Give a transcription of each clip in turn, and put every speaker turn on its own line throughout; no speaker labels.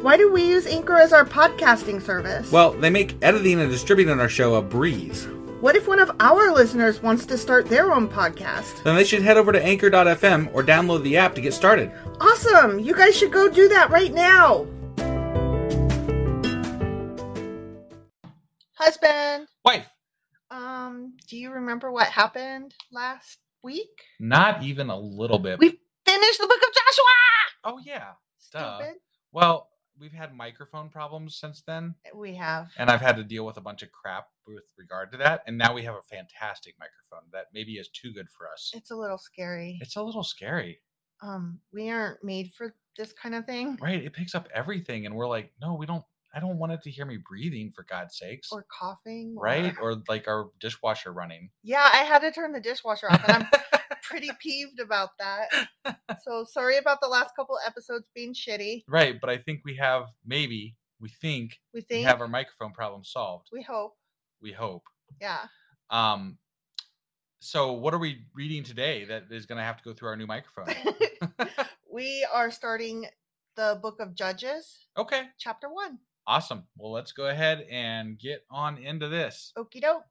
Why do we use Anchor as our podcasting service?
Well, they make editing and distributing our show a breeze.
what if one of our listeners wants to start their own podcast?
Then they should head over to anchor.fm or download the app to get started.
Awesome! You guys should go do that right now! Husband,
Wife,
um, do you remember what happened last week?
not even a little bit.
We finished the book of Joshua!
oh, yeah. Duh.
Stupid.
Well, we've had microphone problems since then,
We have.
and I've had to deal with a bunch of crap with regard to that. And now we have a fantastic microphone that maybe is too good for us.
It's a little scary.
It's a little scary,
Um, we aren't made for this kind of thing.
right? It picks up everything, and we're like, no, we don't. I don't want it to hear me breathing, for God's sakes,
Or coughing.
right? Or like our dishwasher running.
yeah, I had to turn the dishwasher off, and I'm pretty peeved about that. So sorry about the last couple episodes being shitty.
right, but I think we have maybe we think
We
we
think.
have our microphone problem solved.
we hope.
We hope.
Yeah.
Um, so what are we reading today that is going to have to go through our new microphone?
We are starting the book of Judges,
Okay.
chapter one.
Awesome. Well, let's go ahead and get on into this.
Okie doke.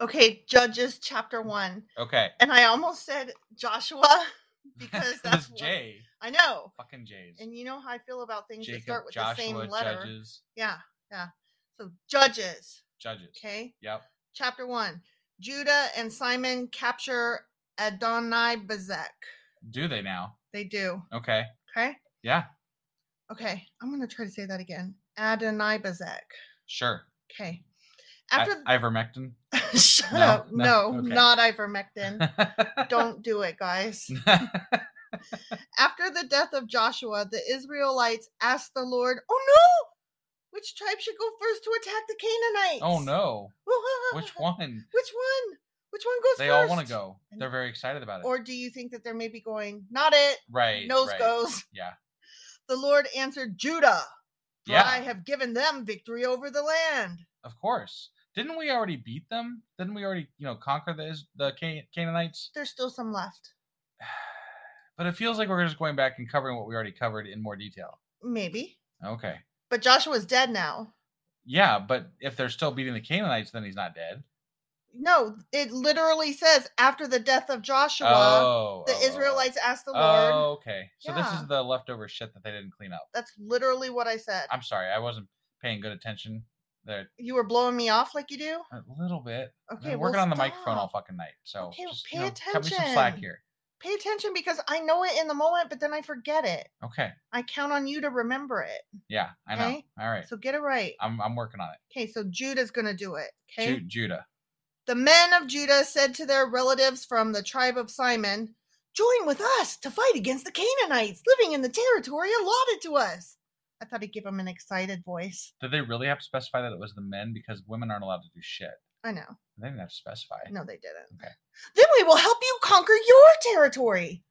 Okay, Judges chapter one.
Okay.
And I almost said Joshua because that's
This
what-
J.
I know.
Fucking J's.
And you know how I feel about things that
Jacob,
start with
Joshua,
the same letter.
Judges,
Yeah, yeah. So Judges,
Judges.
okay?
Yep.
Chapter one. Judah and Simon capture Adonai Bezek.
Do they now?
They do.
Okay.
Okay.
Yeah.
Okay. I'm gonna try to say that again. Adonai Bezek.
Sure.
Okay.
I-
After
ivermectin.
shut
No,
up.
no,
No,
okay.
not ivermectin. Don't do it, guys.
Mm.
After the death of Joshua, the Israelites asked the Lord, Oh no! Which tribe should go first to attack the Canaanites?
oh no. Which one?
Which one? Which one goes
They
first?
all want to go. They're very excited about it.
Or do you think that they're maybe going, Not it,
right.
nose
right.
goes?
Yeah.
The Lord answered, Judah, for
Yeah.
I have given them victory over the land.
Of course. Didn't we already beat them? Didn't we already, you know, conquer the Is- the Can- Canaanites?
There's still some left.
But it feels like we're just going back and covering what we already covered in more detail.
Maybe.
Okay.
But Joshua's dead now.
Yeah, but if they're still beating the Canaanites, then he's not dead.
No, it literally says after the death of Joshua,
oh,
the
oh, oh, oh.
Israelites asked the Lord.
Oh, okay. So this
Yeah.
is the leftover shit that they didn't clean up.
That's literally what I said.
I'm sorry, I wasn't paying good attention there
you were blowing me off like you do.
a little bit. I've
Okay,
been
well,
working on the microphone all
stop.
fucking night, so
Okay, well,
just,
pay
you know, cut me some slack
attention.
here.
Pay attention because I know it in the moment, but then I forget it.
Okay,
I count on you to remember it.
yeah, I know.
Okay,
All right,
So get it right.
I'm I'm working on it.
Okay, so Judah's going to do it. Okay.
Ju- Judah,
The men of Judah said to their relatives from the tribe of Simon, Join with us to fight against the Canaanites living in the territory allotted to us. I thought he'd give them an excited voice.
did they really have to specify that it was the men because women aren't allowed to do shit?
I know.
They didn't have to specify.
No, they didn't.
Okay.
Then we will help you conquer your territory.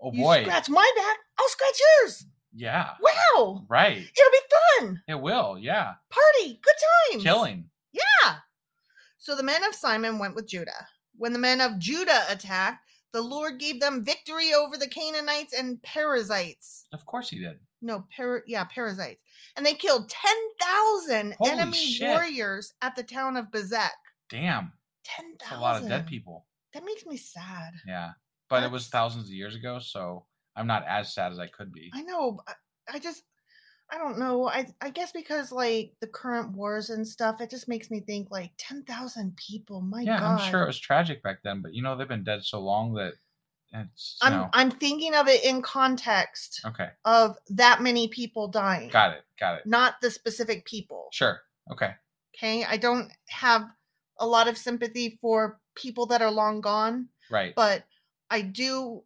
Oh
you
boy,
scratch my back, I'll scratch yours.
yeah,
Wow.
right.
It'll be fun.
It will, yeah.
Party. Good times.
Killing.
So the men of Simon went with Judah. When the men of Judah attacked, the Lord gave them victory over the Canaanites and Perizzites.
Of course he did.
No, per- yeah, Perizzites. And they killed 10,000
Holy
enemy
shit.
warriors at the town of Bezek.
Damn, that's
10,000.
a lot of dead people.
That makes me sad.
Yeah, but it was
That's-
thousands of years ago, so I'm not as sad as I could be.
I know. I, I just, I don't know. I, I guess because like the current wars and stuff, it just makes me think like 10,000 people. My
yeah,
God.
I'm sure it was tragic back then, but you know they've been dead so long that it's you
I'm,
know,
I'm thinking of it in context
okay.
of that many people dying.
Got it. Got it.
not the specific people.
Sure. Okay.
Okay. I don't have a lot of sympathy for people that are long gone,
Right.
but I do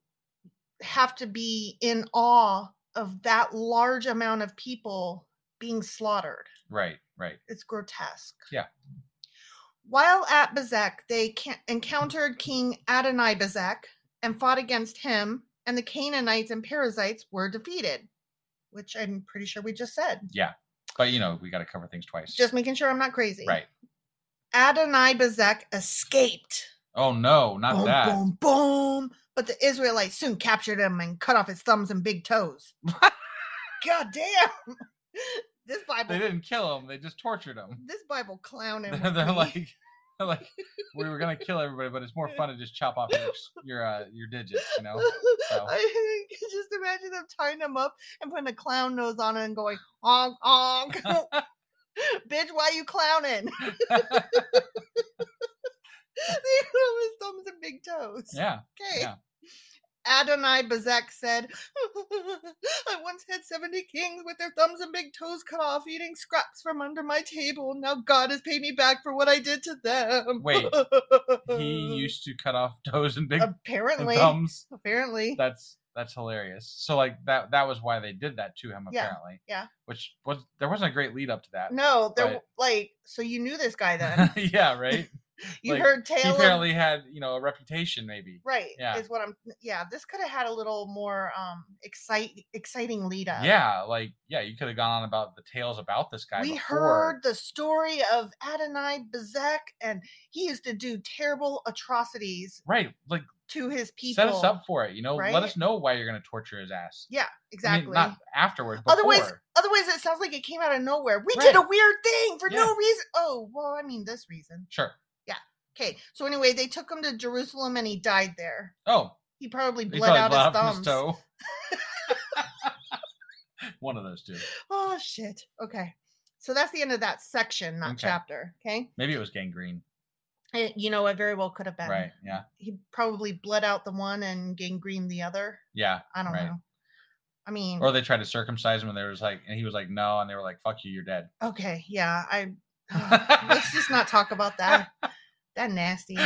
have to be in awe of that large amount of people being slaughtered.
right. Right.
It's grotesque.
Yeah.
While at Bezek, they ca- encountered King Adonai Bezek and fought against him, and the Canaanites and Perizzites were defeated, which I'm pretty sure we just said.
But you know we got to cover things twice.
Just making sure I'm not crazy.
right.
Adonai Bezek escaped.
Oh no, not
boom,
that.
boom, boom. But the Israelites soon captured him and cut off his thumbs and big toes. God damn. This
They
Bible
didn't kill him. They just tortured him.
this Bible clowning.
They're, they're
with me.
like, they're like, we were gonna kill everybody, but it's more fun to just chop off your your uh, your digits. You know. so.
I can just imagine them tying him up and putting a clown nose on it and going, honk, honk. Bitch, why you clowning? they cut off his thumbs and big toes.
Yeah.
Okay.
Yeah.
Adonai Bezek said, I once had 70 kings with their thumbs and big toes cut off eating scraps from under my table. Now God has paid me back for what I did to them.
Wait, He used to cut off toes and big
Apparently.
thumbs.
Apparently.
That's that's hilarious. So like that that was why they did that to him
Yeah,
apparently.
yeah.
Which was there wasn't a great lead up to that.
no, they're
Right.
like, so you knew this guy then.
yeah, right.
You
Like,
heard
He
tale of,
apparently had, you know, a reputation maybe.
right
yeah.
is what I'm. Yeah, this could have had a little more um excite exciting lead up.
Yeah, like yeah, you could have gone on about the tales about this guy.
We
before.
heard the story of Adonai Bezek, and he used to do terrible atrocities
right, like
to his people.
set us up for it. You know,
right?
let us know why you're going to torture his ass.
Yeah,
I mean,
exactly.
not afterwards. Before.
Otherwise, otherwise, it sounds like it came out of nowhere. We did a
Right.
weird thing for
Yeah.
no reason. Oh, well, I mean, this reason.
sure.
Okay, so anyway, they took him to Jerusalem, and he died there.
Oh,
He probably
he
bled
probably
out
bled
his thumbs.
from toe. One of those two.
Oh shit. Okay. So that's the end of that section, not
Okay.
chapter. Okay.
Maybe it was gangrene.
It, Eh, you know, it very well could have been.
Right. Yeah.
He probably bled out the one and gangrene the other.
Yeah.
I don't
Right.
know. I mean,
Or they tried to circumcise him, and they was like, and he was like, no, and they were like, fuck you, you're dead.
okay, yeah. I let's just not talk about that. That nasty.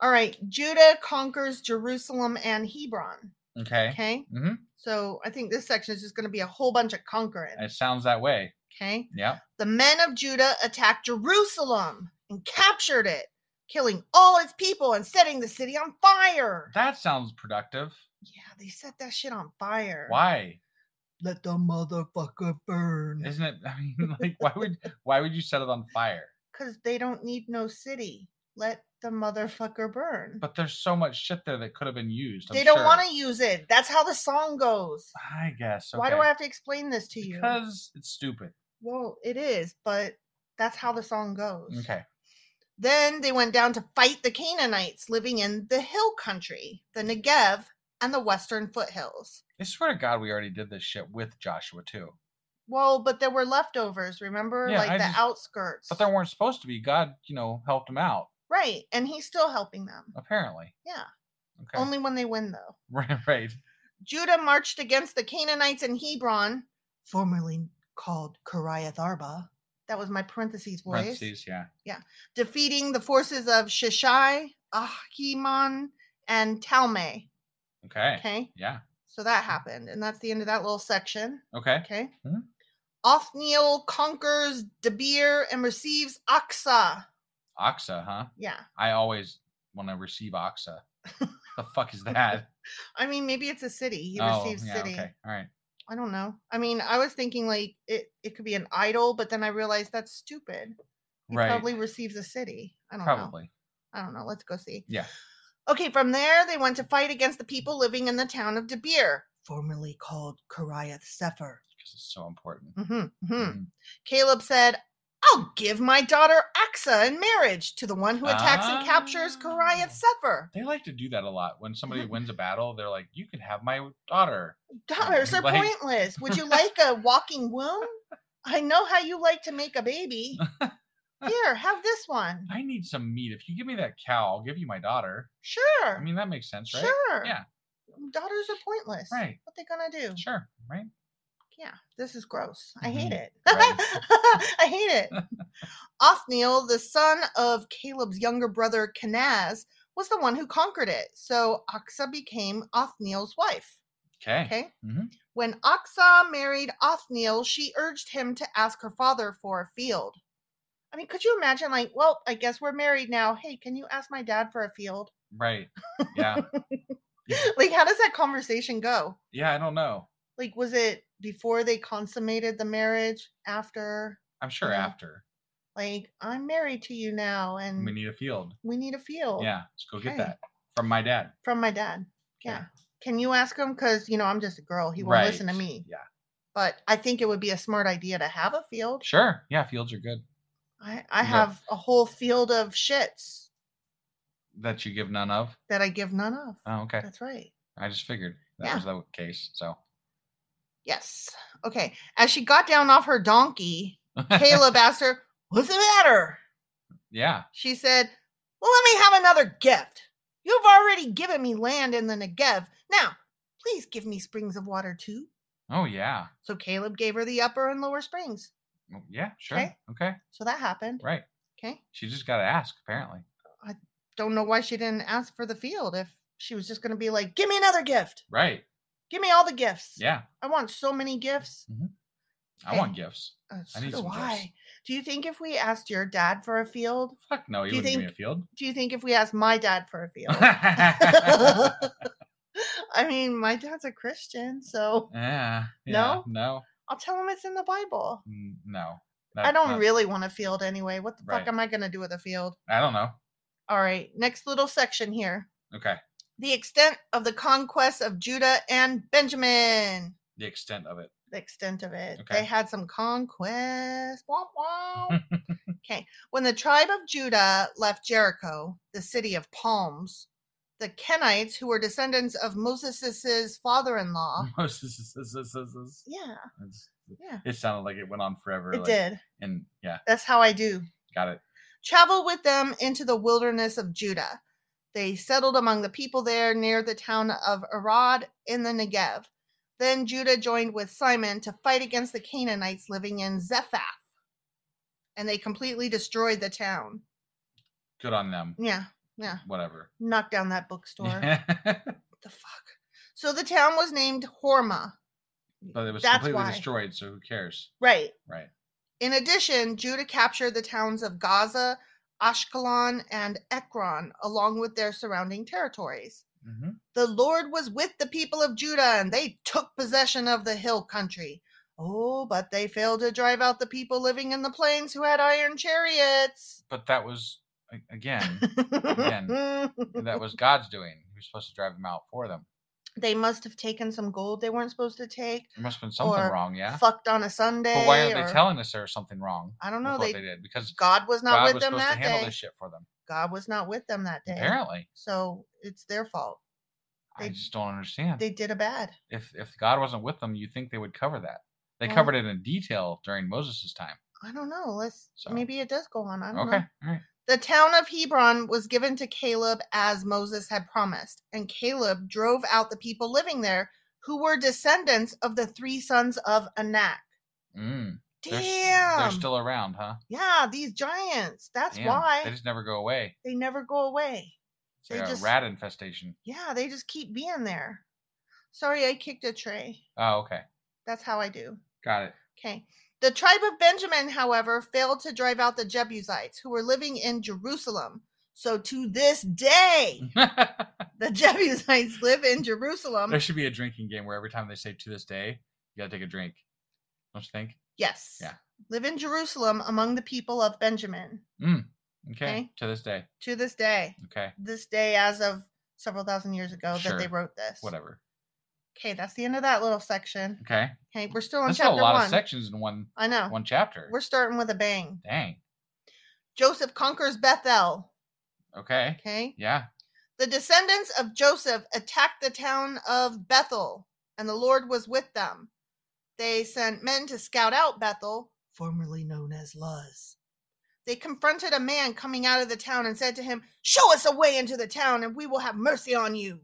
All right, Judah conquers Jerusalem and Hebron.
Okay.
Okay,
hmm
so I think this section is just going to be a whole bunch of conquering.
It sounds that way.
Okay,
Yeah.
the men of Judah attacked Jerusalem and captured it, killing all its people and setting the city on fire.
That sounds productive.
yeah, they set that shit on fire.
Why?
Let the motherfucker burn.
Isn't it? I mean, like, why would why would you set it on fire?
Because they don't need no city. Let the motherfucker burn.
But there's so much shit there that could have been used.
they don't want to use it. That's how the song goes.
to. I guess.
Why do I
okay.
have to explain this to you?
Because it's stupid.
well, it is, but that's how the song goes.
Okay.
Then they went down to fight the Canaanites living in the hill country, the Negev, and the western foothills.
I swear to God, we already did this shit with Joshua too.
Well, but there were leftovers, remember?
Yeah,
like
I
the
just-
outskirts.
But there weren't supposed to be. God, you know, helped him out
right, and he's still helping them.
apparently.
Yeah.
Okay.
Only when they win though.
right. Right.
Judah marched against the Canaanites in Hebron, formerly called Kiriath Arba. That was my parentheses voice.
Parentheses. Yeah.
Defeating the forces of Shishai, Ahiman, and Talmai.
Okay.
Okay.
Yeah.
So that happened. And that's the end of that little section.
Okay.
Okay.
Mhm.
Othniel conquers Debir and receives Aksa.
Oxa, huh?
Yeah.
I always want to receive Oxa. the fuck is that? Oh,
I mean, maybe it's a city. He receives city.
Okay. All right.
I don't know. I mean, I was thinking like it, it could be an idol, but then I realized that's stupid. He
Right.
probably receives a city. I don't know.
Probably.
I don't know. Let's go see.
Yeah.
Okay, from there they went to fight against the people living in the town of Debir, formerly called Kiriath Sefer.
Because it's so important.
Mhm, mhm.
Mhm.
Caleb said, "I'll give my daughter Aksa in marriage to the one who attacks and captures Kiriath
Ah.
Sefer."
They like to do that a lot. When somebody
Mm-hmm.
wins a battle, they're like, "You can have my daughter."
Daughters are
Like-
pointless. Would you like a walking womb? I know how you like to make a baby. Here, have this one.
I need some meat. If you give me that cow, I'll give you my daughter.
Sure.
I mean, that makes sense, right?
Sure.
Yeah.
Daughters are pointless.
Right.
What they gonna do?
Sure. Right.
yeah, this is gross. I hate
Mhm.
it.
Right.
I hate it. Othniel, the son of Caleb's younger brother Kenaz, was the one who conquered it. So Aksa became Othniel's wife.
Okay.
Okay.
Mhm.
When Aksa married Othniel, she urged him to ask her father for a field. I mean, could you imagine, like, well, I guess we're married now. Hey, can you ask my dad for a field?
Right. Yeah.
like, how does that conversation go?
yeah. I don't know.
Like, was it before they consummated the marriage? After?
I'm sure
Yeah.
after
like I'm married to you now and
we need a field.
a field
Yeah. Let's go get
Okay.
that from my dad.
from my dad. Yeah.
Yeah.
Can you ask him? Because, you know, I'm just a girl. He won't listen to
Right.
me.
Yeah.
But I think it would be a smart idea to have a field.
Sure. Yeah. Fields are good.
I, I
Yeah.
have a whole field of shits
That you give none of.
that I give none of.
Oh, okay.
That's right.
I just figured that
Yeah.
was the case. So.
Yes. Okay. As she got down off her donkey, Caleb asked her, What's the matter?
yeah.
She said, Well, let me have another gift. You've already given me land in the Negev. Now, please give me springs of water too.
Oh yeah.
So Caleb gave her the upper and lower springs.
Well, Oh, Yeah. Sure.
Okay.
okay.
So that happened.
Right.
Okay.
She just got to ask, apparently.
Don't know why she didn't ask for the field if she was just going to be like, give me another gift.
Right.
Give me all the gifts.
Yeah.
I want so many gifts.
Mhm. I want gifts.
Uh,
I need
so do
some
I.
gifts.
Do you think if we asked your dad for a field,
Fuck no, you
Do you
wouldn't give me a field.
do you think if we asked my dad for a field? I mean, my dad's a Christian, so
yeah, yeah,
No?
no,
I'll tell him it's in the Bible.
n- no.
I
That-
don't
that-
really want a field anyway. What the
Right.
fuck am I going to do with a field?
I don't know.
All right, next little section here.
Okay,
The extent of the conquest of Judah and Benjamin.
the extent of it.
The extent of it.
Okay.
They had some conquest. Womp womp. okay. When the tribe of Judah left Jericho, the city of palms, the Kenites, who were descendants of Moses' father in law,
Most- this is- this is- this is-
yeah,
it's-
Yeah.
It sounded like it went on forever.
it
like-
did.
And yeah,
That's how I do.
got it.
travel with them into the wilderness of Judah. They settled among the people there near the town of Arad in the Negev. Then Judah joined with Simon to fight against the Canaanites living in Zephath. And they completely destroyed the town.
Good on them.
Yeah, yeah.
Whatever.
Knocked down that bookstore. the fuck? So the town was named Horma.
but it was
That's
completely
why.
destroyed, so who cares?
Right.
Right.
In addition, Judah captured the towns of Gaza, Ashkelon, and Ekron, along with their surrounding territories.
Mm-hmm.
The Lord was with the people of Judah, and they took possession of the hill country. Oh, but they failed to drive out the people living in the plains who had iron chariots.
But that was a- again, Again. that was God's doing. He was supposed to drive them out for them.
they must have taken some gold they weren't supposed to take,
There must have been something
Or
wrong, yeah.
fucked on a Sunday.
But why aren't
or-
they telling us there was something wrong?
I don't know,
with what
they-
they did because
God was not
God
with
was
them
supposed to
that
handle
day.
this shit for them.
God was not with them that day.
Apparently,
So it's their fault.
I
They-
just don't understand.
They did a bad.
if if God wasn't with them, you think they would cover that? They
Well-
covered it in detail during Moses' time.
I don't know. Let's
So-
maybe it does go on. I don't
Okay,
know.
all right.
The town of Hebron was given to Caleb as Moses had promised, and Caleb drove out the people living there who were descendants of the three sons of Anak.
Mm, they're
Damn.
s- they're still around, huh?
yeah, these giants. That's
Damn,
why
they just never go away.
they never go away.
It's like
They
a
just-
rat infestation.
Yeah, they just keep being there. Sorry, I kicked a tray.
Oh, okay,
That's how I do.
got it.
Okay. The tribe of Benjamin, however, failed to drive out the Jebusites who were living in Jerusalem. So to this day,
Mm.
the Jebusites live in Jerusalem.
there should be a drinking game where every time they say "to this day," you gotta take a drink. Don't you think?
Yes.
Yeah.
Live in Jerusalem among the people of Benjamin
Mm, Okay.
Okay.
To this day.
to this day.
Okay.
This day, as of several thousand years ago, that they
Sure.
wrote this.
Whatever.
Okay, that's the end of that little section.
Okay.
Okay, we're still on
That's a
chapter
lot
one.
of sections in one
I know.
one chapter.
We're starting with a bang.
Dang.
Joseph conquers Bethel.
Okay.
Okay.
Yeah.
The descendants of Joseph attacked the town of Bethel, and the Lord was with them. They sent men to scout out Bethel, formerly known as Luz. They confronted a man coming out of the town and said to him, Show us a way into the town, and we will have mercy on you.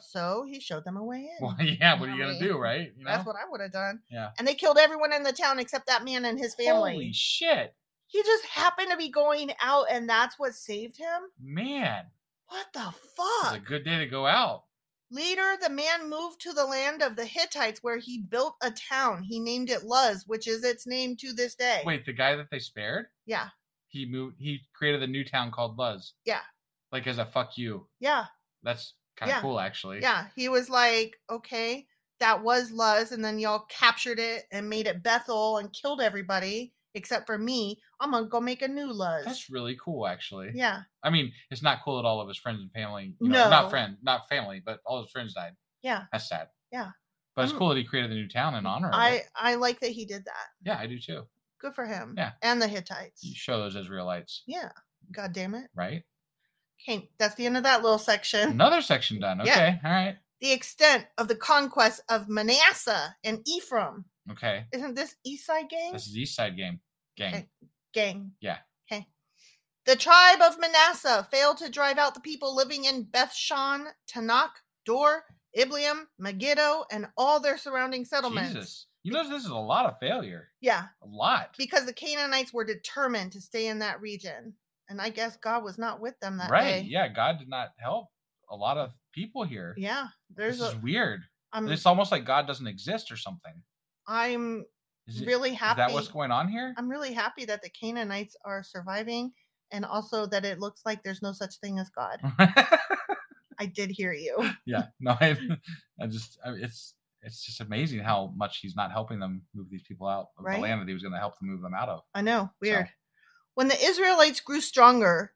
so he showed them a way in.
Well, yeah. What are
I
you gonna
mean,
do, right? You
That's what I would have done.
Yeah.
And they killed everyone in the town except that man and his family.
Holy shit,
he just happened to be going out, and that's what saved him?
man!
What the
It's
fuck?
a good day to go out.
Later, the man moved to the land of the Hittites where he built a town. He named it Luz, which is its name to this day.
Wait, the guy that they spared,
Yeah,
he moved. He created a new town called Luz.
Yeah.
Like as a fuck you.
yeah,
That's kind of
Yeah.
cool, actually.
yeah. He was like, okay, that was Luz, and then y'all captured it and made it Bethel and killed everybody except for me. I'm gonna go make a new Luz.
That's really cool, actually.
yeah,
I mean, it's not cool that all of his friends and family. You know,
No.
Not friend, not family, but all his friends died.
yeah.
That's sad.
Yeah.
But it's
I'm-
cool that he created a new town in honor of
I
it.
I like that he did that.
Yeah, I do too.
Good for him.
Yeah.
and the Hittites.
You show those Israelites,
Yeah. God damn it.
right?
Okay, that's the end of that little section.
Another section done.
Yeah.
Okay. All right.
The extent of the conquest of Manasseh and Ephraim.
Okay.
Isn't this East Side Gang?
This is East Side Game. Gang.
Okay. Gang.
Yeah.
Okay. The tribe of Manasseh failed to drive out the people living in Bethshan, Tanakh, Dor, Ibleam, Megiddo, and all their surrounding settlements.
Jesus. You know, this is a lot of failure.
Yeah,
A lot.
because the Canaanites were determined to stay in that region. And I guess God was not with them that day.
Right. Yeah. God did not help a lot of people here.
Yeah. There's
this
a
is weird.
I'm
It's almost like God doesn't exist or something.
I'm
Is it-
really
Is
happy.
that what's going on here?
I'm really happy that the Canaanites are surviving and also that it looks like there's no such thing as God. I did hear you.
yeah. No, I, I just I, it's it's just amazing how much he's not helping them move these people out of
Right?
the land that he was going to help them move them out of.
I know, weird. When the Israelites grew stronger,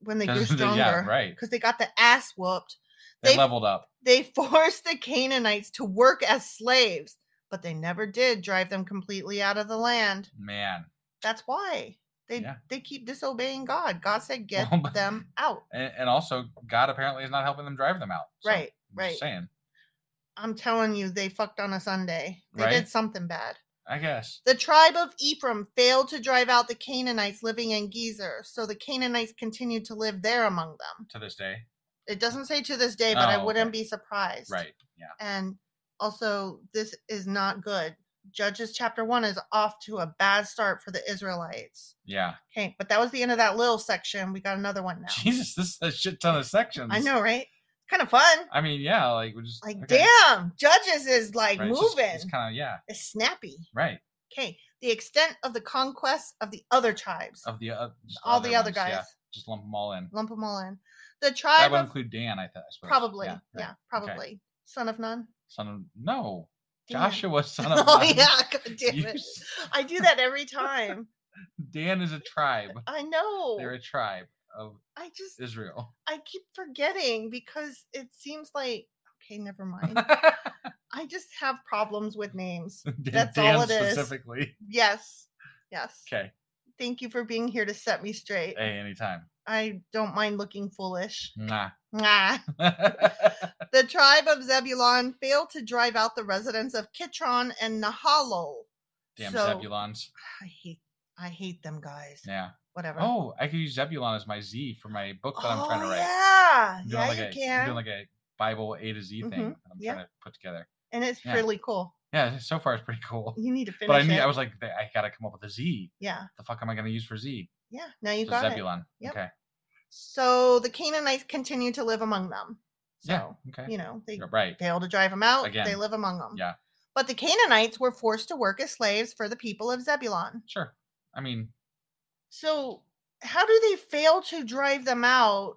when they grew
'Cause they-
stronger,
yeah, right.
Because they got the ass whooped,
They,
They-
leveled up.
they forced the Canaanites to work as slaves, but they never did drive them completely out of the land.
Man,
That's why they
Yeah. Oh
they keep disobeying God. God said, "Get
Well, but-
them out."
and, and also God apparently is not helping them drive them out. So,
Right,
I'm just
right.
saying,
I'm telling you, they fucked on a Sunday. They
Right?
did something bad.
I guess.
The tribe of Ephraim failed to drive out the Canaanites living in Gezer, so the Canaanites continued to live there among them.
To this day,
It doesn't say to this day, but
Oh,
I
okay.
wouldn't be surprised.
right? Yeah,
And also, this is not good. Judges chapter one is off to a bad start for the Israelites.
yeah.
Okay, but that was the end of that little section. We got another one now.
Jesus, this is a shit ton of sections.
I know, right? Kind of fun.
I mean, yeah, like we just
Like,
okay,
damn, Judges is like
right, it's
moving.
just- It's, kind of yeah,
it's snappy.
right.
Okay, the extent of the conquest of the other tribes.
Of the uh, just
all the other
ones, yeah.
guys.
just lump them all in.
Lump them all in. The
that
tribe
would
of
include Dan, I thought. I suppose.
probably, yeah,
right. Okay.
probably son of none.
Son of no,
Dan.
Joshua, son of.
oh
Nun.
yeah, god damn
You
it!
s-
I do that every time.
Dan is a tribe.
I know.
They're a tribe of
I just
Israel.
I keep forgetting because it seems like okay, never mind. I just have problems with names.
Dan,
That's
Dan
all it is.
specifically.
Yes, yes.
Okay.
Thank you for being here to set me straight.
Hey, anytime.
I don't mind looking foolish.
Nah.
Nah. The tribe of Zebulon failed to drive out the residents of Kitron and Nahalol.
Damn
So-
Zebulons.
I hate I hate them guys.
Yeah.
Whatever.
Oh, I could use Zebulon as my Z for my book that I'm trying to
Oh,
write.
Yeah.
I'm doing
yeah,
like
you
a I'm
can.
doing like a Bible A to Z thing
Mhm,
that I'm
yeah.
trying to put together.
and it's
yeah.
really cool.
Yeah, so far it's pretty cool.
You need to Mm-hmm. finish
But I knew
it.
I was like, I gotta come up with a Z.
yeah.
The fuck am I gonna use for Z?
Yeah. Now you
So
got it.
Zebulon.
Yep.
Okay.
So the Canaanites continue to live among them. So,
Yeah. Okay.
you know, they
You're right.
fail to drive them out. They
Again.
live among them.
Yeah.
But the Canaanites were forced to work as slaves for the people of Zebulon.
Sure. I mean,
So how do they fail to drive them out?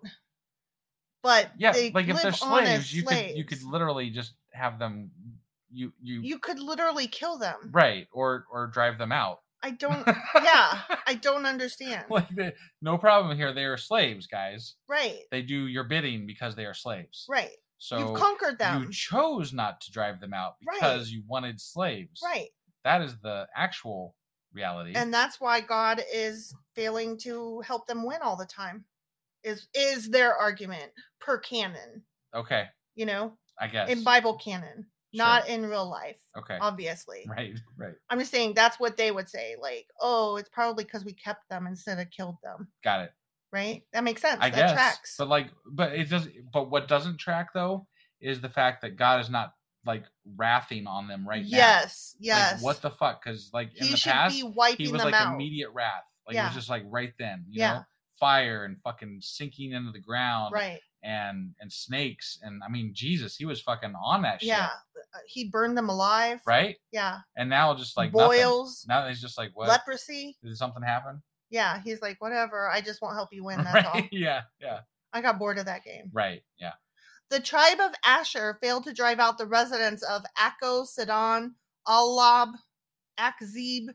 But
yeah,
they
like if
live
they're
on as
slaves, you could you could
slaves?
literally just have them you you,
you could literally kill them.
right or or drive them out.
I don't. Mm, Yeah, I don't understand.
like the, no problem here. They are slaves, guys.
Right,
They do your bidding because they are slaves.
right.
So
You've conquered them.
You chose not to drive them out
Right.
because you wanted slaves.
right,
That is the actual reality.
and that's why God is failing to help them win all the time. Is is their argument per canon?
okay,
You know,
I guess.
in Bible canon, not in real life.
okay.
Obviously,
Right. Right.
I'm just saying that's what they would say. Like, oh, it's probably because we kept them instead of killed them.
Got it.
Right? That makes sense.
I
that
guess.
tracks.
But like, but it does. But what doesn't track though is the fact that God is not like wrathing on them right now.
yes,
Like,
yes.
what the fuck? Because like in
he
the
should
past,
be wiping
he was
them
like
out.
immediate wrath. Like it
Yeah.
was just like right then, you
Yeah.
know, fire and fucking sinking into the ground,
Right.
and and snakes and I mean Jesus, he was fucking on that shit,
Yeah. uh, He burned them alive.
right?
Yeah.
And now just like nothing.
boils,
Now he's just like, what?
leprosy.
Did something happen?
Yeah, he's like, whatever. I just won't help you win. That's
right?
all.
Yeah, yeah,
I got bored of that game.
right, yeah.
The tribe of Asher failed to drive out the residents of Akko, Sidon, Alab, Akzib,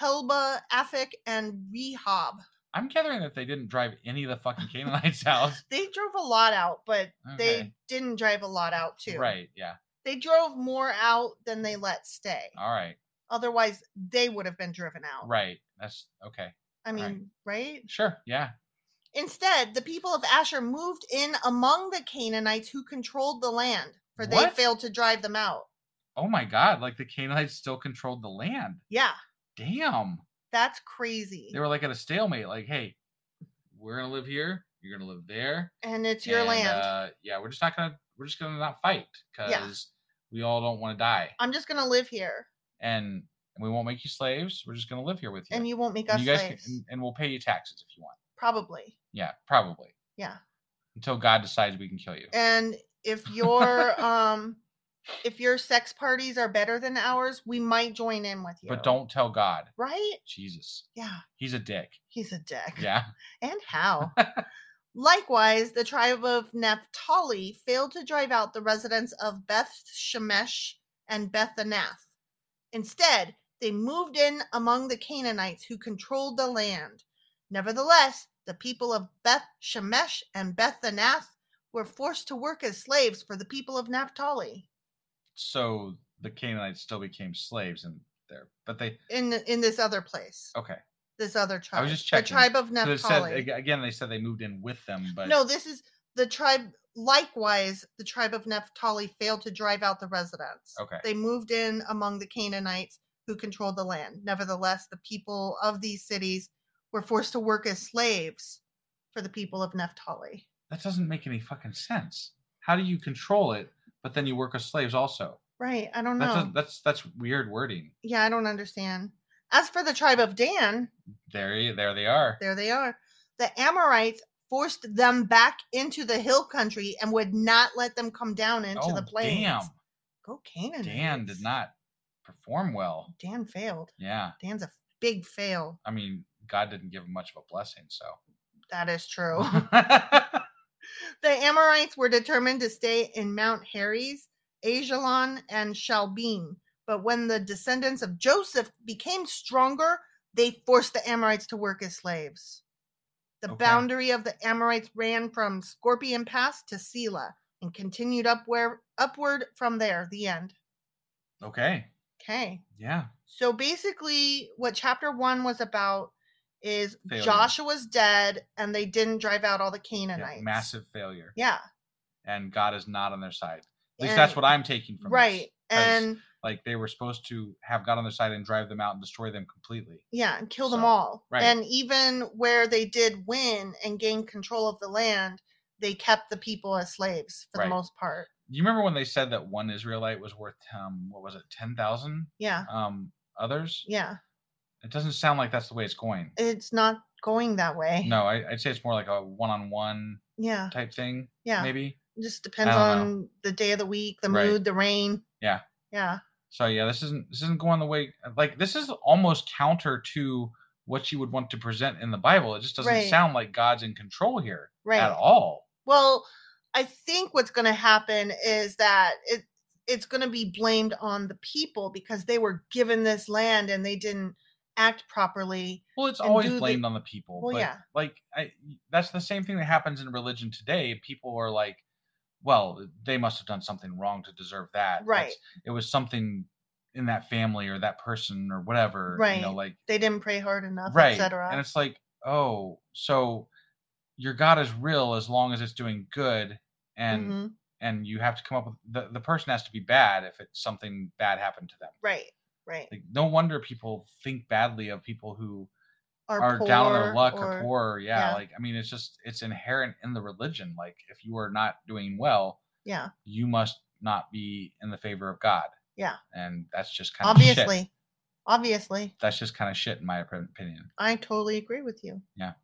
Helba, Afik, and Rehob.
I'm gathering that they didn't drive any of the fucking Canaanites out.
They drove a lot out, but they
Okay.
didn't drive a lot out too.
Right, yeah.
They drove more out than they let stay.
All right,
Otherwise, they would have been driven out.
Uh right. That's okay.
I
right.
mean, right?
Sure, yeah.
Instead, the people of Asher moved in among the Canaanites who controlled the land, for they
What?
failed to drive them out.
Oh my God, like the Canaanites still controlled the land.
Yeah,
Damn.
that's crazy.
They were like at a stalemate, like, hey, we're going to live here, you're going to live there.
and it's your
and,
land.
Uh, yeah, we're just not gonna we're just gonna not fight because
Yeah.
we all don't want to die,
I'm just going to live here,
and we won't make you slaves. We're just gonna live here with you,
and you won't make
And
us
you guys
slaves.
Can, and, and we'll pay you taxes if you want.
Probably.
Yeah, probably
Yeah.
until God decides we can kill you.
And if your um if your sex parties are better than ours, we might join in with you.
But don't tell God.
Right?
Jesus.
Yeah,
He's a dick.
he's a dick.
Yeah.
And how? Likewise, the tribe of Naphtali failed to drive out the residents of Beth Shemesh and Beth Anath. Instead, they moved in among the Canaanites who controlled the land. Nevertheless, the people of Beth Shemesh and Beth Anath were forced to work as slaves for the people of Naphtali.
so the Canaanites still became slaves in there, but they
In in this other place,
okay.
this other tribe,
I was just checking.
the tribe of
So
Naphtali.
they said ag- again. They said they moved in with them, but
No, this is the tribe. Likewise, the tribe of Naphtali failed to drive out the residents.
Okay.
They moved in among the Canaanites who controlled the land. Nevertheless, the people of these cities were forced to work as slaves for the people of Naphtali.
that doesn't make any fucking sense. How do you control it, but then you work as slaves also?
Right. I don't
That's
know.
a, that's that's weird wording.
yeah, I don't understand. As for the tribe of Dan,
There, y- there they are.
there they are. The Amorites forced them back into the hill country and would not let them come down into
oh,
the plains.
damn!
Go Canaanites.
Dan did not perform well.
Dan failed.
Yeah,
Dan's a big fail.
I mean, God didn't give him much of a blessing, so.
That is true. the Amorites were determined to stay in Mount Heres, Ajalon, and Shalbim. But when the descendants of Joseph became stronger, they forced the Amorites to work as slaves. The
Okay.
boundary of the Amorites ran from Scorpion Pass to Sela and continued upward, upward from there. The end.
okay,
Okay.
yeah,
So basically, what chapter one was about is
Failure.
Joshua's dead, and they didn't drive out all the Canaanites.
yeah massive failure,
Yeah,
and God is not on their side. At least
And-
that's what I'm taking from this,
right.
'cause,
And
like they were supposed to have God on their side and drive them out and destroy them completely.
yeah, and kill them
So,
all.
right.
And even where they did win and gain control of the land, they kept the people as slaves for
Right.
the most part.
You remember when they said that one Israelite was worth um what was it ten thousand
Yeah,
um others?
yeah.
It doesn't sound like that's the way it's going.
It's not going that way.
No, I, I'd say it's more like a one-on-one
Yeah,
type thing.
yeah.
maybe.
Just depends
don't know.
on the day of the week, the
Right.
mood, the rain.
Yeah.
Yeah.
So yeah, this isn't this isn't going the way like this is almost counter to what you would want to present in the Bible. It just doesn't
Right.
sound like God's in control here
Right.
at all.
Well, I think what's going to happen is that it it's going to be blamed on the people because they were given this land and they didn't act properly.
Well, it's
and
always
do the-
blamed on the people.
Well,
but
yeah.
Like I, that's the same thing that happens in religion today. People are like, "Well, they must have done something wrong to deserve that."
Right.
That's- it was something in that family or that person or whatever. You know,
Right.
like
They didn't pray hard enough,
right. And
etc.
it's like, oh, so your God is real as long as it's doing good, and
Mhm,
and you have to come up with the the person has to be bad if it's something bad happened to them.
Right, right.
Like, no wonder people think badly of people who
Or
are down on their luck or,
or-
poor. Yeah,
yeah.
Like, I mean, it's just, it's inherent in the religion. Like, if you are not doing well,
Yeah,
you must not be in the favor of God.
Yeah.
And that's just kind of shit.
obviously. Obviously.
That's just kind of shit, in my op- opinion.
I totally agree with you.
All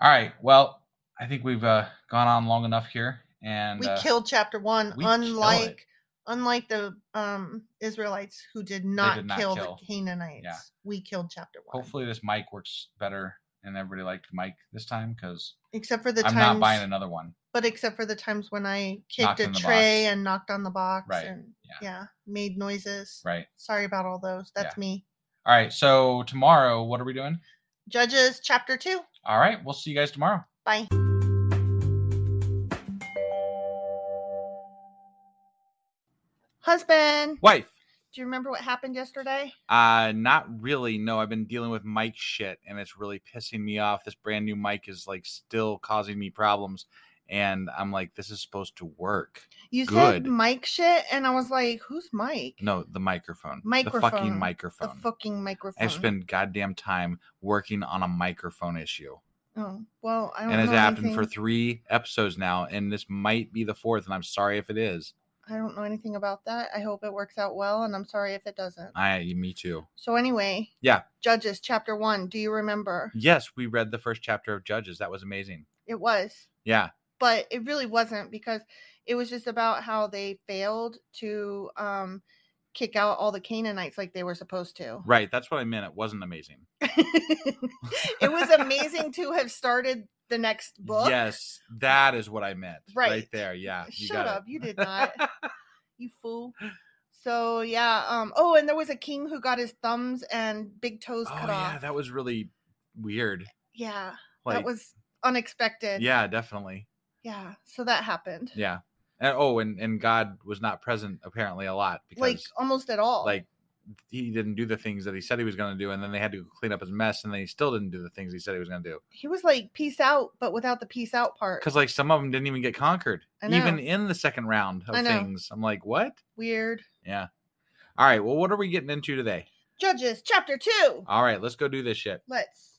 right. Well, I think we've uh, gone on long enough here. And
we
uh,
killed chapter 1
we kill it.
unlike unlike the um Israelites who did not,
did not
kill,
kill.
the Canaanites.
Yeah.
We killed chapter 1.
hopefully this mic works better and everybody liked the mic this time because
Except for the
I'm
times
not buying another one.
but except for the times when I
Knocked
kicked a
on the
tray
box.
and knocked on the box
Right,
and
yeah.
yeah. made noises.
Right.
Sorry about all those. That's
Yeah.
me.
All right. So tomorrow, what are we doing?
Judges chapter 2.
All right. We'll see you guys tomorrow.
Bye. Husband,
Wife.
do you remember what happened yesterday?
Uh, not really. No, I've been dealing with mic shit and it's really pissing me off. This brand new mic is like still causing me problems. And I'm like, this is supposed to work.
You said
Good.
Mike shit, and I was like, who's Mike?
No, the microphone. The fucking
Microphone. The
microphone.
fucking microphone.
I spent goddamn time working on a microphone issue.
Oh, well, I don't
And it's
know.
happened for
anything-
three episodes now. And this might be the fourth. And I'm sorry if it is.
I don't know anything about that. I hope it works out well, and I'm sorry if it doesn't.
I, me too.
So anyway,
Yeah. Mm.
Judges chapter one. Do you remember?
Yes, we read the first chapter of Judges. That was amazing.
It was,
Yeah.
but it really wasn't because It was just about how they failed to um, kick out all the Canaanites like they were supposed to.
Right. That's what I meant. It wasn't amazing.
it was amazing to have started the next book.
Yes, that is what I meant. Right,
Right.
there. Yeah. you
Shut
got it.
up. You did not. you fool. So yeah. Um. Oh, and there was a king who got his thumbs and big toes
oh
cut
yeah,
off.
that was really weird.
yeah.
Like
that was unexpected.
yeah, definitely.
Yeah. So that happened.
Yeah. And, oh, and and God was not present apparently a lot because
like
like,
almost at all.
he didn't do the things that he said he was going to do, and then they had to clean up his mess, and then he still didn't do the things he said he was going to do
he was like peace out, but without the peace out part.
because like some of them didn't even get conquered,
I
even
know.
in the second round
I
of
know.
things. I'm like, what?
Weird.
Yeah. All right. Well, what are we getting into today?
Judges chapter two.
All right, let's go do this shit.
Let's.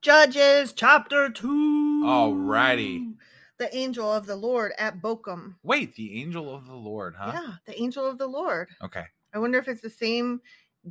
Judges chapter two.
Alrighty.
The angel of the Lord at Bochum.
Wait, the angel of the Lord, huh?
Yeah, the angel of the Lord.
Okay.
I wonder if it's the same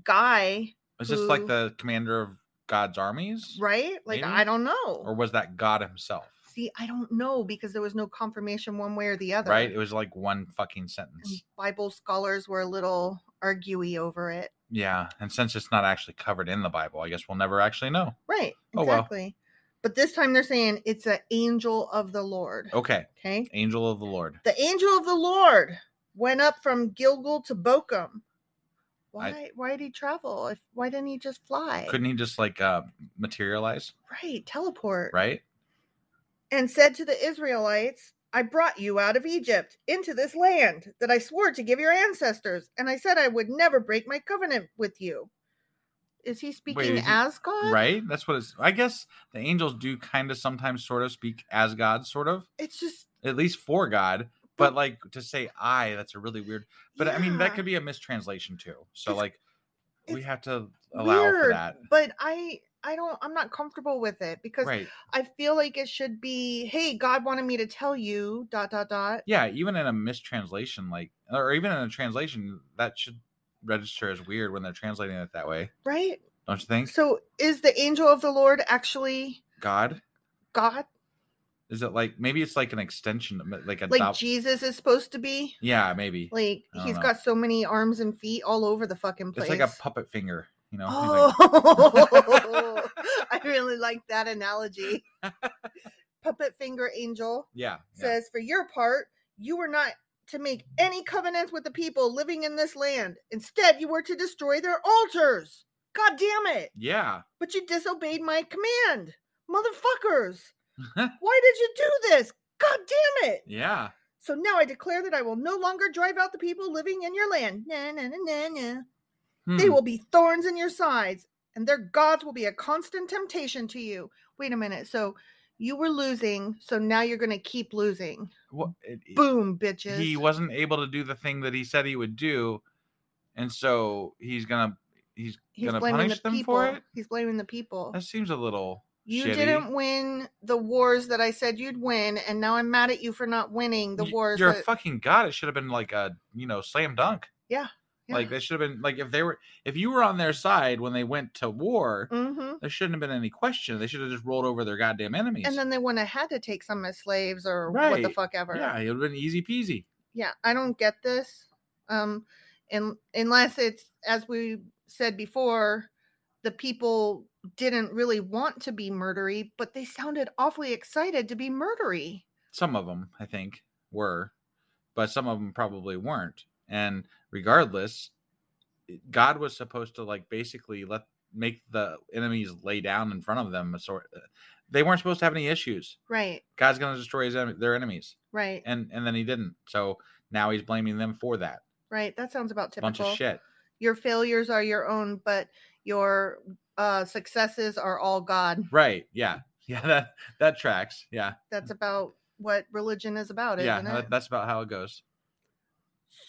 guy,
Was this like
who-
the commander of God's armies?
right? Like
Maybe.
I don't know.
Or was that God himself?
See, I don't know because there was no confirmation one way or the other.
Right? It was like one fucking
And
sentence.
Bible scholars were a little arguey over it.
Yeah. And since it's not actually covered in the Bible, I guess we'll never actually know.
Right.
Oh, well.
Exactly. But this time they're saying it's an angel of the Lord.
Okay.
Okay.
Angel of the Lord.
The angel of the Lord went up from Gilgal to Bochum. Why why did he travel? If why didn't he just fly?
Couldn't he just like uh materialize?
right, teleport.
Right?
And said to the Israelites, I brought you out of Egypt into this land that I swore to give your ancestors, and I said I would never break my covenant with you. Is he speaking
is he-
as God?
Right? That's what it's I guess the angels do kind of sometimes sort of speak as God, sort of.
It's just
At least for God. But like to say I, that's a really weird but I mean
yeah.
that could be a mistranslation too. So
It's-
like we
it's
have to allow for that.
But I I don't I'm not comfortable with it because
Right.
I feel like it should be, hey, God wanted me to tell you dot dot dot.
yeah even in a mistranslation like or even in a translation that should register as weird when they're translating it that way
Right?
don't you think
So is the angel of the Lord actually
god
God?
is it like maybe it's like an extension like a
Like
dop-
Jesus is supposed to be?
yeah maybe
Like
I don't
he's
know.
got so many arms and feet all over the fucking
it's
place.
like a puppet finger you know He's like,
Oh, I really like that analogy. Puppet finger angel.
yeah, yeah.
says, For your part, you were not to make any covenants with the people living in this land. Instead, you were to destroy their altars. God damn it.
yeah
But you disobeyed my command. Motherfuckers. Why did you do this? God damn it.
yeah
So now I declare that I will no longer drive out the people living in your land. Na na na na na. They
Hmm.
will be thorns in your sides, and their gods will be a constant temptation to you. Wait a minute. So you were losing, so now you're going to keep losing.
Wha- it- it-
Boom, bitches.
he wasn't able to do the thing that he said he would do and so he's gonna he's,
He's
gonna
blaming
punish
the
them
people.
for it
He's blaming the people.
that seems a little
you
shitty.
didn't win the wars that I said you'd win, and now I'm mad at you for not winning the
Y-
wars.
You're a
that-
fucking god. It should have been like a you know slam dunk.
Yeah, yeah.
Like they should have been like if they were if you were on their side when they went to war,
Mhm.
there shouldn't have been any question. They should have just rolled over their goddamn enemies.
And then they wouldn't have had to take some as slaves or what the
Right.
fuck ever.
yeah, it would have been easy peasy.
yeah i don't get this um and unless it's as we said before the people didn't really want to be murdery but they sounded awfully excited to be murdery
Some of them, I think, were, but some of them probably weren't. And regardless, it- God was supposed to like basically let make the enemies lay down in front of them. So they weren't supposed to have any issues.
right
God's going to destroy his en- their enemies.
right
and and then he didn't. So now he's blaming them for that
right that sounds about typical
bunch of shit.
your failures are your own but your uh successes are all god
Right? Yeah, yeah. That that tracks. Yeah,
that's about what religion is about
Mm. yeah.
isn't
that-
it
that's about how it goes.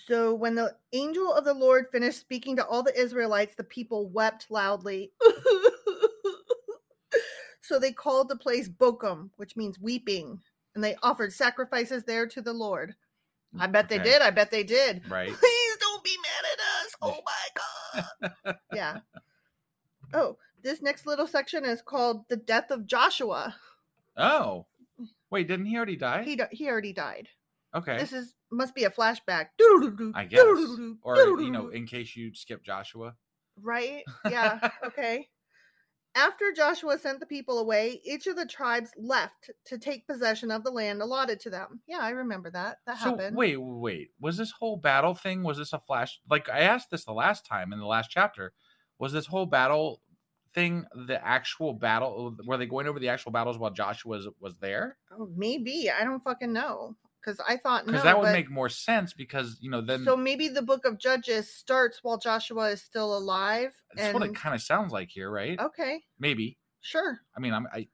So when the angel of the Lord finished speaking to all the Israelites, the people wept loudly. so they called the place Bochum, which means weeping, and they offered sacrifices there to the Lord. I bet they
Mm, Okay.
did. I bet they did.
Right.
Please don't be mad at us. Oh my God. yeah. Oh, this next little section is called the death of Joshua.
Oh, wait, didn't he already die?
He d- he already died.
okay,
This is must be a flashback.
I guess, or you know, in case you skip Joshua.
Right? Yeah. Okay. After Joshua sent the people away, each of the tribes left to take possession of the land allotted to them. Yeah, I remember that. That
so
happened.
wait, wait, was this whole battle thing? Was this a flash? Like I asked this the last time in the last chapter, was this whole battle thing the actual battle? Were they going over the actual battles while Joshua was, was there?
Oh, maybe. I don't fucking know. Because I thought no.
Because that would
but-
make more sense. Because you know, then
so maybe the book of Judges starts while Joshua is still alive.
that's what it kind of sounds like here, right?
Okay.
Maybe.
Sure.
I mean, I'm, I,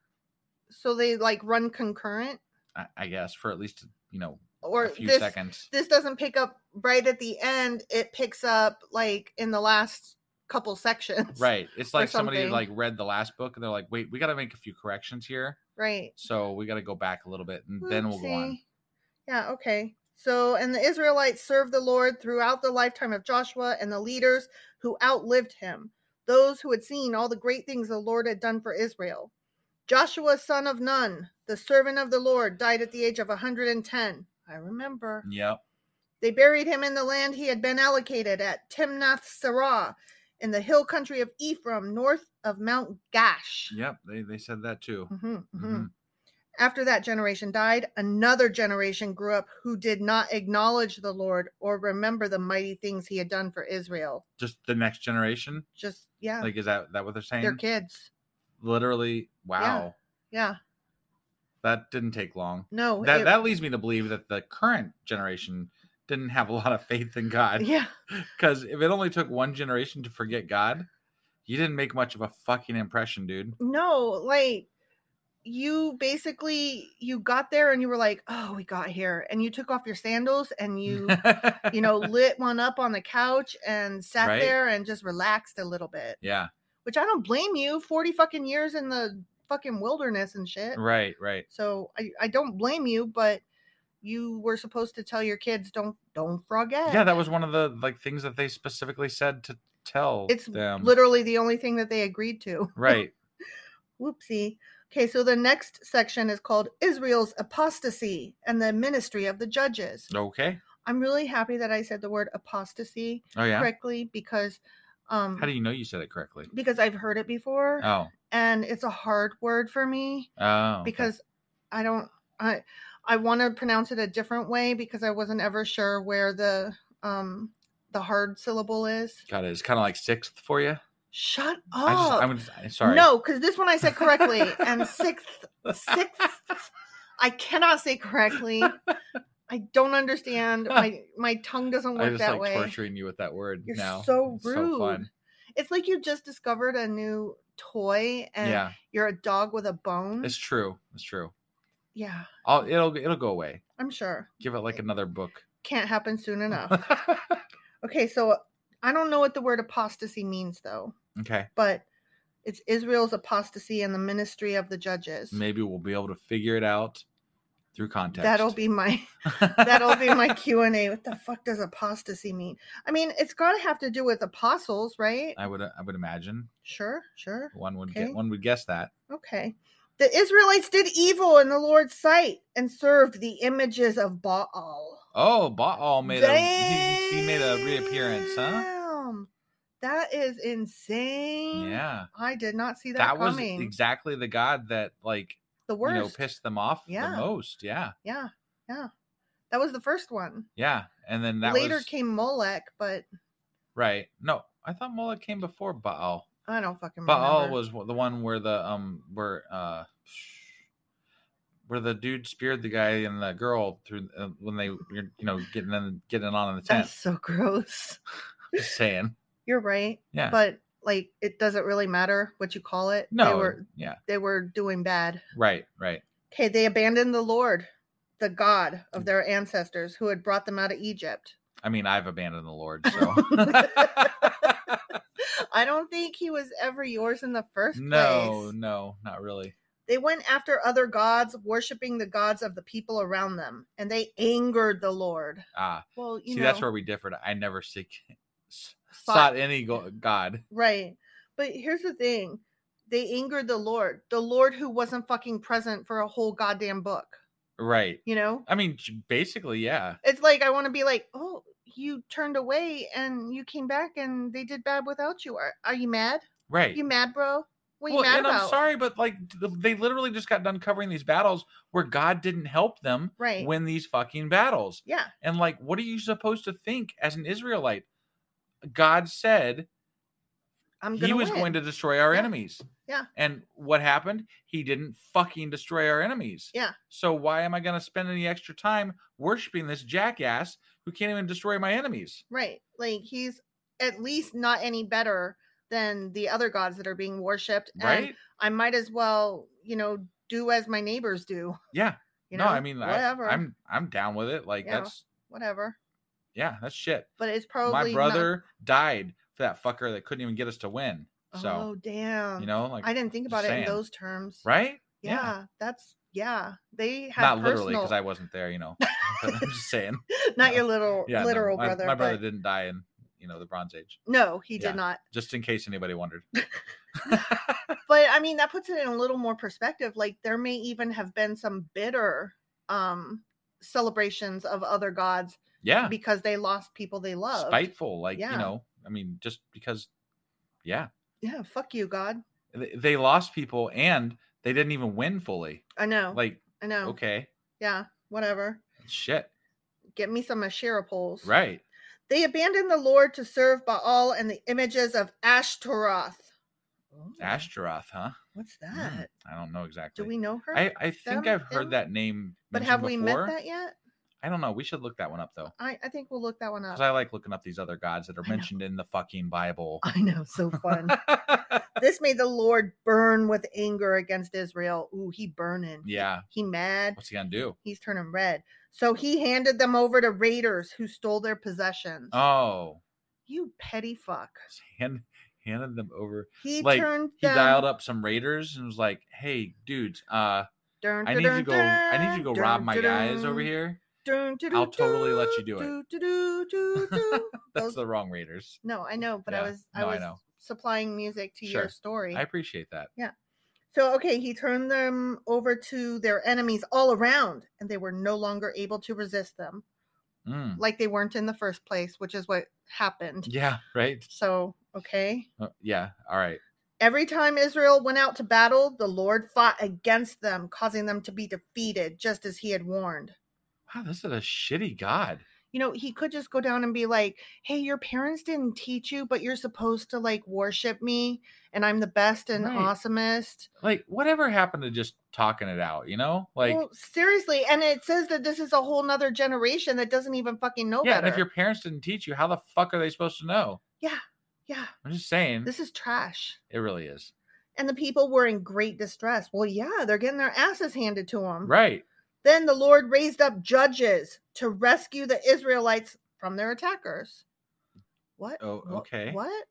So they like run concurrent
I I guess for at least you know
or
a few
this
seconds.
this doesn't pick up right at the end. It picks up like in the last couple sections.
Right. It's
or
like somebody
something.
like read the last book and they're like, wait, we got to make a few corrections here.
Right.
So we got to go back a little bit and then we'll go on.
Oopsie. Yeah, okay. So, and the Israelites served the Lord throughout the lifetime of Joshua and the leaders who outlived him, those who had seen all the great things the Lord had done for Israel. Joshua, son of Nun, the servant of the Lord, died at the age of 110. I remember.
Yep.
They buried him in the land he had been allocated at Timnath Serah in the hill country of Ephraim, north of Mount Gash.
Yep. They, they said that too.
Mhm, mhm.
Mhm.
After that generation died, another generation grew up who did not acknowledge the Lord or remember the mighty things he had done for Israel.
Just the next generation.
Just, yeah,
Like, is that that what they're saying?
their kids.
Literally, wow.
Yeah,
That didn't take long.
no.
that
Oh, it-
that leads me to believe that the current generation didn't have a lot of faith in God.
yeah,
Because if it only took one generation to forget God, you didn't make much of a fucking impression, dude.
no, like you basically you got there and you were like, oh, we got here, and you took off your sandals and you, you know, lit one up on the couch and sat
Right.
there and just relaxed a little bit.
yeah.
Which I don't blame you. Forty fucking years in the fucking wilderness and shit.
Right. Right.
So I, I don't blame you, but you were supposed to tell your kids don't don't forget.
Yeah, that was one of the like things that they specifically said to tell
it's
them.
literally the only thing that they agreed to.
right.
Whoopsie. Okay, so the next section is called Israel's apostasy and the ministry of the judges.
Okay.
I'm really happy that I said the word apostasy
Oh yeah.
correctly because um
How do you know you said it correctly?
because I've heard it before
Oh.
and it's a hard word for me.
Oh. okay.
because I don't I I want to pronounce it a different way because I wasn't ever sure where the um the hard syllable is.
God, it's kind of like sixth for you.
Shut up.
I just, I'm, just- I'm sorry.
No, because this one I said correctly, and sixth, sixth, I cannot say correctly. I don't understand. My my tongue doesn't
I
work
just
that
like
way.
torturing you with that word
You're
now.
so
It's
rude.
fun.
It's like you just discovered a new toy, and
yeah,
you're a dog with a bone.
it's true. It's true.
yeah,
I'll, it'll it'll go away.
I'm sure.
Give it like another book.
Can't happen soon enough. Okay, so I don't know what the word apostasy means though,
okay.
but it's Israel's apostasy and the ministry of the judges.
Maybe we'll be able to figure it out through context.
That'll be my that'll be my Q and A. What the fuck does apostasy mean? I mean, it's got to have to do with apostles, right?
I would I would imagine
Sure, sure.
one would
Okay.
get one would guess that.
Okay. The Israelites did evil in the Lord's sight and served the images of Baal.
Oh, Baal made a he, he made a reappearance, huh?
Damn. That is insane.
Yeah.
I did not see that,
That was
coming.
exactly the god that like
the
you
worst.
know pissed them off
Yeah.
the most. Yeah.
Yeah, yeah. That was the first one.
Yeah. And then that
Later
was
came Molech, but
right. No, I thought Moloch came before Baal.
I don't fucking remember.
Baal oh, was w- the one where the um where uh where the dude speared the guy and the girl through uh, when they you're you know getting in, getting on in the tent.
that's so gross.
Just saying.
You're right.
Yeah.
But like it doesn't really matter what you call it. They
No.
were
yeah.
they were doing bad.
Right. Right.
Okay, they abandoned the Lord, the God
Mm.
of their ancestors who had brought them out of Egypt.
I mean, I've abandoned the Lord, so
I don't think he was ever yours in the first
no,
place.
no, not really.
They went after other gods, worshiping the gods of the people around them, and they angered the Lord.
Ah,
Well, you
see,
know,
that's where we differed. I never seek, s- sought,
sought-
any go- god.
Right. But here's the thing they angered the Lord, the Lord who wasn't fucking present for a whole goddamn book,
Right.
you know?
I mean, j- basically, yeah.
It's like I want to be like, oh, you turned away and you came back and they did bad without you. Are, are you mad?
Right.
You mad, bro? What you
well,
mad
and
about?
I'm sorry, but like th- they literally just got done covering these battles where God didn't help them
Right.
win these fucking battles.
yeah.
And like, what are you supposed to think as an Israelite? God said
I'm gonna
he was
win.
going to destroy our
Yeah.
enemies.
Yeah.
And what happened? He didn't fucking destroy our enemies.
Yeah.
So why am I going to spend any extra time worshiping this jackass who can't even destroy my enemies?
Right. Like he's at least not any better than the other gods that are being worshipped. and
Right?
I might as well, you know, do as my neighbors do.
yeah.
You
no,
know,
I mean,
whatever.
I, I'm I'm down with it. Like
Yeah.
that's
whatever.
yeah, that's shit.
But it's probably
my
not-
brother died for that fucker that couldn't even get us to win.
oh
So
damn.
you know, like
I didn't think
just
about it
saying.
in those terms.
right?
Yeah. That's yeah. They
Not
have personal,
literally because I wasn't there, you know. But I'm just saying.
not your
no.
little
Yeah, no,
literal
my,
brother.
My brother
but-
didn't die in you know the Bronze Age.
No, he
Yeah.
did not.
Just in case anybody wondered.
but i mean that puts it in a little more perspective like there may even have been some bitter um celebrations of other gods
Yeah.
because they lost people they love
Spiteful, like
Yeah.
you know. I mean, just because. Yeah,
yeah fuck you god
they, they lost people and they didn't even win fully.
i know
Like
i know
okay,
yeah whatever
shit,
get me some ashera poles
right?
they abandoned the lord to serve baal and the images of ashtaroth Ooh,
Ashtaroth, huh?
Oh, what's
Hmm,
that
I don't know exactly.
do we know her
I, I think
them,
I've
them?
heard that name.
but
mentioned
have we
before.
met that yet
I don't know. We should look that one up though,
i i think we'll look that one up
because I like looking up these other gods that are
Uh, I know.
mentioned in the fucking Bible.
I know so fun this made the Lord burn with anger against Israel. Ooh, he burning.
yeah.
He mad.
What's he gonna do?
He's turning red. So he handed them over to raiders who stole their possessions.
Oh,
You petty fuck.
hand, handed them over.
He
like
turned
he
them-
dialed up some raiders and was like, "Hey, dudes, uh,
Dun,
I
dun,
need you to
dun,
go. I need you to go
dun,
rob
dun,
my guys over
dun,
here."
dun, dun,
I'll
dun,
totally let you
dun,
do it.
dun, dun, dun, dun, dun.
That's
Those-
the wrong raiders.
No, I know, but I
Yeah.
was I
No, I
was
know.
supplying music to
Sure.
your story.
I appreciate that.
So, okay, he turned them over to their enemies all around, and they were no longer able to resist them,
Mm.
like they weren't in the first place, which is what happened.
Yeah. Right.
So, okay.
Mm. Uh, yeah. All right.
Every time Israel went out to battle, the Lord fought against them, causing them to be defeated, just as he had warned.
Wow, this is a shitty god.
You know, he could just go down and be like, hey, your parents didn't teach you, but you're supposed to like worship me, and I'm the best and
Right.
awesomest.
Like, whatever happened to just talking it out? You know, like.
well, seriously, and it says that this is a whole nother generation that doesn't even fucking know
yeah,
better.
and if your parents didn't teach you, how the fuck are they supposed to know?
yeah,
I'm just saying,
this is trash.
it really is
And the people were in great distress. Well, yeah, they're getting their asses handed to them.
right.
Then the Lord raised up judges to rescue the Israelites from their attackers. What?
Oh,
Wha-
okay.
What?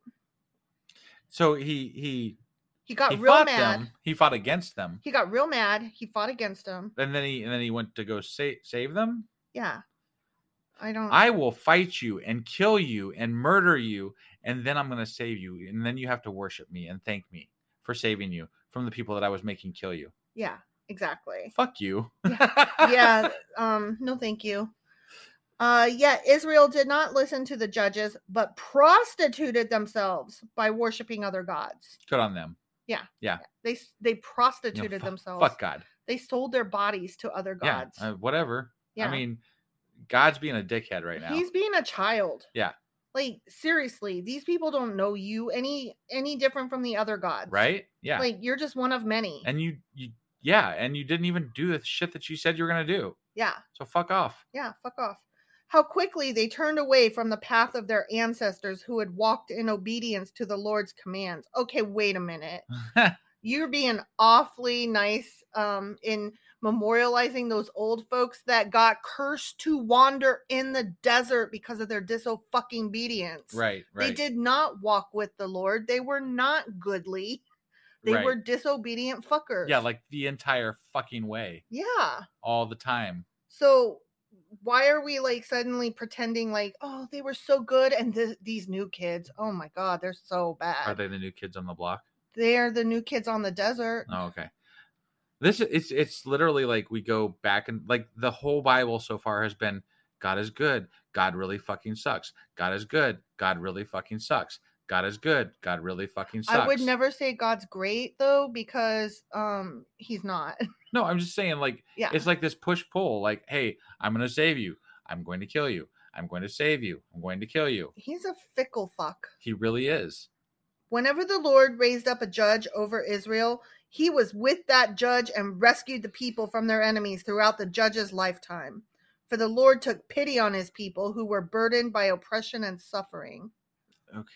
So he he
He got
he
real
fought
mad.
them. He fought against them,
He got real mad. He fought against them.
and then he and then he went to go save save them.
Yeah. I don't.
I will fight you and kill you and murder you, and then I'm going to save you. And then you have to worship me and thank me for saving you from the people that I was making kill you.
yeah. Exactly.
Fuck you.
yeah. Um. No, thank you. Uh. Yeah. Israel did not listen to the judges, but prostituted themselves by worshiping other gods.
Good on them.
They s- they
You know,
prostituted
fu-
themselves.
Fuck God.
They sold their bodies to other gods.
Yeah. uh, whatever.
Yeah.
I mean, God's being a dickhead right now.
He's being a child.
Yeah.
Like seriously, these people don't know you any any different from the other gods.
right? Yeah.
Like you're just one of many.
and you, you, yeah. And you didn't even do the shit that you said you were going to do.
yeah.
So fuck off.
Yeah, fuck off. How quickly they turned away from the path of their ancestors who had walked in obedience to the Lord's commands. Okay, wait a minute. You're being awfully nice um in memorializing those old folks that got cursed to wander in the desert because of their diso fucking obedience.
right. Right.
They did not walk with the Lord. They were not goodly. They
Right.
were disobedient fuckers.
Yeah. Like the entire fucking way
yeah.
all the time.
So why are we like suddenly pretending like oh they were so good and th- these new kids oh my god they're so bad
Are they the new kids on the block?
they are the new kids on the desert
Oh, okay. This i- it's it's literally like we go back and like the whole Bible so far has been God is good, God really fucking sucks. God is good, God really fucking sucks. God is good, God really fucking sucks.
i would never say god's great though because um he's not
No, I'm just saying like
yeah
it's like this push pull. Like, hey, I'm going to save you. I'm going to kill you. I'm going to save you. I'm going to kill you.
he's a fickle fuck
He really is.
whenever the lord raised up a judge over israel he was with that judge and rescued the people from their enemies throughout the judge's lifetime for the lord took pity on his people who were burdened by oppression and suffering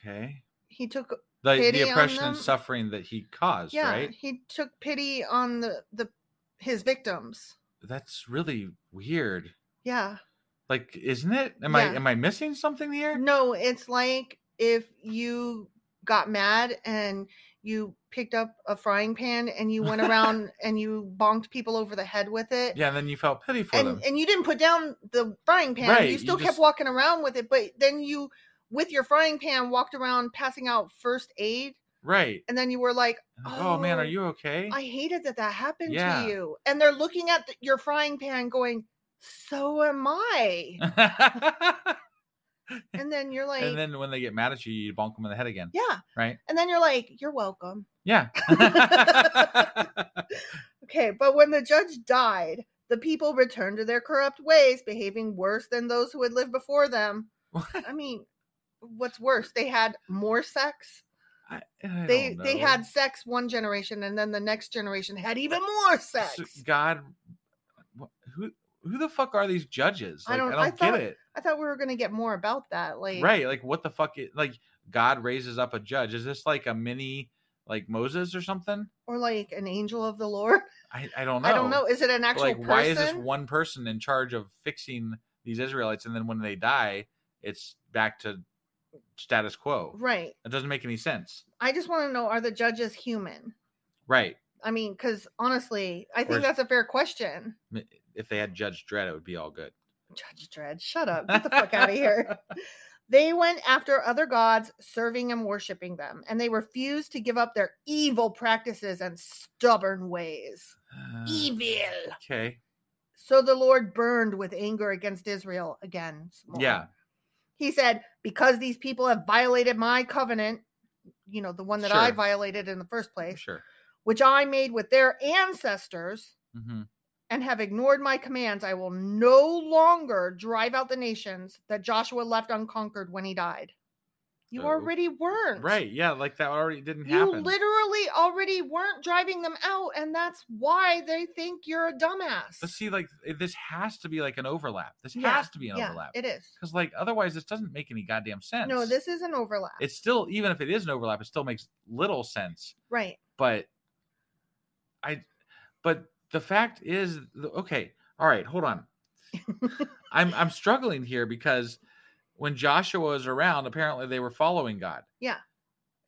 Okay.
he took
The,
Pity on
the oppression and
them?
suffering that he caused,
yeah
right?
he took pity on the the his victims
That's really weird.
yeah
Like, isn't it? Am I
Yeah.
am I missing something here?
no it's like if you got mad and you picked up a frying pan and you went around and you bonked people over the head with it
Yeah, and then you felt pity for them.
and and you didn't put down the frying pan
Right,
you
you
still kept
just-
walking around with it but then you with your frying pan walked around passing out first aid
right.
and then you were like
And like, Oh, man,
"Oh,
are you okay?
I hated that that happened
Yeah.
to you. And they're looking at th- your frying pan going, so am I. And then you're like,
and then when they get mad at you, you bonk them in the head again,
yeah.
right?
And then you're like, you're welcome.
Yeah.
Okay. But when the judge died, the people returned to their corrupt ways, behaving worse than those who had lived before them. I mean, what's worse? They had more sex.
I- I
They
don't
they
know.
had sex one generation and then the next generation had even more
S-
sex.
God, wh- who who the fuck are these judges?
I
Like, I
don't-
don't,
I
get
thought-
it.
I thought we were going to get more about that. Like
right? Like, what the fuck? Is, like, God raises up a judge. Is this like a mini, like Moses or something?
or like an angel of the Lord.
I, I don't know.
I don't know. Is it an
But,
actual
like,
person?
why is this one person in charge of fixing these Israelites, and then when they die, it's back to status quo?
Right.
That doesn't make any sense,
I just want to know: Are the judges human?
right?
I mean, because honestly, I think
is-
that's a fair question.
M- If they had Judge Dredd, it would be all good.
Judge Dredd, shut up! Get the fuck out of here. They went after other gods, serving and worshiping them, and they refused to give up their evil practices and stubborn ways. Evil.
Uh, Okay.
So the Lord burned with anger against Israel again. some more.
Yeah.
He said, Because these people have violated my covenant, you know, the one that I
Sure.
violated in the first place,
Sure.
which I made with their ancestors,
hmm
and have ignored my commands, I will no longer drive out the nations that Joshua left unconquered when he died. You
Oh,
already weren't.
Right. Yeah. Like that already didn't
You
happen.
literally already weren't driving them out, and that's why they think you're a dumbass.
But see, like i- this has to be like an overlap. This
Yeah,
has to be an
yeah,
overlap
It is.
because, like, otherwise this doesn't make any goddamn sense.
No, this is an overlap.
it's still even if it is an overlap, it still makes little sense.
right.
But I, but the fact is, th- okay, all right, hold on. I'm I'm struggling here because when Joshua was around, apparently they were following God.
Yeah.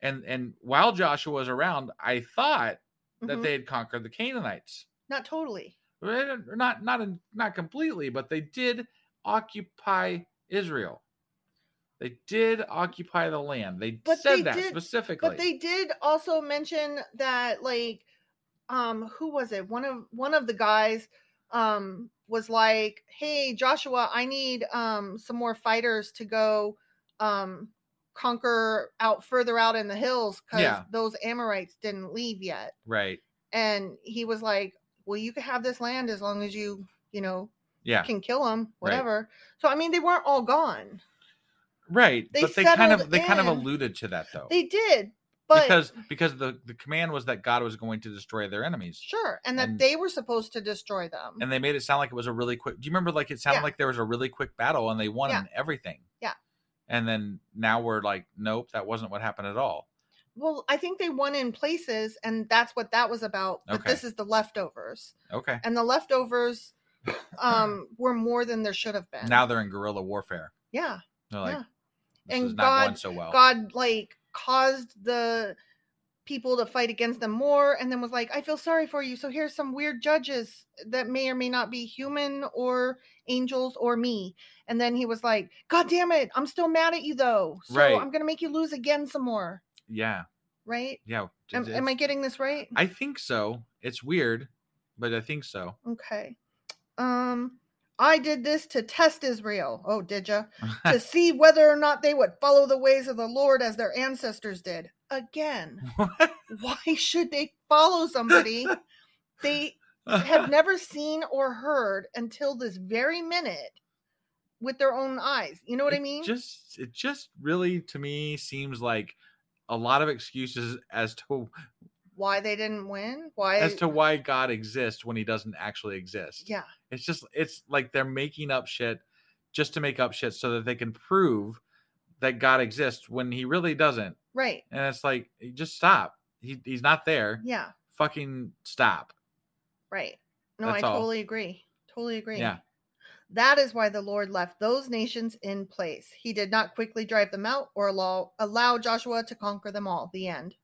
And and while Joshua was around, I thought that
Mhm.
they had conquered the Canaanites.
Not totally.
Well, not not in, not completely, but they did occupy Israel. They did occupy the land. They
But
said
they
that
did- but
specifically.
But they did also mention that like um who was it? One of one of the guys um was like, "Hey Joshua, I need um some more fighters to go um conquer out further out in the hills cuz
Yeah.
those Amorites didn't leave yet."
right.
And he was like, "Well, you can have this land as long as you, you know,
Yeah.
can kill them, whatever." So I mean, they weren't all gone.
Right.
They
but they kind of
settled
they kind of
in.
alluded to that though.
They did, but
Oh. because because the the command was that God was going to destroy their enemies.
Sure, and that
And-
they were supposed to destroy them.
And they made it sound like it was a really quick. Do you remember like it sounded
Yeah.
like there was a really quick battle and they won
Yeah.
and everything.
Yeah.
And then now we're like nope, that wasn't what happened at all.
well, I think they won in places, and that's what that was about. But
Okay.
this is the leftovers,
Okay.
and the leftovers um were more than there should have been.
Now they're in guerrilla warfare.
yeah,
They're like
yeah.
this
And
is not
God-
going so well.
God like caused the people to fight against them more and then was like i feel sorry for you so here's some weird judges that may or may not be human or angels or me and then he was like god damn it i'm still mad at you though so
Right.
i'm gonna make you lose again some more
Yeah.
right
Yeah.
am, am i getting this right
I think so. It's weird, but I think so.
okay um i did this to test israel oh did ya to see whether or not they would follow the ways of the lord as their ancestors did again why should they follow somebody they have never seen or heard until this very minute with their own eyes. You know what I
It
mean?
Just it just really to me seems like a lot of excuses as to
why they didn't win? Why?
as to why God exists when he doesn't actually exist.
yeah,
It's just it's like they're making up shit just to make up shit so that they can prove that God exists when he really doesn't.
right.
And it's like just stop. He, he's not there.
Yeah,
Fucking stop.
right. No,
That's
I
all.
totally agree. Totally agree.
Yeah.
That is why the Lord left those nations in place. He did not quickly drive them out or allow, allow Joshua to conquer them all. The end.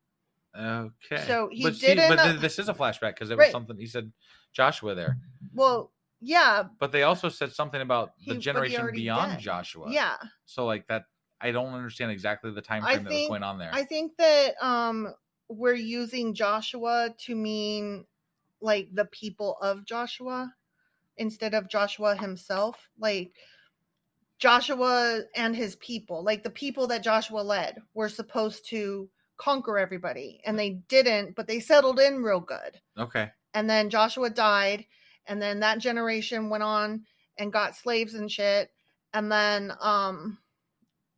Okay.
So he
but
didn't,
but
uh,
th- this is a flashback because it
Right.
was something he said Joshua there.
Well, yeah.
But they also said something about
He- but
the
he
generation
already
beyond
did.
Joshua.
Yeah.
So like that I don't understand exactly the time
I
frame that was
think-
going on there.
I think that um we're using Joshua to mean like the people of Joshua instead of Joshua himself, like Joshua and his people, like the people that Joshua led were supposed to conquer everybody and they didn't, but they settled in real good.
okay.
And then Joshua died and then that generation went on and got slaves and shit and then um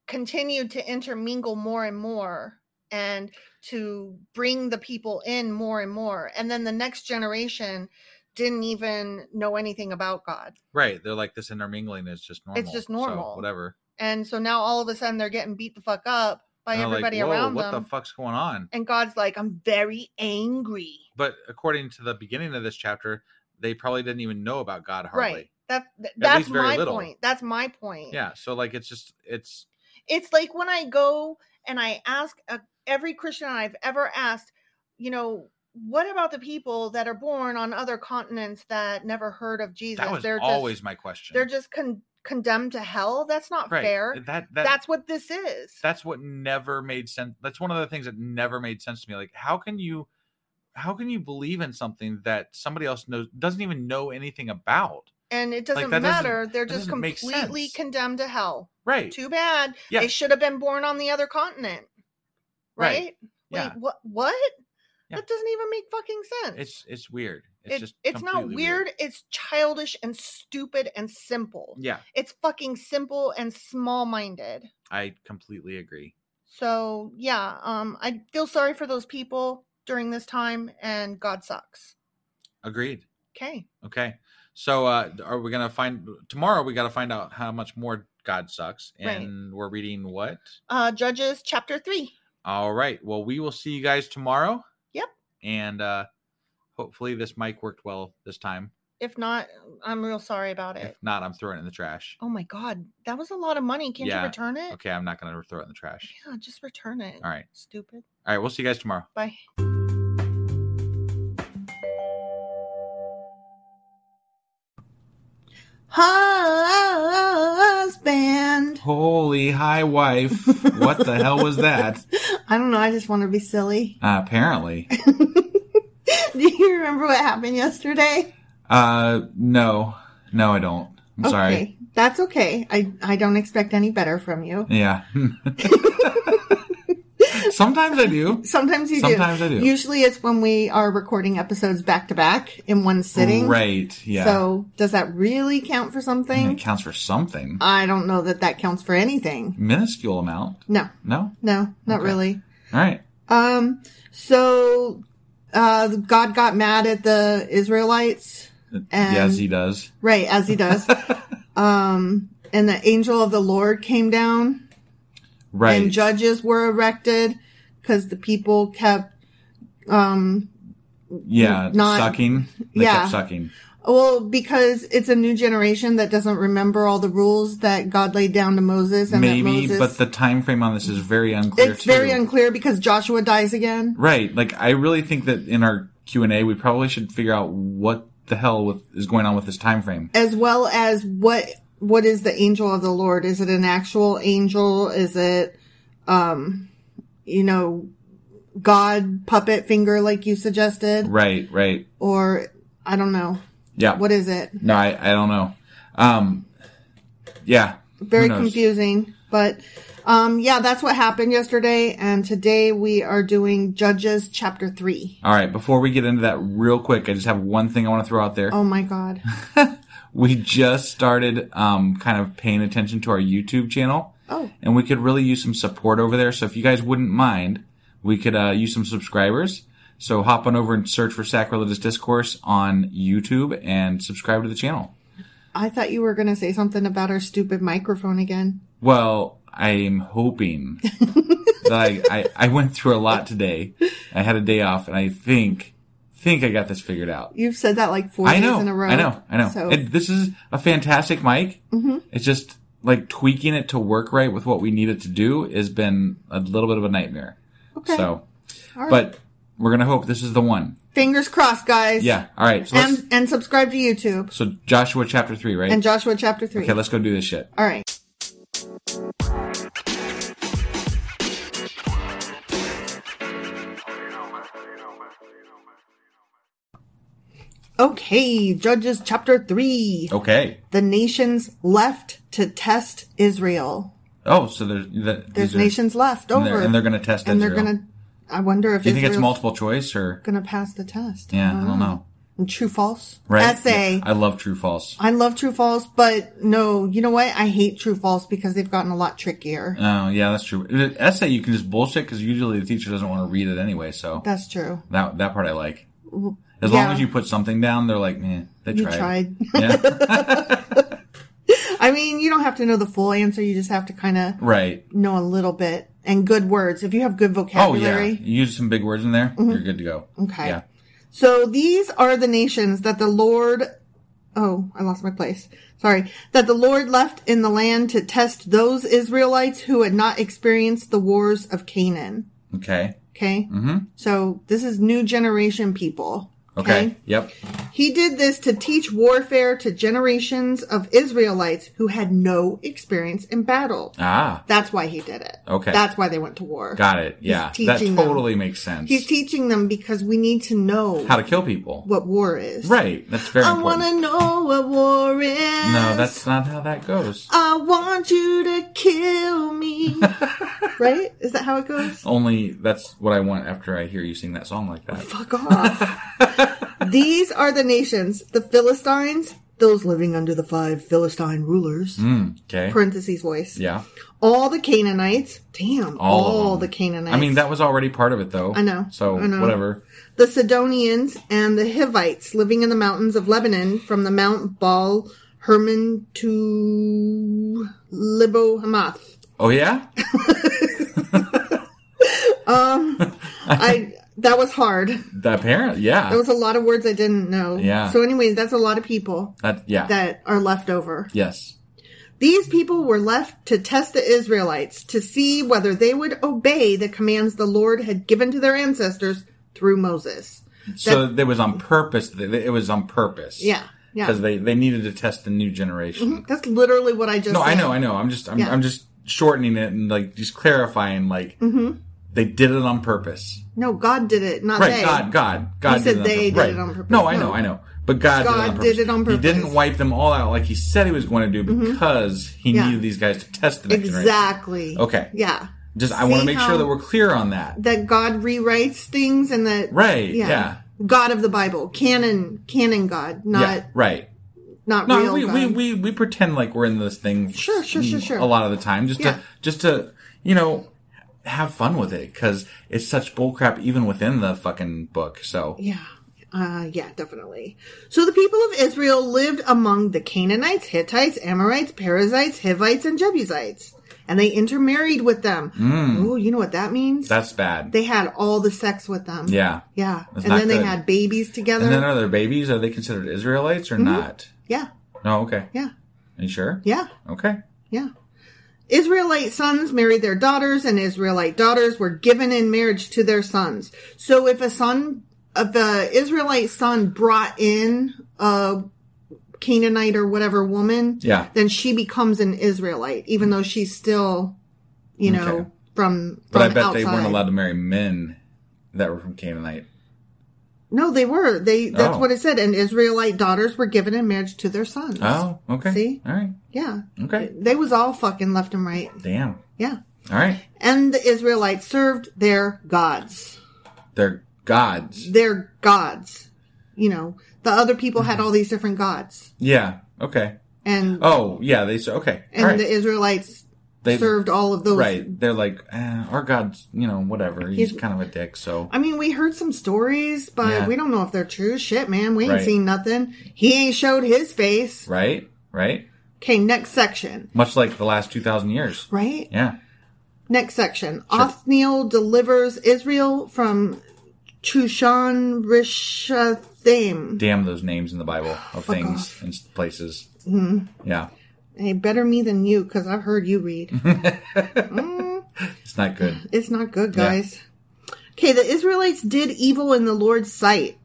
continued to intermingle more and more and to bring the people in more and more and then the next generation didn't even know anything about god
Right. They're like this intermingling is just normal.
just
so
normal.
whatever.
and so now all of a sudden they're getting beat the fuck up by
And they're like,
everybody
"Whoa,
around
What
them
the fuck's going on?
and god's like i'm very angry
But according to the beginning of this chapter, they probably didn't even know about God hardly.
right that th- that's
least very
my
little.
point that's my point
Yeah. So like it's just it's
It's like when I go and I ask a, every Christian I've ever asked, you know, what about the people that are born on other continents that never heard of Jesus?
that was
they're
always
just,
my question.
they're just con- condemned to hell. That's not
right.
fair.
That, that
That's what this is.
that's what never made sense that's one of the things that never made sense to me like how can you how can you believe in something that somebody else knows doesn't even know anything about
and it doesn't
that doesn't-
matter. they're
that
just
doesn't make
completely
sense.
condemned to hell.
right
Too bad.
Yeah.
They should have been born on the other continent. Right?
Right. yeah
Wait, what what?
Yeah.
That doesn't even make fucking sense.
it's it's weird it's
It's,
just
it's not
completely
weird, it's childish and stupid and simple.
yeah
It's fucking simple and small-minded.
i completely agree
So, yeah, um I feel sorry for those people during this time and God sucks.
agreed
Okay.
okay so uh are we gonna find tomorrow we gotta find out how much more god sucks
Right.
and we're reading what
Uh Judges chapter 3.
all right well we will see you guys tomorrow
Yep.
and uh hopefully this mic worked well this time
If not, I'm real sorry about it.
If not, I'm throwing it in the trash.
Oh my god, that was a lot of money. Can't
Yeah,
you return it?
Okay, I'm not going to throw it in the trash.
Yeah, just return it.
All right.
Stupid.
All right, we'll see you guys tomorrow.
Bye. Husband.
Holy hi wife. what the hell was that?
I don't know. I just want to be silly.
Uh, apparently.
Do you remember what happened yesterday?
Uh no. No, I don't. I'm sorry.
Okay, that's okay. I I don't expect any better from you.
Yeah. Sometimes I do.
Sometimes you do.
Sometimes I do.
Usually it's when we are recording episodes back to back in one sitting.
Right. Yeah.
So does that really count for something?
it counts for something.
I don't know that that counts for anything.
Minuscule amount.
No,
No?
no, not
Okay.
really.
All right.
Um, so uh, God got mad at the Israelites, And-
yes, Uh, he does.
right? As He does. um, and the angel of the Lord came down,
Right.
and judges were erected because the people kept um
yeah.
not-
sucking. They
Yeah.
kept sucking.
Well, because it's a new generation that doesn't remember all the rules that God laid down to Moses, and that
Maybe,
Moses-
but the time frame on this is very unclear.
it's very
too.
unclear because Joshua dies again.
Right. Like I really think that in our Q and A, we probably should figure out what the hell with, is going on with this time frame.
as well as what what is the angel of the lord is it an actual angel is it um you know god puppet finger like you suggested
Right. Right.
or i don't know
Yeah.
what is it
No, I, I don't know. Um, yeah.
very
knows?
confusing but um yeah that's what happened yesterday and today we are doing judges chapter 3
All right. Before we get into that, real quick, I just have one thing I want to throw out there.
oh my god
We just started um, kind of paying attention to our YouTube channel.
oh
and we could really use some support over there. So if you guys wouldn't mind, we could uh, use some subscribers. So hop on over and search for Sacrilegious Discourse on YouTube and subscribe to the channel.
i thought you were going to say something about our stupid microphone again
Well, I'm hoping that I, I, I went through a lot today. I had a day off, and I think think I got this figured out.
you've said that like four
I
days
know,
in a row
I know, I know.
so Mm-hmm.
And this is a fantastic mic. It's just like tweaking it to work right with what we need it to do has been a little bit of a nightmare.
okay
So
all right.
but we're gonna hope this is the one.
Fingers crossed, guys.
Yeah. All right. So, let's,
And and subscribe to YouTube
so Joshua chapter three, right?
and Joshua chapter three.
okay, let's go do this shit.
All right. Okay, Judges chapter 3.
Okay.
The nations left to test Israel.
Oh, so there's the,
There's
these are-
nations left
and
over.
they're- and they're gonna test
And they're
Israel.
going to. I wonder if
Do you think it's
Israel's
multiple choice or?
going to pass the test.
Yeah, I don't know.
And true false?
Right.
Uh, Essay.
Yeah, I love true false.
I love true false, but no, you know what? I hate true false because they've gotten a lot trickier.
Oh yeah, that's true. The Essay you can just bullshit because usually the teacher doesn't want to read it anyway. So
That's true.
that that part I like. As
yeah.
long as you put something down, they're like, man, they
You
tried.
tried.
Yeah.
I mean, you don't have to know the full answer. You just have to kind of
right.
know a little bit and good words. If you have good
Oh yeah.
vocabulary. Mm-hmm.
You use some big words in there. You're good to go.
Okay.
Yeah.
So these are the nations that the Lord, oh, I lost my place. Sorry. That the Lord left in the land to test those Israelites who had not experienced the wars of Canaan.
Okay.
Okay. Mm-hmm. So this is new generation people.
Okay. Yep.
He did this to teach warfare to generations of Israelites who had no experience in battle.
Ah.
That's why he did it.
Okay.
That's why they went to war.
Got it. Yeah. That
teaching them.
totally makes sense.
He's teaching them because we need to know
how to kill people.
what war is.
Right. That's very
I want
important.
to know what war is.
No, that's not how that goes.
I want you to kill me. right? Is that how it goes?
Only that's what I want after I hear you sing that song like that.
Fuck off. These are the nations the Philistines, those living under the five Philistine rulers.
Mm. Okay.
Parentheses voice.
Yeah.
all the Canaanites. Damn, all,
All, of them.
the Canaanites.
I mean, that was already part of it, though.
I know.
So
I know.
whatever.
the Sidonians and the Hivites living in the mountains of Lebanon, from the Mount Baal Hermon to Libo Hamath.
Oh yeah.
I that was hard.
That parent. Yeah.
That was a lot of words I didn't know.
Yeah.
So anyway, that's a lot of people
that. Yeah.
that are left over.
yes.
These people were left to test the Israelites to see whether they would obey the commands the Lord had given to their ancestors through Moses.
So it was on purpose. th- It was on purpose.
Yeah. Yeah.
Because they they needed to test the new generation.
That's literally what I just
No,
said.
I know, I know. I'm just I'm,
Yeah.
I'm just shortening it and like just clarifying. Like
Mm-hmm.
they did it on purpose.
No, God did it, not
Right,
they.
God, God, God.
You said
it on purpose.
they did
Right.
it on purpose.
No, I
No.
know, I know. But God,
God
did,
did it on
He didn't
purpose. Mm-hmm.
wipe them all out like He said He was going to do because He
Yeah.
needed these guys to test the next generation.
Exactly.
Okay.
Yeah.
Just I want to
See
make
how-
sure that we're clear on that.
That God rewrites things and that
Right, yeah.
God of the Bible, canon, canon God, not
yeah. Right.
not
No,
real
we,
God.
we, we we pretend like we're in this thing.
Sure, sure, sure, sure.
A lot of the time, just
Yeah.
to just to you know have fun with it because it's such bullcrap even within the fucking book. So
Yeah. Uh, yeah, definitely. So the people of Israel lived among the Canaanites, Hittites, Amorites, Perizzites, Hivites, and Jebusites. and they intermarried with them.
Mm.
Oh, you know what that means?
That's bad.
they had all the sex with them.
yeah.
Yeah.
That's
and
not
then they
good.
had babies together.
And then uh, are their babies? Are they considered Israelites or not?
yeah.
No. Okay.
Mm-hmm. Yeah.
Are you sure?
Yeah.
Okay.
Yeah. Israelite sons married their daughters, and Israelite daughters were given in marriage to their sons. So if a son, if a Israelite son brought in a Canaanite or whatever woman,
Yeah.
then she becomes an Israelite, even though she's still, you know,
Okay.
from, from
But I bet
outside.
they weren't allowed to marry men that were from Canaanite.
No, they were. They that's
Oh.
what it said. And Israelite daughters were given in marriage to their sons.
Oh. Okay.
See?
All right.
Yeah.
Okay.
They was all fucking left and right.
Damn.
Yeah.
All right.
And the Israelites served their gods.
They're gods.
Their gods. You know, the other people had all these different gods.
Yeah. Okay.
And
Mm-hmm. Oh, yeah. They said okay.
and
all right.
the Israelites
They-
served all of those.
right. They're like eh, our god's. You know, whatever. He's,
He's-
kind of a dick. So
I mean, we heard some stories, but
Yeah.
we don't know if they're true. Shit, man, we ain't
Right.
seen nothing. He ain't showed his face.
right. Right.
Okay, next section.
Much like the last two thousand years.
Right?
Yeah.
Next section. Othniel delivers Israel from Chushan Rishathaim.
Damn those names in the Bible of things and places. Mm-hmm. Yeah.
Hey, better me than you, because I've heard you read. Mm,
It's not good.
it's not good,
Yeah.
guys. Okay, the Israelites did evil in the Lord's sight.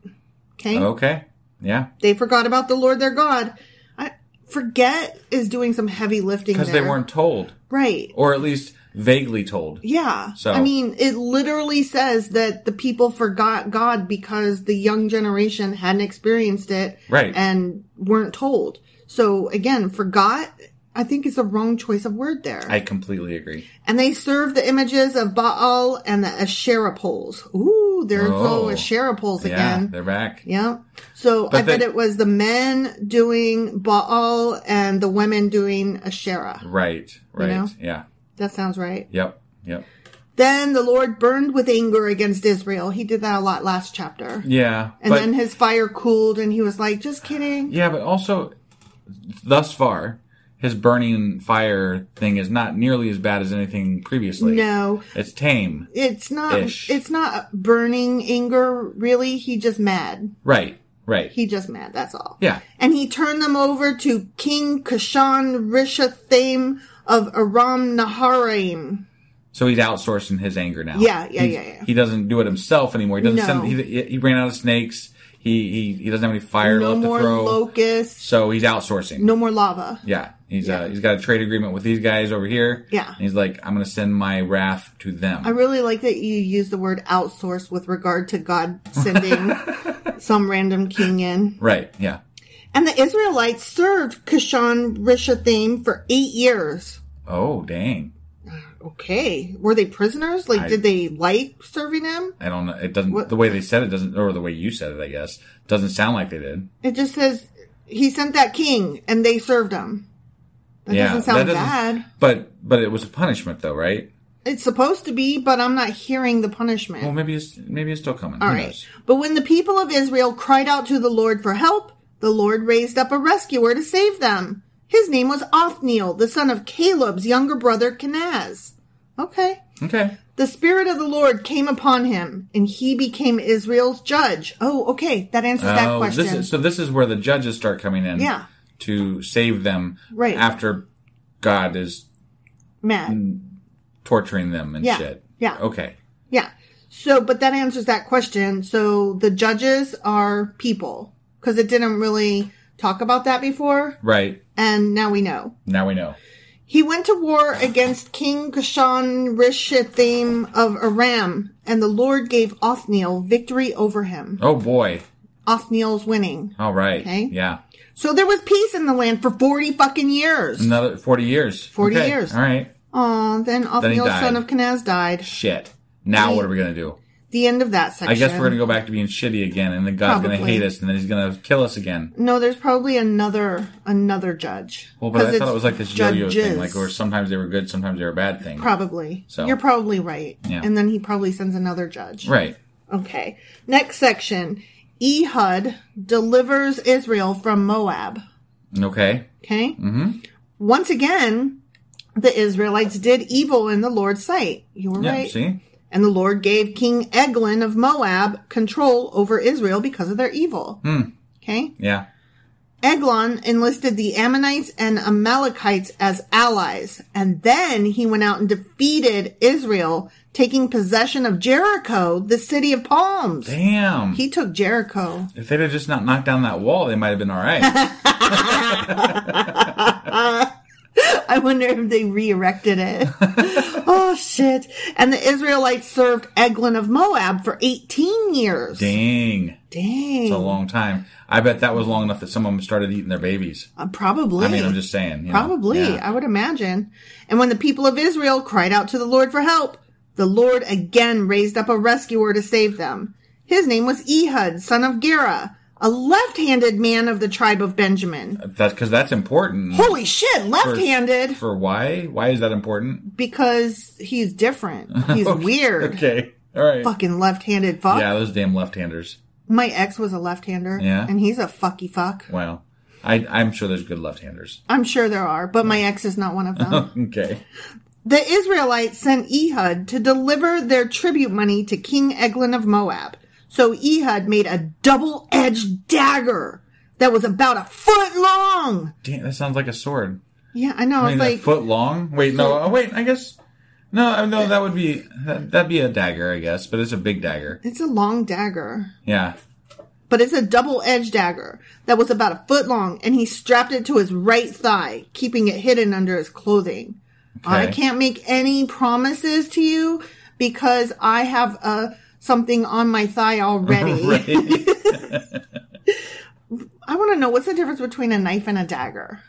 Okay?
Okay. Yeah.
They forgot about the Lord their God. I forget is doing some heavy lifting
Because they
there.
weren't told,
Right.
or at least vaguely told.
Yeah.
So-
I mean, it literally says that the people forgot God because the young generation hadn't experienced it
Right.
and weren't told. So again, forgot I think is the wrong choice of word there.
I completely agree.
and they serve the images of Baal and the Asherah poles. Ooh, there's
Oh.
those Asherah poles
Yeah,
again.
they're back.
Yeah. So
But
I bet
they-
it was the men doing Baal and the women doing Asherah.
Right, right.
know?
Yeah.
That sounds right.
Yep. Yep.
Then the Lord burned with anger against Israel. He did that a lot last chapter.
Yeah.
And
but
then his fire cooled and he was like, just kidding.
yeah, but also thus far, his burning fire thing is not nearly as bad as anything previously.
No,
It's tame.
it's not
Ish.
it's not burning anger really. He just mad.
Right. Right.
He just mad, that's all.
yeah.
And he turned them over to King Kashan Rishathaim of Aram Naharaim.
So he's outsourcing his anger now.
Yeah, yeah,
He's-
yeah, yeah.
He doesn't do it himself anymore. He doesn't
No.
send he, he ran out of snakes. He he, he doesn't have any fire
No
left
more
to throw.
locusts.
so he's outsourcing.
No more lava.
Yeah, he's Uh, he's got a trade agreement with these guys over here.
Yeah.
and he's like, I'm gonna send my wrath to them.
I really like that you use the word outsource with regard to God sending some random king in.
right? Yeah.
And the Israelites served Kishan Rishathaim for eight years.
Oh dang!
Okay. Were they prisoners? Like,
I-
did they like serving him?
I don't know. It doesn't
What-
the way they said it doesn't, or the way you said it, I guess, doesn't sound like they did.
It just says he sent that king and they served him. That
yeah,
doesn't sound
that
bad.
But but it was a punishment though, right?
It's supposed to be, but I'm not hearing the punishment.
Well, maybe it's maybe it's still coming.
All
Who
right.
knows?
But when the people of Israel cried out to the Lord for help, the Lord raised up a rescuer to save them. His name was Othniel, the son of Caleb's younger brother Kenaz. Okay.
Okay.
The Spirit of the Lord came upon him, and he became Israel's judge. Oh, okay. That answers that
Oh,
question.
this is, so this is where the judges start coming in.
Yeah.
To save them.
Right.
After God is Hmm.
Matt.
torturing them and
Yeah,
shit.
yeah.
Okay.
Yeah. So, but that answers that question. So the judges are people, because it didn't really talk about that before,
Right.
and now we know.
Now we know.
He went to war against King Kashan Rishathaim of Aram, and the Lord gave Othniel victory over him.
Oh boy.
Othniel's winning.
All right.
Okay.
Yeah.
So there was peace in the land for 40 fucking years.
Another 40 years.
40
Okay.
years.
All right.
Aw, then Othniel,
died.
son of Kenaz, died.
Shit. Now what are we going to do?
The end of that section.
I guess we're going to go back to being shitty again and then God's going to
Probably.
hate us and then he's going to kill us again.
No, there's probably another another judge.
Well, but
'Cause
I thought
it's
it was like this yo-yo
judges.
thing like or sometimes they were good, sometimes they were bad thing.
Probably.
So.
You're probably right.
Yeah.
And then he probably sends another judge.
Right.
Okay. Next section. Ehud delivers Israel from Moab.
Okay.
Okay. Once again, the Israelites did evil in the Lord's sight. You were
Yeah,
right.
see?
And the Lord gave King Eglon of Moab control over Israel because of their evil.
Hmm.
Okay?
Yeah.
Eglon enlisted the Ammonites and Amalekites as allies, and then he went out and defeated Israel, taking possession of Jericho, the city of palms.
Damn.
He took Jericho.
if they'd have just not knocked down that wall, they might have been all right.
I wonder if they re erected it. oh, shit. And the Israelites served Eglon of Moab for 18 years.
Dang.
Dang.
It's a long time. I bet that was long enough that some of them started eating their babies.
Uh, probably.
I mean, I'm just saying. you know.
Probably,
Yeah.
I would imagine. And when the people of Israel cried out to the Lord for help, the Lord again raised up a rescuer to save them. His name was Ehud, son of Gera, a left-handed man of the tribe of Benjamin.
That's because that's important.
Holy shit,
For-
left-handed
For why? Why is that important?
because he's different. He's weird.
Okay. All right.
Fucking left-handed fuck.
Yeah, those damn left-handers.
My ex was a left-hander
Yeah.
and he's a fucky fuck.
Wow. I, I'm sure there's good left-handers.
I'm sure there are, but my ex is not one of them.
Okay.
The Israelites sent Ehud to deliver their tribute money to King Eglon of Moab. So Ehud made a double edged dagger that was about a foot long.
Damn, that sounds like a sword.
Yeah, I know.
I mean,
it's
that
like,
foot long. Wait, no. Oh, wait. I guess. No, uh, no. That would be that, that'd be a dagger, I guess, but it's a big dagger.
it's a long dagger,
Yeah.
but it's a double edged dagger that was about a foot long, and he strapped it to his right thigh, keeping it hidden under his clothing. I
Okay.
can't make any promises to you because I have uh, something on my thigh already.
Right.
I want to know what's the difference between a knife and a dagger.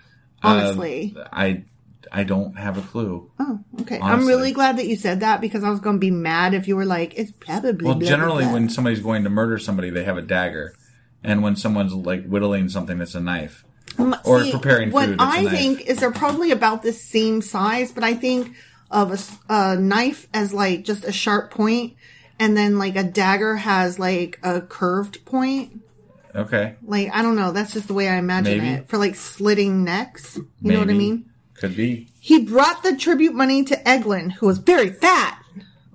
Honestly.
Uh, I I don't have a clue.
oh, okay. I'm
honestly.
really glad that you said that because I was going to be mad if you were like, it's probably.
Well,
blah, blah,
generally,
blah.
when somebody's going to murder somebody, they have a dagger, and when someone's like whittling something, it's a knife.
Um,
or preparing
what
food, it's a
I
knife.
think is they're probably about the same size, but I think of a, s- a knife as like just a sharp point, and then like a dagger has like a curved point.
Okay.
Like I don't know. That's just the way I imagine
Maybe.
it for like slitting necks. You know what I
Maybe.
mean?
Could be.
He brought the tribute money to Eglin, who was very fat.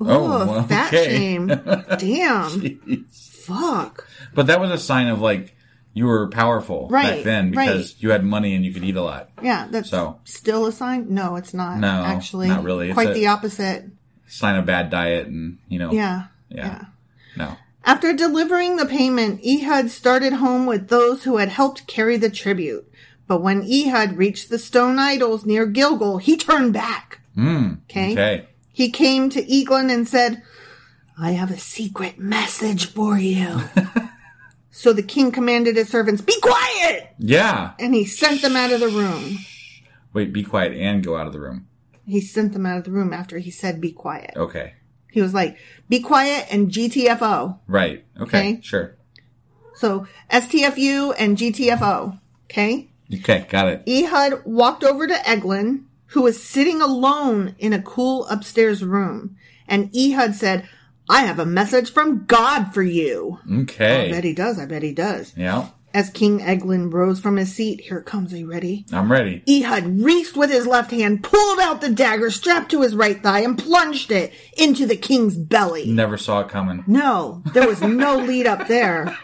Ooh,
Oh, well,
fat
okay.
shame. Damn. Fuck.
But that was a sign of like you were powerful
Right,
back then because
right.
you had money and you could eat a lot.
Yeah, that's
So.
still a sign? No, it's not.
No,
actually.
not really. It's
Quite
a-
the opposite.
Sign of bad diet and you know.
Yeah.
Yeah. No.
After delivering the payment, Ehud started home with those who had helped carry the tribute. But when Ehud reached the stone idols near Gilgal, he turned back.
Mm.
Okay.
Okay.
He came to Eglon and said, I have a secret message for you. so the king commanded his servants, Be quiet!
Yeah.
And he sent them out of the room.
Wait. Be quiet and go out of the room.
He sent them out of the room after he said, Be quiet.
Okay.
He was like, Be quiet and GTFO.
Right. Okay.
Okay.
Sure.
So STFU and GTFO. Okay?
Okay. Got it.
Ehud walked over to Eglon, who was sitting alone in a cool upstairs room. And Ehud said, I have a message from God for you. I bet
Okay.
he does. I bet he does.
Yeah.
As King Eglin rose from his seat, here comes, are you ready?
I'm ready.
Ehud reached with his left hand, pulled out the dagger strapped to his right thigh, and plunged it into the king's belly.
Never saw it coming.
No, there was no lead up there.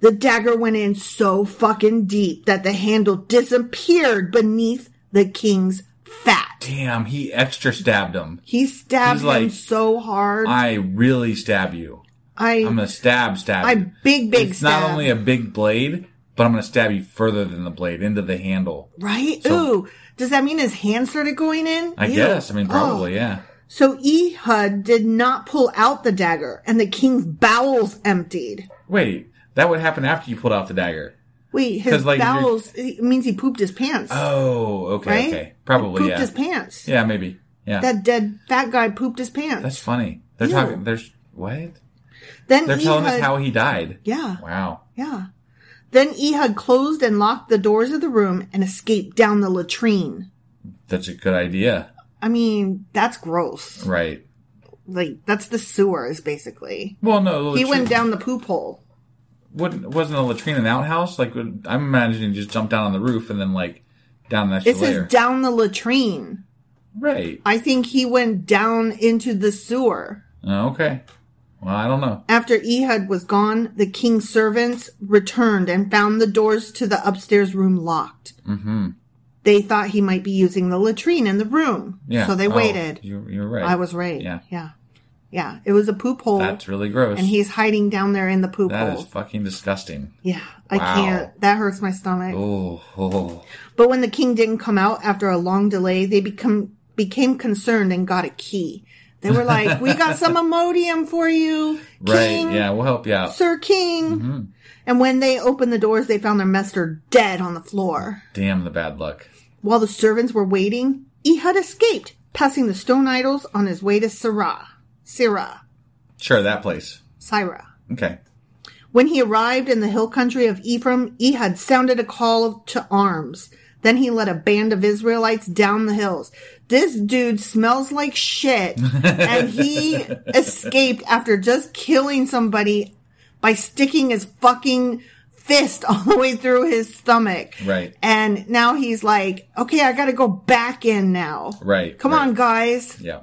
The dagger went in so fucking deep that the handle disappeared beneath the king's fat.
Damn. He extra stabbed him.
He stabbed
He's like,
him so hard. I,
I really stab you. I'm
I,
gonna stab stab. you.
big, big
it's
stab.
not only a big blade, but I'm gonna stab you further than the blade into the handle.
right?
So-
Ooh, does that mean his hand started going in?
I
Ew.
guess. I mean,
Oh.
probably. Yeah.
So Ehud did not pull out the dagger, and the king's bowels emptied.
Wait, that would happen after you pulled out the dagger.
Wait, his
'Cause, like, you're-
bowels it means he pooped his pants.
Oh, okay,
right?
okay, probably.
pooped
Yeah.
his pants.
Yeah, maybe. Yeah.
That dead fat guy pooped his pants.
That's funny. They're
Ew.
talking. There's what?
Then
They're telling us
Ehud-
how he died.
Yeah,
Wow.
yeah. Then Ehud closed and locked the doors of the room and escaped down the latrine.
That's a good idea.
I mean, that's gross.
Right.
Like that's the sewers, basically.
Well, no. the
He went
latrine-
down the poop hole.
Wouldn't, wasn't a latrine an outhouse? Like, would, I'm imagining you just jump down on the roof and then like down the next
It
layer.
says down the latrine.
Right.
I think he went down into the sewer.
Oh, Okay. Well, I don't know.
After Ehud was gone, the king's servants returned and found the doors to the upstairs room locked.
Mm-hmm.
They thought he might be using the latrine in the room.
Yeah.
So they
Oh,
waited.
You, you're right.
I was right.
Yeah.
Yeah. Yeah. It was a poop hole.
That's really gross.
and he's hiding down there in the poop
That
hole.
is fucking disgusting.
yeah. I
Wow.
can't. That hurts my stomach.
Oh, oh.
But when the king didn't come out after a long delay, they become became concerned and got a key. They were like, "We got some Imodium for you, King,
Right. Yeah, Mm-hmm. we'll help you out.
Sir King." And when they opened the doors, they found their master dead on the floor.
Damn the bad luck.
While the servants were waiting, Ehud escaped, passing the stone idols on his way to Syrah. Syrah.
Sure, that place.
Syrah.
Okay.
When he arrived in the hill country of Ephraim, Ehud sounded a call to arms. Then he led a band of Israelites down the hills. This dude smells like shit, and he escaped after just killing somebody by sticking his fucking fist all the way through his stomach.
Right.
And now he's like, okay, I gotta go back in now.
Right,
Come
right.
on, guys.
Yeah.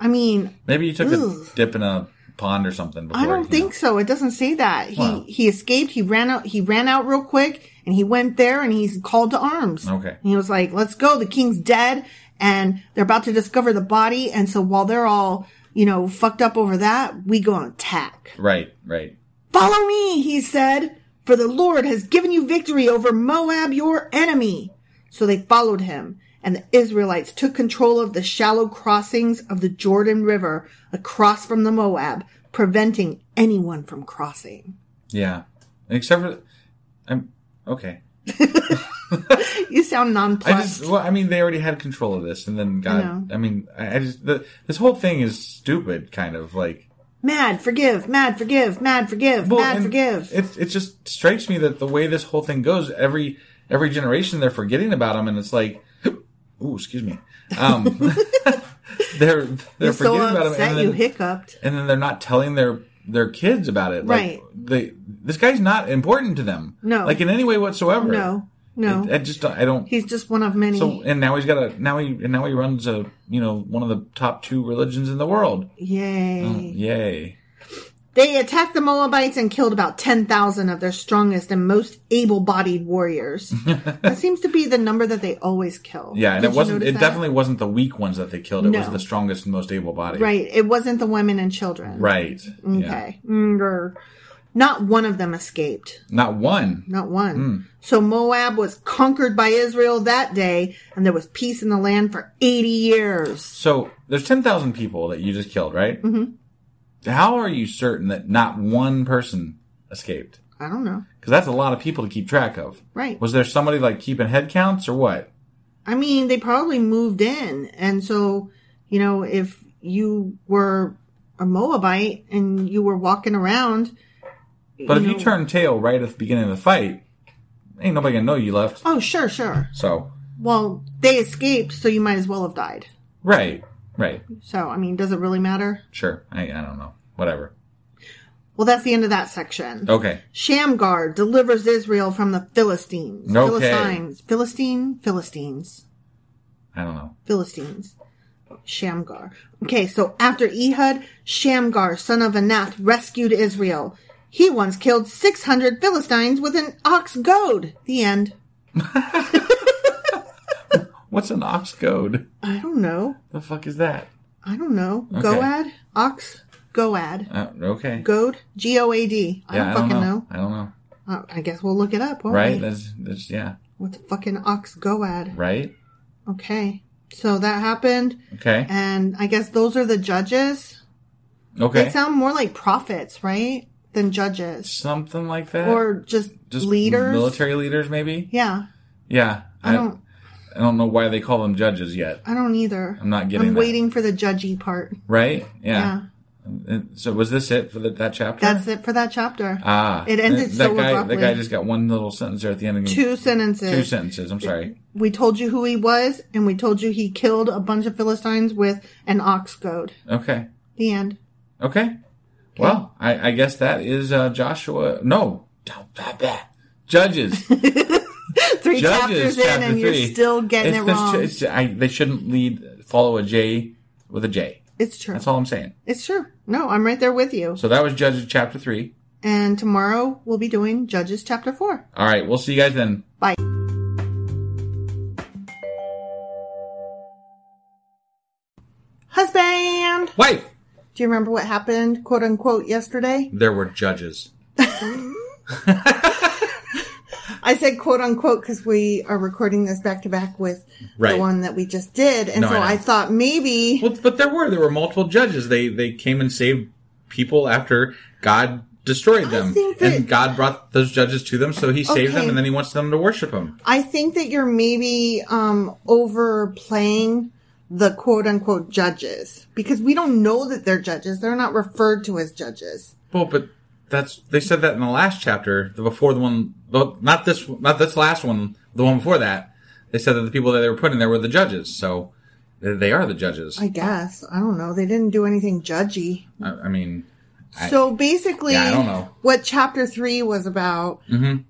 I mean,
Maybe you took
Ooh.
a dip in a pond or something before.
I don't
you
think
know.
so. It doesn't say that. He
Wow.
he escaped. He ran out. He ran out real quick, and he went there, and he's called to arms.
Okay.
And he was like, "Let's go. The king's dead, and they're about to discover the body. And so while they're all you know fucked up over that, we go on attack.
Right, right.
Follow me," he said, "for the Lord has given you victory over Moab, your enemy." So they followed him. And the Israelites took control of the shallow crossings of the Jordan River across from the Moab, preventing anyone from crossing.
Yeah. Except for I'm okay.
You sound
I
nonplussed.
just well, I mean, they already had control of this, and then God.
know.
I, mean, I, I just the, this whole thing is stupid, kind of like.
mad, forgive, mad, forgive, mad, forgive,
Well,
mad,
and
forgive.
It it just strikes me that the way this whole thing goes, every every generation they're forgetting about them, and it's like, ooh, excuse me. Um, they're they're
You're so
forgetting about them,
upset
and then,
you hiccuped.
and then they're not telling their their kids about it.
Right.
Like, they this guy's not important to them.
No.
Like in any way whatsoever.
No, no.
I, I just don't- I don't.
He's just one of many.
So and now he's got a now he and now he runs a you know one of the top two religions in the world.
Yay.
Mm. Yay!
They attacked the Moabites and killed about 10,000 of their strongest and most able bodied warriors. that seems to be the number that they always kill.
Yeah, and
Did
it
you
wasn't.
notice
It
that?
definitely wasn't the weak ones that they killed. It was
No.
the strongest and most able body.
Right. It wasn't the women and children.
Right. Yeah.
Okay. Mm, grr. Not one of them escaped.
Not one.
Not one.
Hmm.
So Moab was conquered by Israel that day, and there was peace in the land for 80 years.
So there's ten thousand people that you just killed, right? Mm-hmm. How are you certain that not one person escaped?
I don't know.
Because that's a lot of people to keep track of.
Right.
Was there somebody like keeping head counts or what?
I mean, they probably moved in. And so, you know, if you were a Moabite and you were walking around.
But if you
know-
turn tail right at the beginning of the fight, ain't nobody gonna know you left.
Oh, sure, sure.
So
Well, they escaped, so you might as well have died.
right, right,
So, I mean, does it really matter?
sure. I, I don't know. Whatever.
Well, that's the end of that section.
Okay.
Shamgar delivers Israel from the
Okay.
Philistines. Philistines. Philistine? Philistines.
I don't know.
Philistines. Shamgar. Okay, so after Ehud, Shamgar, son of Anath, rescued Israel. He once killed 600 Philistines with an ox goad. The end.
What's an ox goad?
I don't know.
The fuck is that?
I don't know.
Okay.
Goad? Ox? Goad.
Uh, okay.
Goad? G O A D. I
Yeah,
don't fucking know.
I don't know.
Uh, I guess we'll look it up, won't
Right?
we?
That's that's yeah.
What's a fucking ox goad?
Right.
Okay. So that happened.
Okay.
And I guess those are the judges. They
Okay.
sound more like prophets, right? Than judges.
Something like that.
Or just,
just
leaders.
military leaders, maybe.
Yeah.
Yeah.
I don't
I don't know why they call them judges yet.
I don't either.
I'm not getting
I'm
that.
waiting for the judgy part.
Right?
Yeah.
Yeah. And So was this it for the, that chapter?
That's it for that chapter.
Ah,
It ended
that
so
guy,
abruptly.
That guy just got one little sentence there at the end. Of
Two sentences.
Two sentences. I'm sorry.
We told you who he was and we told you he killed a bunch of Philistines with an ox goad.
Okay.
The end.
Okay. Well, I, I guess that is uh, Joshua. No, don't stop that. Judges.
Three
Judges.
chapters in
chapter
and you you're
three.
still getting
It's
it
this-
wrong.
it's- I- they shouldn't lead follow a J with a J.
It's true.
That's all I'm saying.
It's true. No, I'm right there with you.
So that was Judges chapter three.
And tomorrow we'll be doing Judges chapter 4.
All right, we'll see you guys then.
Bye. Husband!
Wife.
Do you remember what happened, quote unquote, yesterday?
There were judges.
I said quote unquote because we are recording this back to back with
Right.
the one that we just did. And
No,
so
I know.
I, thought maybe.
Well, but there were there were multiple judges. They they came and saved people after God destroyed them,
think that-
and God brought those judges to them. So He saved them,
Okay.
and then He wants them to worship Him.
I think that you're maybe um, overplaying the quote unquote judges because we don't know that they're judges. They're not referred to as judges.
Well, but that's they said that in the last chapter, the before the one, the, not this, not this last one, the one before that. They said that the people that they were putting there were the judges. So they- they are the judges.
I guess. I don't know. They didn't do anything judgy.
I, I mean,
so basically,
Yeah, I don't know. Mm-hmm.
what chapter three was about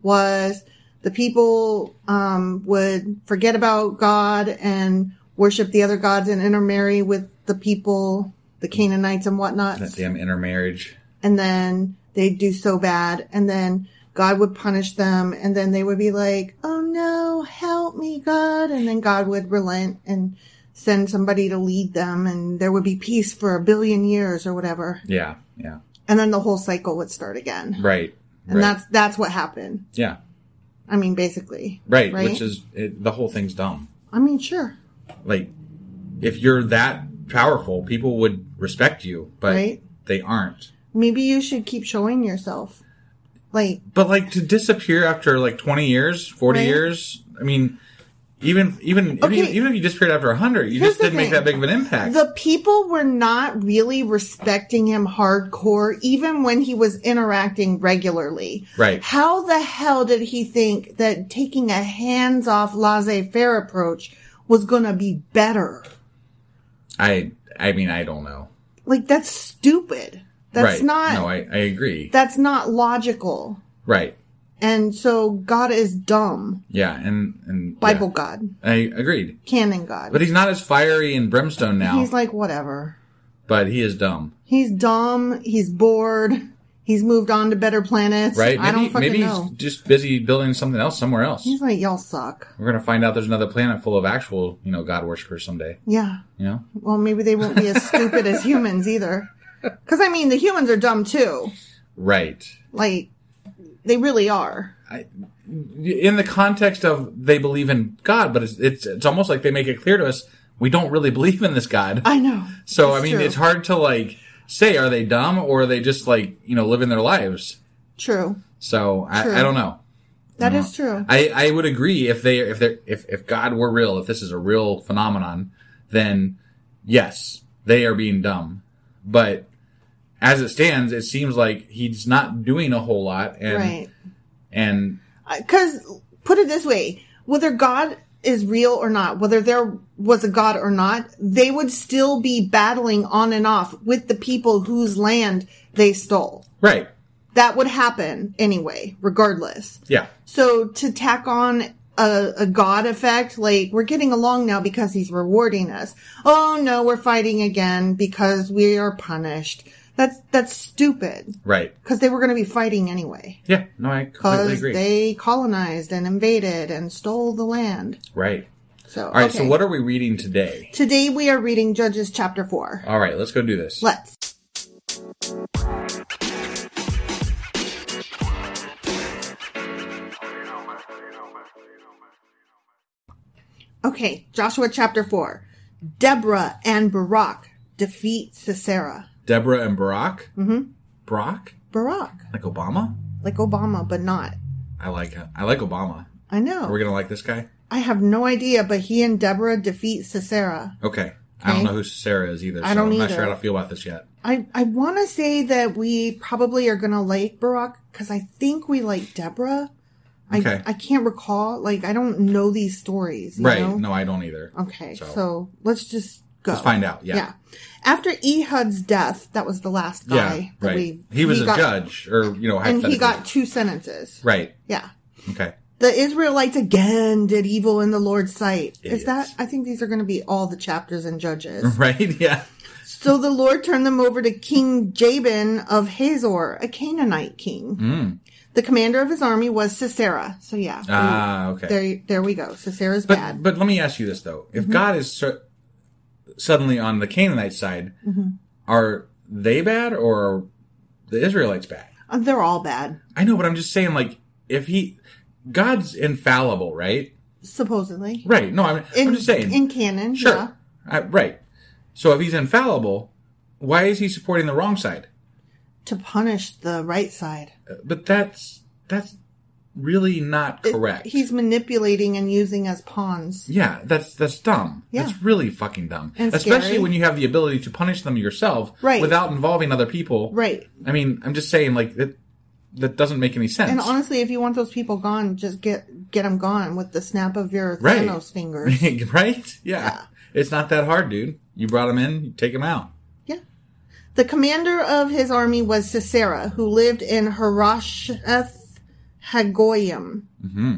was the people um, would forget about God and worship the other gods and intermarry with the people, the Canaanites and whatnot.
that damn intermarriage.
and then they'd do so bad and then god would punish them and then they would be like oh no help me god and then god would relent and send somebody to lead them and there would be peace for a billion years or whatever
Yeah, yeah,
and then the whole cycle would start again
right,
and
right.
that's that's what happened
yeah,
i mean basically
right,
Right?
Which is it, the whole thing's dumb.
i mean sure
like if you're that powerful people would respect you but
Right.
they aren't
maybe you should keep showing yourself like
but like to disappear after like 20 years 40
Right.
years i mean even even
Okay.
even, even if you disappeared after 100 you
Here's
just
the
didn't make
thing.
that big of an impact
The people were not really respecting him hardcore, even when he was interacting regularly.
Right.
How the hell did he think that taking a hands off laissez faire approach was going to be better?
i i mean i don't know
Like, that's stupid. That's
right
not,
no i, I agree
that's not logical.
right
And so God is dumb.
yeah and and
Bible
yeah.
God,
i agreed
canon God.
but he's not as fiery and brimstone now
He's like, whatever.
but he is dumb
He's dumb. He's bored. He's moved on to better planets.
right maybe,
I don't fucking
maybe
know.
he's just busy building something else somewhere else
He's like, y'all suck.
We're gonna find out there's another planet full of actual, you know, God worshippers someday.
Yeah.
You know,
Well, maybe they won't be as stupid as humans either. Because, I mean, the humans are dumb too.
right?
Like, they really are.
In the context of they believe in God, but it's it's, it's almost like they make it clear to us we don't really believe in this God.
I know.
so I
It's
mean,
true.
it's hard to like say are they dumb or are they just like you know living their lives.
True.
So
True.
I, I don't know.
That is true.
I, I would agree if they if they if if God were real, if this is a real phenomenon, then yes, they are being dumb. But as it stands, it seems like he's not doing a whole lot, and
right.
and
Because, put it this way whether God is real or not, whether there was a God or not, they would still be battling on and off with the people whose land they stole.
right,
That would happen anyway, regardless.
yeah,
So to tack on a, a God effect, like we're getting along now because he's rewarding us. Oh no, we're fighting again because we are punished. That's that's stupid
right,
because they were going to be fighting anyway
yeah. No, I completely
because
agree.
they colonized and invaded and stole the land.
right.
So
All right. So what are we reading today?
today we are reading Judges chapter four.
All right, let's go do this.
Let's. Okay, Joshua chapter 4. Deborah and Barak defeat Sisera.
Deborah and Barack.
Mhm.
Barack,
Barak,
like Obama.
like Obama, but not.
I like I like Obama.
I know.
Are we gonna like this guy?
I have no idea, but he and Deborah defeat Sisera.
Okay. I don't
Okay.
know who Sarah is either. So
I don't
I'm not
either.
sure how to feel about this yet.
I, I want to say that we probably are going to like Barak because I think we like Deborah. I,
Okay.
I can't recall. Like, I don't know these stories. you
Right.
know?
No, I don't either.
Okay.
So-
So. let's just go.
Let's find out, yeah.
After Ehud's death, that was the last
Yeah.
guy. that
right.
we-
he was
we
a
got-
judge, or you know,
And he
hypothetically.
got two sentences.
right.
Yeah.
Okay.
The Israelites again did evil in the Lord's sight.
Idiots.
Is that? I think these are going to be all the chapters in Judges.
Right? Yeah.
So the Lord turned them over to King Jabin of Hazor, a Canaanite king.
Hmm.
The commander of his army was Sisera. So yeah,
Ah, okay.
there, there we go. Sisera's
But
bad. Mm-hmm.
but let me ask you this though: If God is so, suddenly on the Canaanite side,
Mm-hmm.
are they bad or are the Israelites bad?
Uh, They're all bad,
I know, but I'm just saying, like, if he, God's infallible, right?
supposedly.
Right. No, I'm,
In,
I'm just saying.
in canon,
sure.
yeah.
I- right. So if he's infallible, why is he supporting the wrong side?
to punish the right side.
Uh, But that's that's really not
It-
correct.
he's manipulating and using as pawns.
Yeah, that's that's dumb.
Yeah.
That's really fucking dumb.
And
Especially
scary.
when you have the ability to punish them yourself
Right.
without involving other people.
Right.
I mean, I'm just saying like that that doesn't make any sense.
And honestly, if you want those people gone, just get get them gone with the snap of your
Right.
Thanos fingers.
right? Yeah. It's not that hard, dude. You brought them in, you take them out.
Yeah. The commander of his army was Sisera, who lived in Harosheth Hagoyim.
Mm-hmm.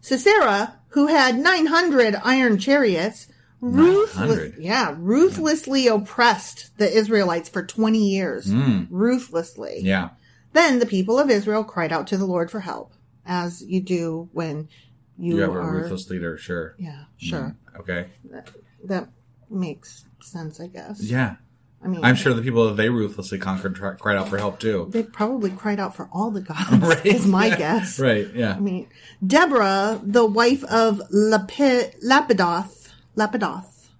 Sisera, who had 900 iron chariots, ruthless,
900?
yeah, ruthlessly oppressed the Israelites for 20 years. Ruthlessly.
Mm. Hmm. Yeah.
Then the people of Israel cried out to the Lord for help, as you do when you,
You, have
are.
a ruthless leader, sure.
Yeah, sure.
Okay.
That makes sense, I guess.
Yeah.
I mean,
I'm sure the people that they ruthlessly conquered tri- cried out for help too.
they probably cried out for all the gods, is my
Yeah.
guess.
Right. Yeah.
I mean, Deborah, the wife of Lapi- Lapidoth, Lapidoth,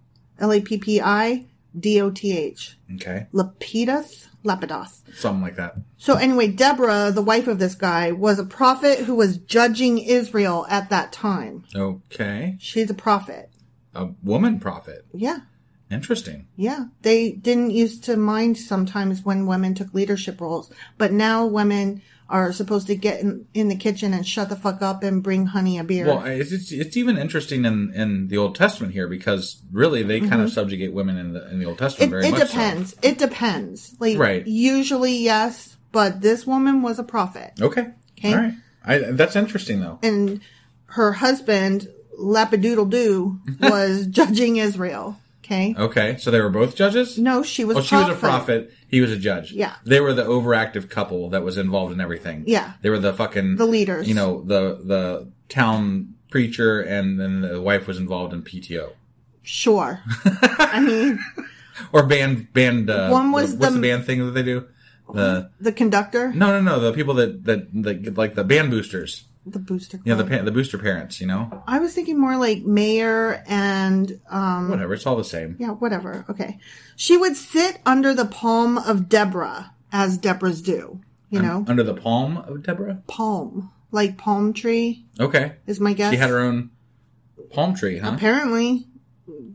L A P P I D O T H,
okay.
Lapidoth, Lapidoth.
Something like that.
So anyway, Deborah, the wife of this guy, was a prophet who was judging Israel at that time.
Okay.
She's a prophet.
A woman prophet.
Yeah.
Interesting.
Yeah. They didn't used to mind sometimes when women took leadership roles, but now women are supposed to get in, in the kitchen and shut the fuck up and bring honey a beer.
Well, it's, it's it's even interesting in in the Old Testament here because really they kind of subjugate women in the in the Old Testament
Mm-hmm. it,
very
it
much. so.
depends. It depends. Like
Right.
usually yes, but this woman was a prophet.
Okay.
Okay.
All right. I, that's interesting though.
And her husband, Lapidoodle Doo, was judging Israel. Okay.
Okay. So they were both judges.
No, she was
Well, Oh. she was a prophet. He was a judge.
Yeah.
They were the overactive couple that was involved in everything.
Yeah.
They were the fucking
The leaders.
You know the the town preacher and then the wife was involved in PTO
Sure. I mean
or band band. Uh,
One was
what's
the-
the band thing that they do. The
the conductor.
no no no the people that that, that like the band boosters.
The booster.
Yeah, the
club.
pa- the booster parents, you know,
I was thinking more like mayor and um
whatever. It's all the same.
yeah, whatever. Okay. She would sit under the palm of Deborah, as Deborahs do. You know?
Under the palm of Deborah.
palm. Like palm tree
Okay,
is my guess.
she had her own palm tree, huh?
Apparently,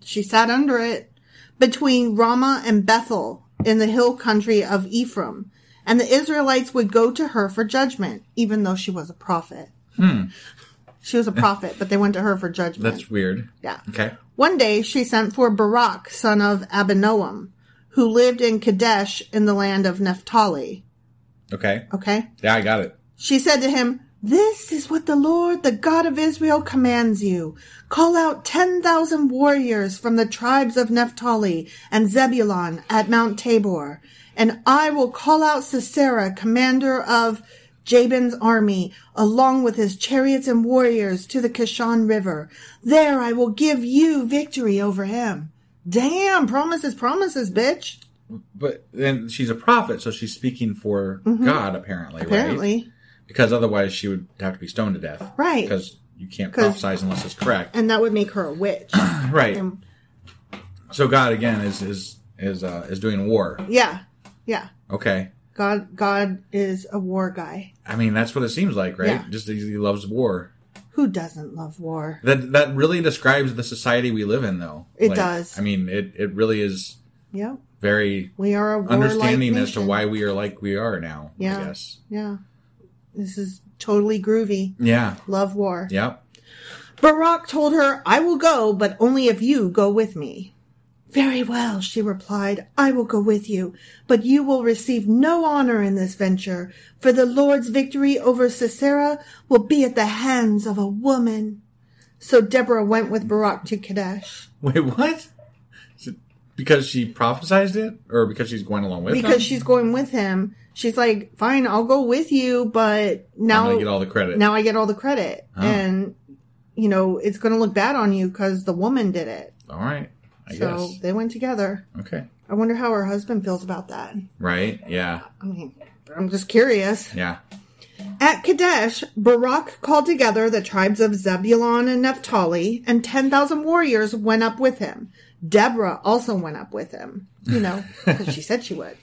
she sat under it between Ramah and Bethel in the hill country of Ephraim, and the Israelites would go to her for judgment, even though she was a prophet. She was a prophet, but they went to her for judgment.
Hmm. That's weird.
yeah.
Okay.
One day she sent for Barak, son of Abinoam, who lived in Kadesh in the land of Naphtali.
Okay.
Okay?
Yeah, I got it.
She said to him, This is what the Lord, the God of Israel, commands you. Call out 10,000 warriors from the tribes of Naphtali and Zebulun at Mount Tabor, and I will call out Sisera, commander of Jabin's army, along with his chariots and warriors to the Kishon River. There I will give you victory over him. Damn, promises, promises, bitch.
But then she's a prophet, so she's speaking for God, apparently, right?
Mm-hmm. Apparently.
Because otherwise she would have to be stoned to death.
Right.
Because you can't
'Cause-
prophesize unless it's correct.
And that would make her a witch.
right.
and-
so God again is is is uh, is doing war.
yeah. Yeah.
Okay.
God God is a war guy.
I mean, that's what it seems like, right?
Yeah.
Just he he loves war.
Who doesn't love war?
That that really describes the society we live in, though.
It does.
I mean, it it really is
Yep.
very
We are a war
understanding as to why we are like we are now.
Yeah.
I guess.
Yeah. This is totally groovy.
Yeah.
Love war.
Yep.
Barak told her, I will go, but only if you go with me. Very well, she replied, I will go with you, but you will receive no honor in this venture, for the Lord's victory over Sisera will be at the hands of a woman. So Deborah went with Barak to Kadesh
Wait, what? Is it Because she prophesized it, or because she's going along with
because
them?
she's going with him. She's like, fine, I'll go with you, but
I'm
now
gonna get all the credit.
now I get all the credit,
Oh.
and you know it's going to look bad on you because the woman did it.
all right, I
so
guess.
they went together.
Okay,
I wonder how her husband feels about that.
right? Yeah,
I mean, I'm just curious.
yeah.
At Kadesh, Barak called together the tribes of Zebulun and Naphtali, and 10,000 warriors went up with him. Deborah also went up with him, you know, because she said she would.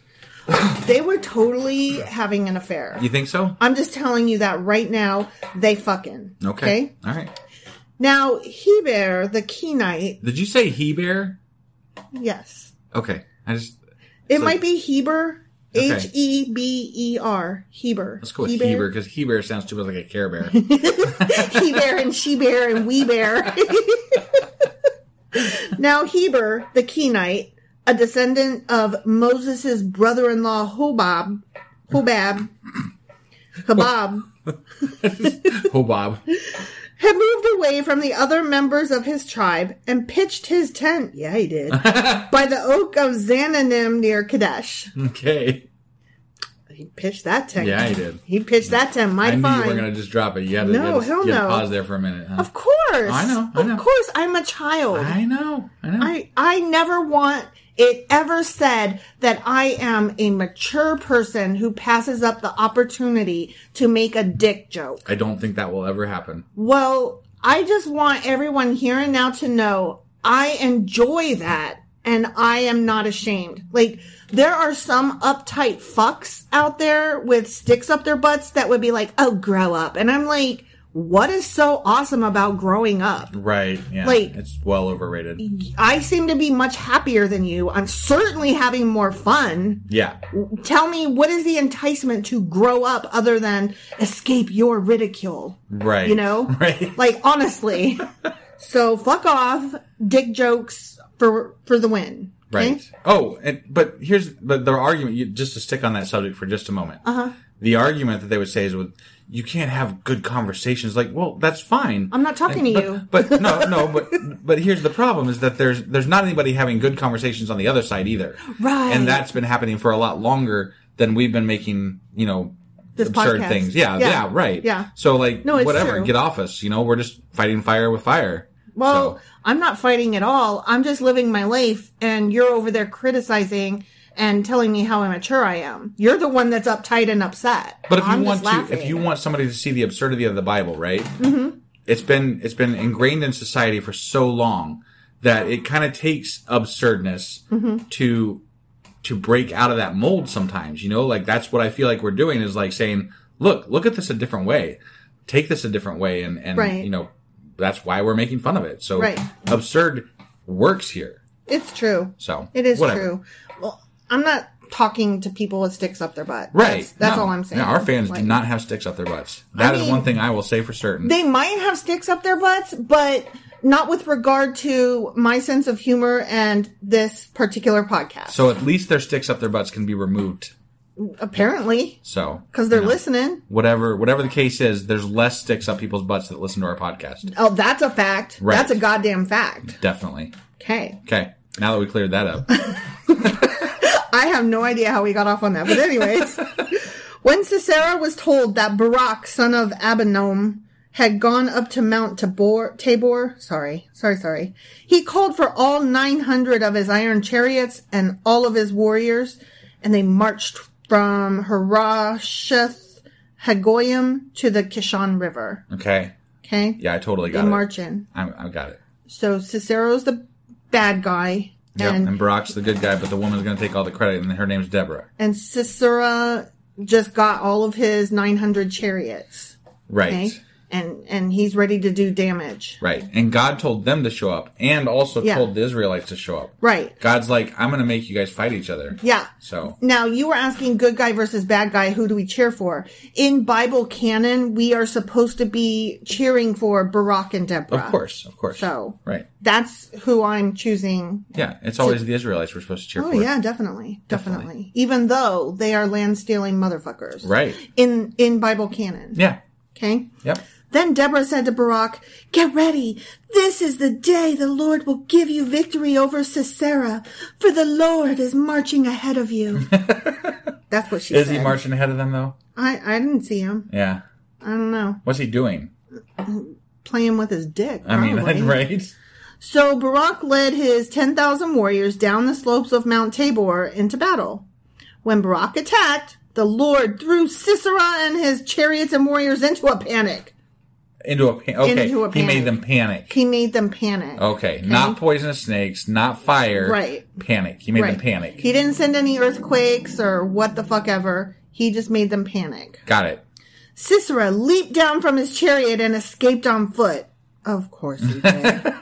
They were totally having an affair.
You think so?
I'm just telling you that right now, they fucking.
Okay. All right.
Now, Heber, the Kenite,
Did you say he bear?
yes.
Okay, I just
It
So-
might be Heber,
Okay.
H E B E R, Heber.
let's go with he bear because he bear sounds too much like a care bear.
he bear and she bear and we bear. now Heber, the Kenite, a descendant of Moses' brother-in-law Hobab, Hobab, Habab,
oh, Bob.
had moved away from the other members of his tribe and pitched his tent. Yeah, he did by the oak of Zananim near Kadesh.
Okay.
He pitched that tent.
Yeah, he did.
He pitched that tent. My
I knew
fine.
you were gonna just drop it. You had to,
No,
you had to,
hell
you had to
no.
pause there for a minute. Huh?
Of course,
I know, I know.
Of course, I'm a child.
I know. I know.
I I never want it ever said that I am a mature person who passes up the opportunity to make a dick joke.
I don't think that will ever happen.
Well, I just want everyone here and now to know I enjoy that and I am not ashamed. Like there are some uptight fucks out there with sticks up their butts that would be like, "Oh, grow up." And I'm like, "What is so awesome about growing up?"
Right. Yeah.
Like-
it's well overrated.
I seem to be much happier than you. I'm certainly having more fun.
Yeah.
Tell me, what is the enticement to grow up other than escape your ridicule?
Right.
You know?
Right.
Like, honestly. so, fuck off. Dick jokes for for the win. okay?
Right. Oh, and but here's but their argument. You, just to stick on that subject for just a moment. Uh-huh. The argument that they would say is, "With you can't have good conversations." Like, well, that's fine.
I'm not talking to
Like,
you.
but, But no, no. But but here's the problem: is that there's there's not anybody having good conversations on the other side either.
Right.
And that's been happening for a lot longer than we've been making. You know.
This
absurd
podcast.
things. Yeah,
Yeah.
yeah, right.
Yeah.
So like
No, it's
whatever,
true.
get off us. You know, we're just fighting fire with fire.
Well,
So-
I'm not fighting at all. I'm just living my life, and you're over there criticizing and telling me how immature I am. You're the one that's uptight and upset.
But if you
I'm
want
just
to,
laughing.
if you want somebody to see the absurdity of the Bible, right? Mm-hmm. It's been it's been ingrained in society for so long that it kind of takes absurdness
Mm-hmm.
to to break out of that mold. Sometimes, you know, like that's what I feel like we're doing is like saying, "Look, look at this a different way. Take this a different way," and and
Right.
you know that's why we're making fun of it. So
Right.
absurd works here.
it's true.
So
It is
whatever.
true. Well, I'm not talking to people with sticks up their butt.
Right.
That's, that's
No.
all I'm saying.
Yeah, our fans
Like,
do not have sticks up their butts. That is
mean,
one thing I will say for certain.
They might have sticks up their butts, but not with regard to my sense of humor and this particular podcast.
So at least their sticks up their butts can be removed.
apparently,
So
because they're
you know,
listening.
Whatever whatever the case is, there's less sticks up people's butts that listen to our podcast.
Oh, that's a fact.
Right.
That's a goddamn fact.
Definitely.
Okay.
Okay. Now that we cleared that up.
I have no idea how we got off on that, but anyways. when Sisera was told that Barak, son of Abinom, had gone up to Mount Tabor, Tabor, sorry, sorry, sorry, he called for all 900 of his iron chariots and all of his warriors, and they marched from Harosheth Hagoyim to the Kishon River.
Okay.
Okay?
Yeah, I totally
They
got it.
march in.
I, I got it.
So Cicero's the bad guy.
Yep.
and
And Barack's the good guy, but the woman's gonna take all the credit and her name's Deborah.
and Sisera just got all of his 900 chariots.
Right.
Okay. and and he's ready to do damage.
Right. And God told them to show up and also
Yeah.
told the Israelites to show up.
Right.
God's like, I'm going to make you guys fight each other.
Yeah.
So,
Now you were asking good guy versus bad guy, who do we cheer for? In Bible canon, we are supposed to be cheering for Barak and Deborah.
of course, of course.
So
Right.
that's who I'm choosing.
Yeah. It's always the Israelites we're supposed to cheer
Oh
for.
yeah, definitely, definitely. Even though they are land stealing motherfuckers.
Right.
In in Bible canon.
Yeah.
Okay.
Yep.
Then Deborah said to Barak, Get ready. This is the day the Lord will give you victory over Sisera, for the Lord is marching ahead of you. That's what she
Is
said.
he marching ahead of them though?
I, I didn't see him.
Yeah.
I don't know.
What's he doing?
Playing with his dick.
I mean,
probably.
right?
So Barak led his 10,000 warriors down the slopes of Mount Tabor into battle. When Barak attacked, the Lord threw Sisera and his chariots and warriors into a panic.
Into a pan- okay.
Into a
He
panic.
made them panic.
He made them panic.
Okay. Not poisonous snakes, not fire.
Right.
Panic. He made
Right.
them panic.
He didn't send any earthquakes or what the fuck ever. He just made them panic.
Got it.
Sisera leaped down from his chariot and escaped on foot. Of course he did.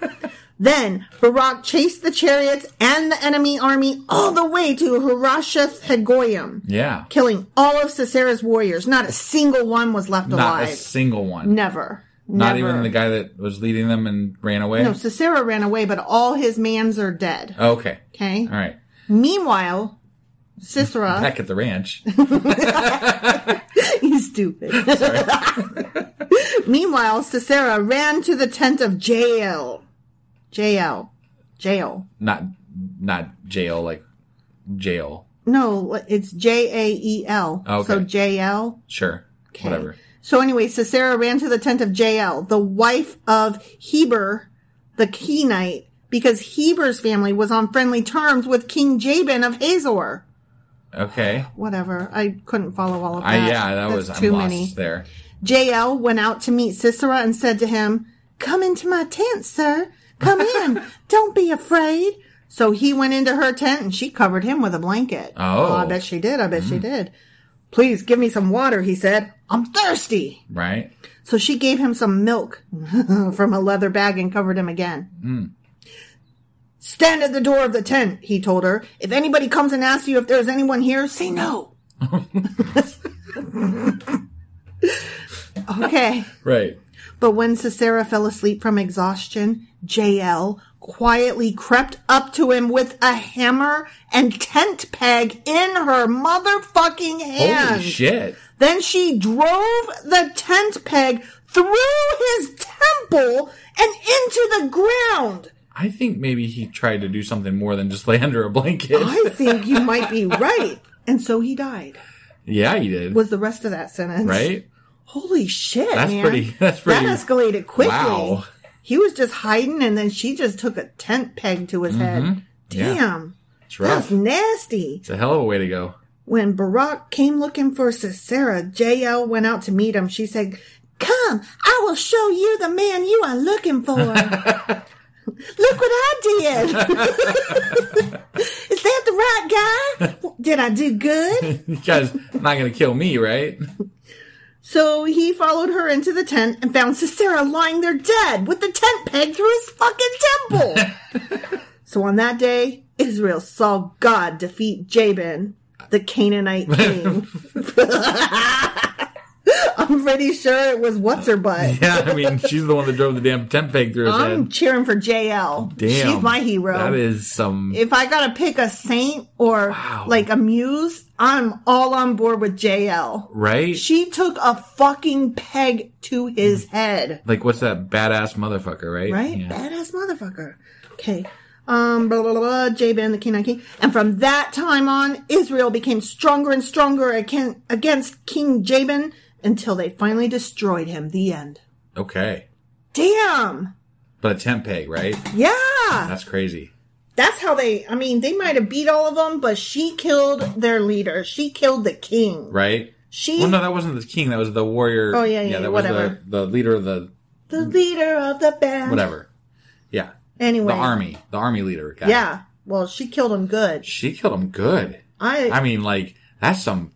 then Barak chased the chariots and the enemy army all the way to Harasheth Hagoyim,
Yeah.
killing all of Sisera's warriors. Not a single one was left
Not a
alive.
single one.
Never.
Not
Never.
even the guy that was leading them and ran away.
No, Sisera ran away, but all his mans are dead.
Okay.
Okay.
Uh, All right.
Meanwhile, Sisera.
Back at the ranch.
He's stupid. Meanwhile, Sisera ran to the tent of Jael. Jael. Jael.
not not jail like jail.
No, it's J A E L.
Oh, Okay.
So Jael.
Sure.
Okay.
Whatever.
So anyway, Sisera ran to the tent of Jael, the wife of Heber, the Kenite, because Heber's family was on friendly terms with King Jabin of Hazor.
Okay.
Whatever. I couldn't follow all of that.
I yeah, that
That's
was I'm lost there.
JL went out to meet Sisera and said to him, Come into my tent, sir. Come in. Don't be afraid. So he went into her tent and she covered him with a blanket.
Oh.
I bet she did. I bet she did. Please give me some water, he said. I'm thirsty.
Right?
So she gave him some milk from a leather bag and covered him again. Stand at the door of the tent, he told her. If anybody comes and asks you if there's anyone here, say no. okay.
Right.
But when Sisera fell asleep from exhaustion, JL quietly crept up to him with a hammer and tent peg in her motherfucking hand.
Holy shit.
Then she drove the tent peg through his temple and into the ground.
I think maybe he tried to do something more than just lay under a blanket.
I think you might be right. And so he died.
yeah, he did.
Was the rest of that sentence
right?
Holy shit!
That's
man.
pretty- that's pretty-
That escalated quickly.
Wow.
He was just hiding, and then she just took a tent peg to his head.
Mm-hmm. Yeah.
Damn,
It's rough.
that's nasty.
It's a hell of a way to go.
When Barak came looking for Sisera, JL went out to meet him. She said, Come, I will show you the man you are looking for. Look what I did. Is that the right guy? Did I do good?
You guys not gonna kill me, right?
So he followed her into the tent and found Sisera lying there dead with the tent peg through his fucking temple. so on that day, Israel saw God defeat Jabin, the Canaanite king. I'm pretty sure it was what's her butt.
Yeah, I mean she's the one that drove the damn tent peg through his
I'm
head.
cheering for JL.
Damn.
Um, She's my hero.
That is some
if I gotta pick a saint or like a muse, I'm all on board with JL.
right?
She took a fucking peg to his head.
like what's that badass motherfucker, right?
Right?
Mm-hmm. Yeah.
Badass motherfucker. Okay. Um, blah, blah, blah, blah, Jabin, the Kenite king. And from that time on, Israel became stronger and stronger again, against King Jabin until they finally destroyed him. The end.
Okay.
Damn.
But a tent peg, right?
Yeah.
That's crazy.
That's how they, I mean, they might have beat all of them, but she killed their leader. She killed the king.
Right?
She,
Well, no, that wasn't the king. That was the warrior.
Oh, yeah, yeah,
that
yeah,
was
whatever.
The, the leader of the
the leader of the band.
whatever. Yeah,
Anyway.
the army, the army leader. Guy.
Yeah. Well, she killed him good.
she killed him good.
I,
I mean, like that's some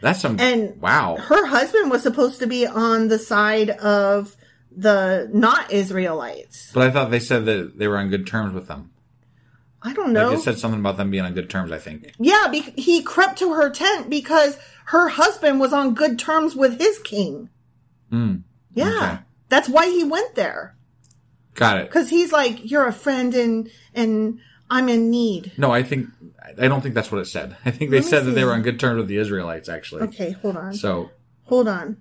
That's some
And
wow.
her husband was supposed to be on the side of the not Israelites.
But I thought they said that they were on good terms with them.
I don't
They
know.
just said something about them being on good terms. I think.
yeah, be- he crept to her tent because her husband was on good terms with his king.
Mm,
Yeah.
Okay.
That's why he went there.
got it.
Cuz he's like you're a friend and and I'm in need.
No, I think I don't think that's what it said. I think they
Let me
said that they
see.
were on good terms with the Israelites, actually.
Okay, hold on.
So,
hold on.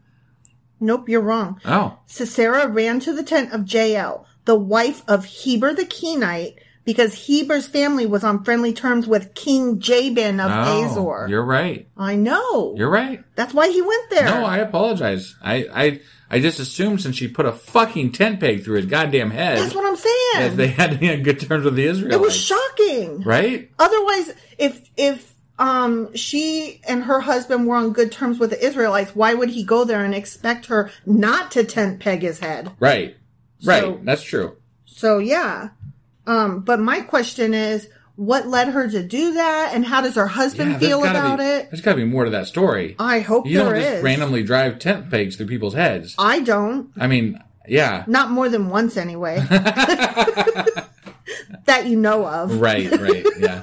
Nope, you're wrong.
oh,
Sisera ran to the tent of Jael, the wife of Heber the Kenite, because Heber's family was on friendly terms with King Jabin of
oh,
Azor.
You're right.
I know.
You're right.
That's why he went there.
No, I apologize. I, I I just assumed since she put a fucking tent peg through his goddamn head
That's what I'm saying.
that they had to be on good terms with the
it was
Israelites.
shocking.
right?
Otherwise, if if um she and her husband were on good terms with the Israelites, why would he go there and expect her not to tent peg his head?
Right. Right.
So-
That's true.
So yeah. Um, but my question is what led her to do that and how does her husband
Yeah, there's
feel
gotta
about
be-
it?
There's got to be more to that story.
I hope
you
there
don't just
is. Oh.
randomly drive tent pegs through people's heads.
I don't.
I mean, yeah.
Not more than once anyway. that you know of.
Right, right. Yeah.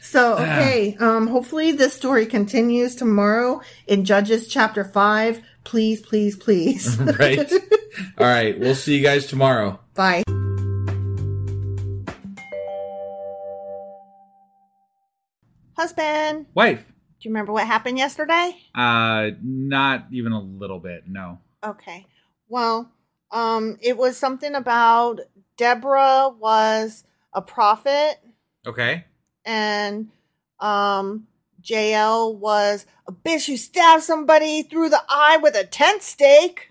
So okay, um hopefully this story continues tomorrow in Judges chapter 5. Please, please,
Mm-hmm.
please.
right. All right. We'll see you guys tomorrow.
Bye. Husband,
Wife.
do you remember what happened yesterday?
Uh, not even a little bit. No.
Okay. Well, um, it was something about Deborah was a prophet
Okay.
and um JL was a bitch who stabbed somebody through the eye with a tent stake.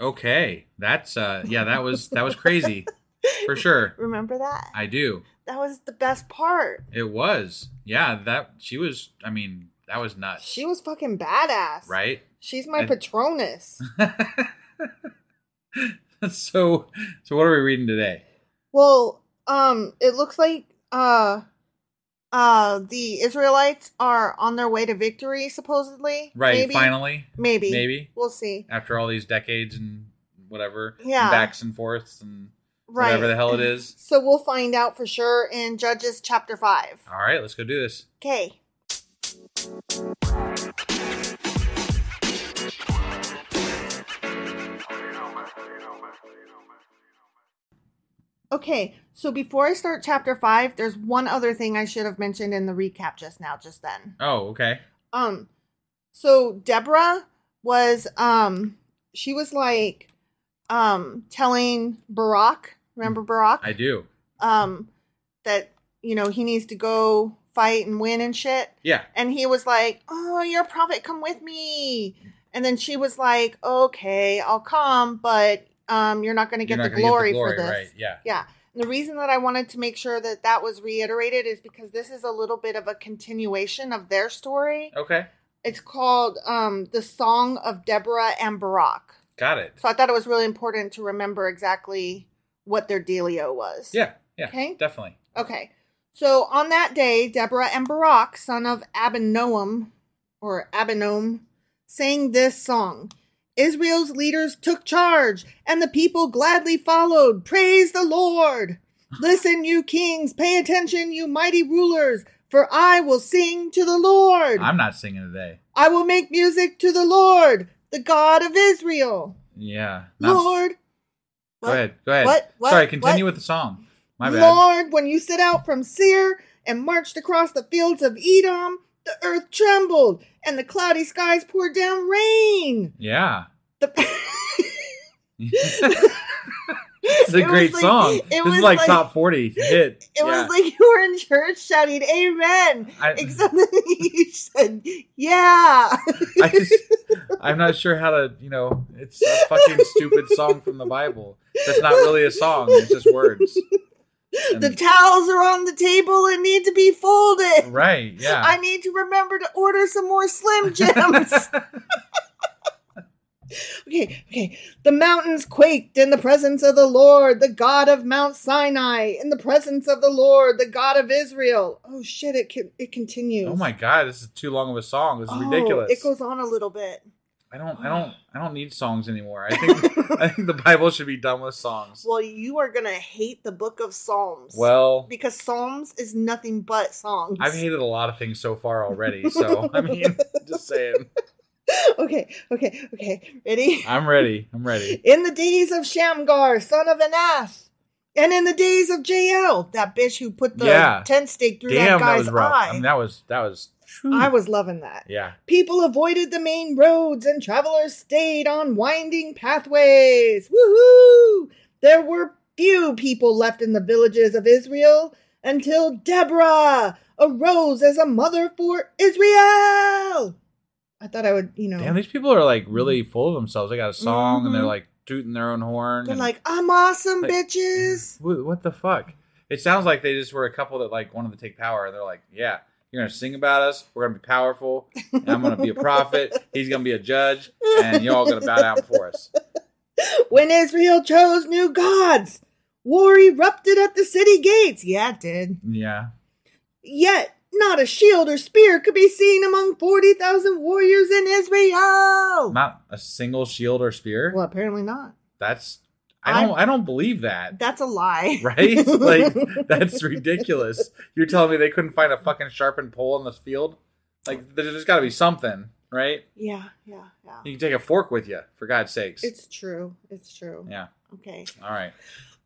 Okay. That's uh yeah, that was that was crazy. for sure.
Remember that?
I do.
that was the best part.
It was. Yeah, that she was I mean, that was nuts.
She was fucking badass.
right?
She's my
I-
patronus.
so so what are we reading today?
Well, um, it looks like uh, uh, the Israelites are on their way to victory, supposedly.
Right,
Maybe.
finally.
Maybe.
Maybe.
We'll see.
After all these decades and whatever. and
Yeah.
backs and forths and
Right.
whatever the hell it is.
So we'll find out for sure in Judges chapter five.
All right, let's go do this.
Okay. Okay, so before I start chapter five, there's one other thing I should have mentioned in the recap just now, just then.
Oh, okay.
Um, so Deborah was um she was like um telling Barack, remember Barack?
Mm, I do.
um that you know he needs to go fight and win and shit
Yeah.
and he was like oh you're a prophet come with me and then she was like okay i'll come but um you're not going to
You're
get
not
the
gonna
glory for this
right? Yeah.
yeah and the reason that i wanted to make sure that that was reiterated is because this is a little bit of a continuation of their story
Okay.
it's called um the song of deborah and barak
Got it.
so i thought it was really important to remember exactly what their dealio was
Yeah. Yeah.
Okay.
Definitely.
Okay. So on that day, Deborah and Barak, son of Abinoam, or Abinom, sang this song. Israel's leaders took charge, and the people gladly followed. Praise the Lord! Listen, you kings, pay attention, you mighty rulers, for I will sing to the Lord.
I'm not singing today.
I will make music to the Lord, the God of Israel.
Yeah. Not-
Lord.
Go ahead. Go ahead.
What? What?
Sorry, continue
What?
with the song. My bad.
Lord, when you set out from Seir and marched across the fields of Edom, the earth trembled and the cloudy skies poured down rain.
Yeah.
The-
It's a
It was
great
like-
song.
it
This
was
is like,
like-
top 40 hit.
it was like you were in church shouting "Amen,"
I-
except that you said "Yeah."
I just, I'm not sure how to, you know, it's a fucking stupid song from the Bible. That's not really a song. It's just words.
the
And-
towels are on the table and need to be folded.
right. Yeah.
I need to remember to order some more Slim Jims. Okay, okay. The mountains quaked in the presence of the Lord, the God of Mount Sinai, in the presence of the Lord, the God of Israel. Oh shit! It can, it continues.
Oh my god, this is too long of a song. This is
Oh,
ridiculous.
It goes on a little bit.
I don't I don't I don't need songs anymore. I think I think the Bible should be done with songs.
Well, you are gonna hate the Book of Psalms.
Well,
because Psalms is nothing but songs.
I've hated a lot of things so far already, so I mean, just saying.
okay, okay, okay. Ready?
I'm ready. I'm ready.
In the days of Shamgar, son of Anath, and in the days of JL, that bitch who put the
Yeah.
tent stake through
Damn,
that
that
guy's
was rough.
eye.
I mean, that was that was
I was loving that.
yeah.
People avoided the main roads and travelers stayed on winding pathways. Woohoo! There were few people left in the villages of Israel until Deborah arose as a mother for Israel. I thought I would, you know,
Damn, these people are like
mm.
really full of themselves. They got a song and they're like tooting their own horn.
Mm-hmm. they're
and-
like, I'm awesome,
Like-
bitches.
Wh- what the fuck? It sounds like they just were a couple that like wanted to take power. They're like, yeah, you're gonna sing about us. We're gonna be powerful. And I'm gonna be a prophet. He's gonna be a judge, and y'all gonna bow down for us. mm.
When Israel chose new gods, war erupted at the city gates. Yeah, it did.
Yeah,
Yet, not a shield or spear could be seen among 40,000 warriors in Israel.
not a single shield or spear.
well, apparently not.
That's I don't I don't believe that.
That's a lie.
Right? Like that's ridiculous. You're telling me they couldn't find a fucking sharpened pole in this field? Like there's just got to be something, right?
Yeah, yeah, yeah.
You can take a fork with you, for God's sakes.
It's true. It's true.
yeah.
Okay.
All right.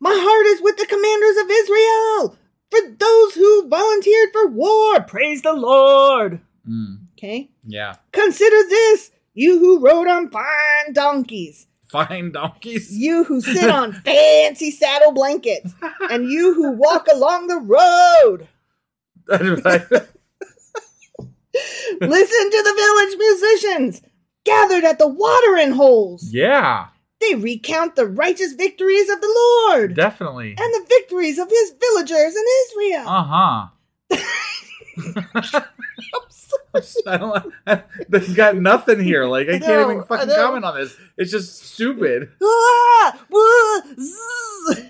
My heart is with the commanders of Israel. For those who volunteered for war, praise the Lord.
Mm,
Okay.
yeah.
Consider this, you who rode on fine donkeys.
Fine donkeys.
You who sit on fancy saddle blankets, and you who walk along the road. Listen to the village musicians gathered at the watering holes.
yeah,
They recount the righteous victories of the Lord
definitely.
and the victories of his villagers in Israel.
Uh huh. I don't. They've got nothing here. Like I
I
can't
know,
even
I
fucking
know.
comment on this. It's just stupid.
Ah, wah, zzz.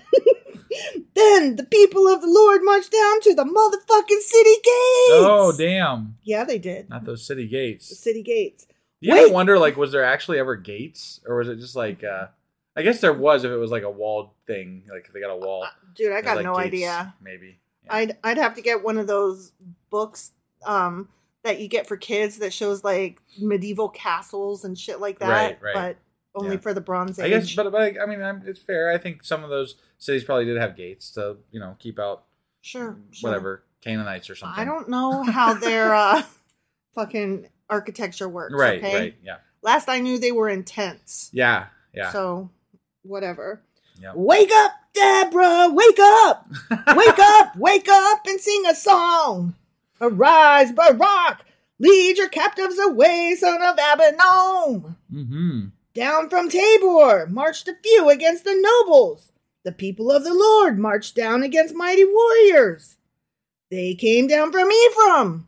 then the people of the Lord marched down to the motherfucking city gates.
Oh damn!
Yeah, they did.
Not those city
The
gates.
city gates.
You ever
Wait.
wonder like was there actually ever gates or was it just like? uh I guess there was if it was like a walled thing. Like if they got a wall.
Dude, I got
Like
no
gates,
idea.
Maybe. Yeah.
I'd I'd have to get one of those books um that you get for kids that shows like medieval castles and shit like that,
Right, right.
but only
Yeah.
for the Bronze Age.
I guess, but, but I, I mean, I'm, it's fair. I think some of those cities probably did have gates to, you know, keep out
sure, sure.
whatever Canaanites or something.
I don't know how their uh, fucking architecture works.
Right,
okay?
right, yeah,
Last I knew, they were in tents.
yeah, yeah.
So, whatever.
Yeah.
Wake up, Deborah! Wake up! wake up! Wake up and sing a song! Arise, Barak! Lead your captives away, son of Abinom!
mm-hmm.
Down from Tabor marched a few against the nobles. The people of the Lord marched down against mighty warriors. They came down from Ephraim,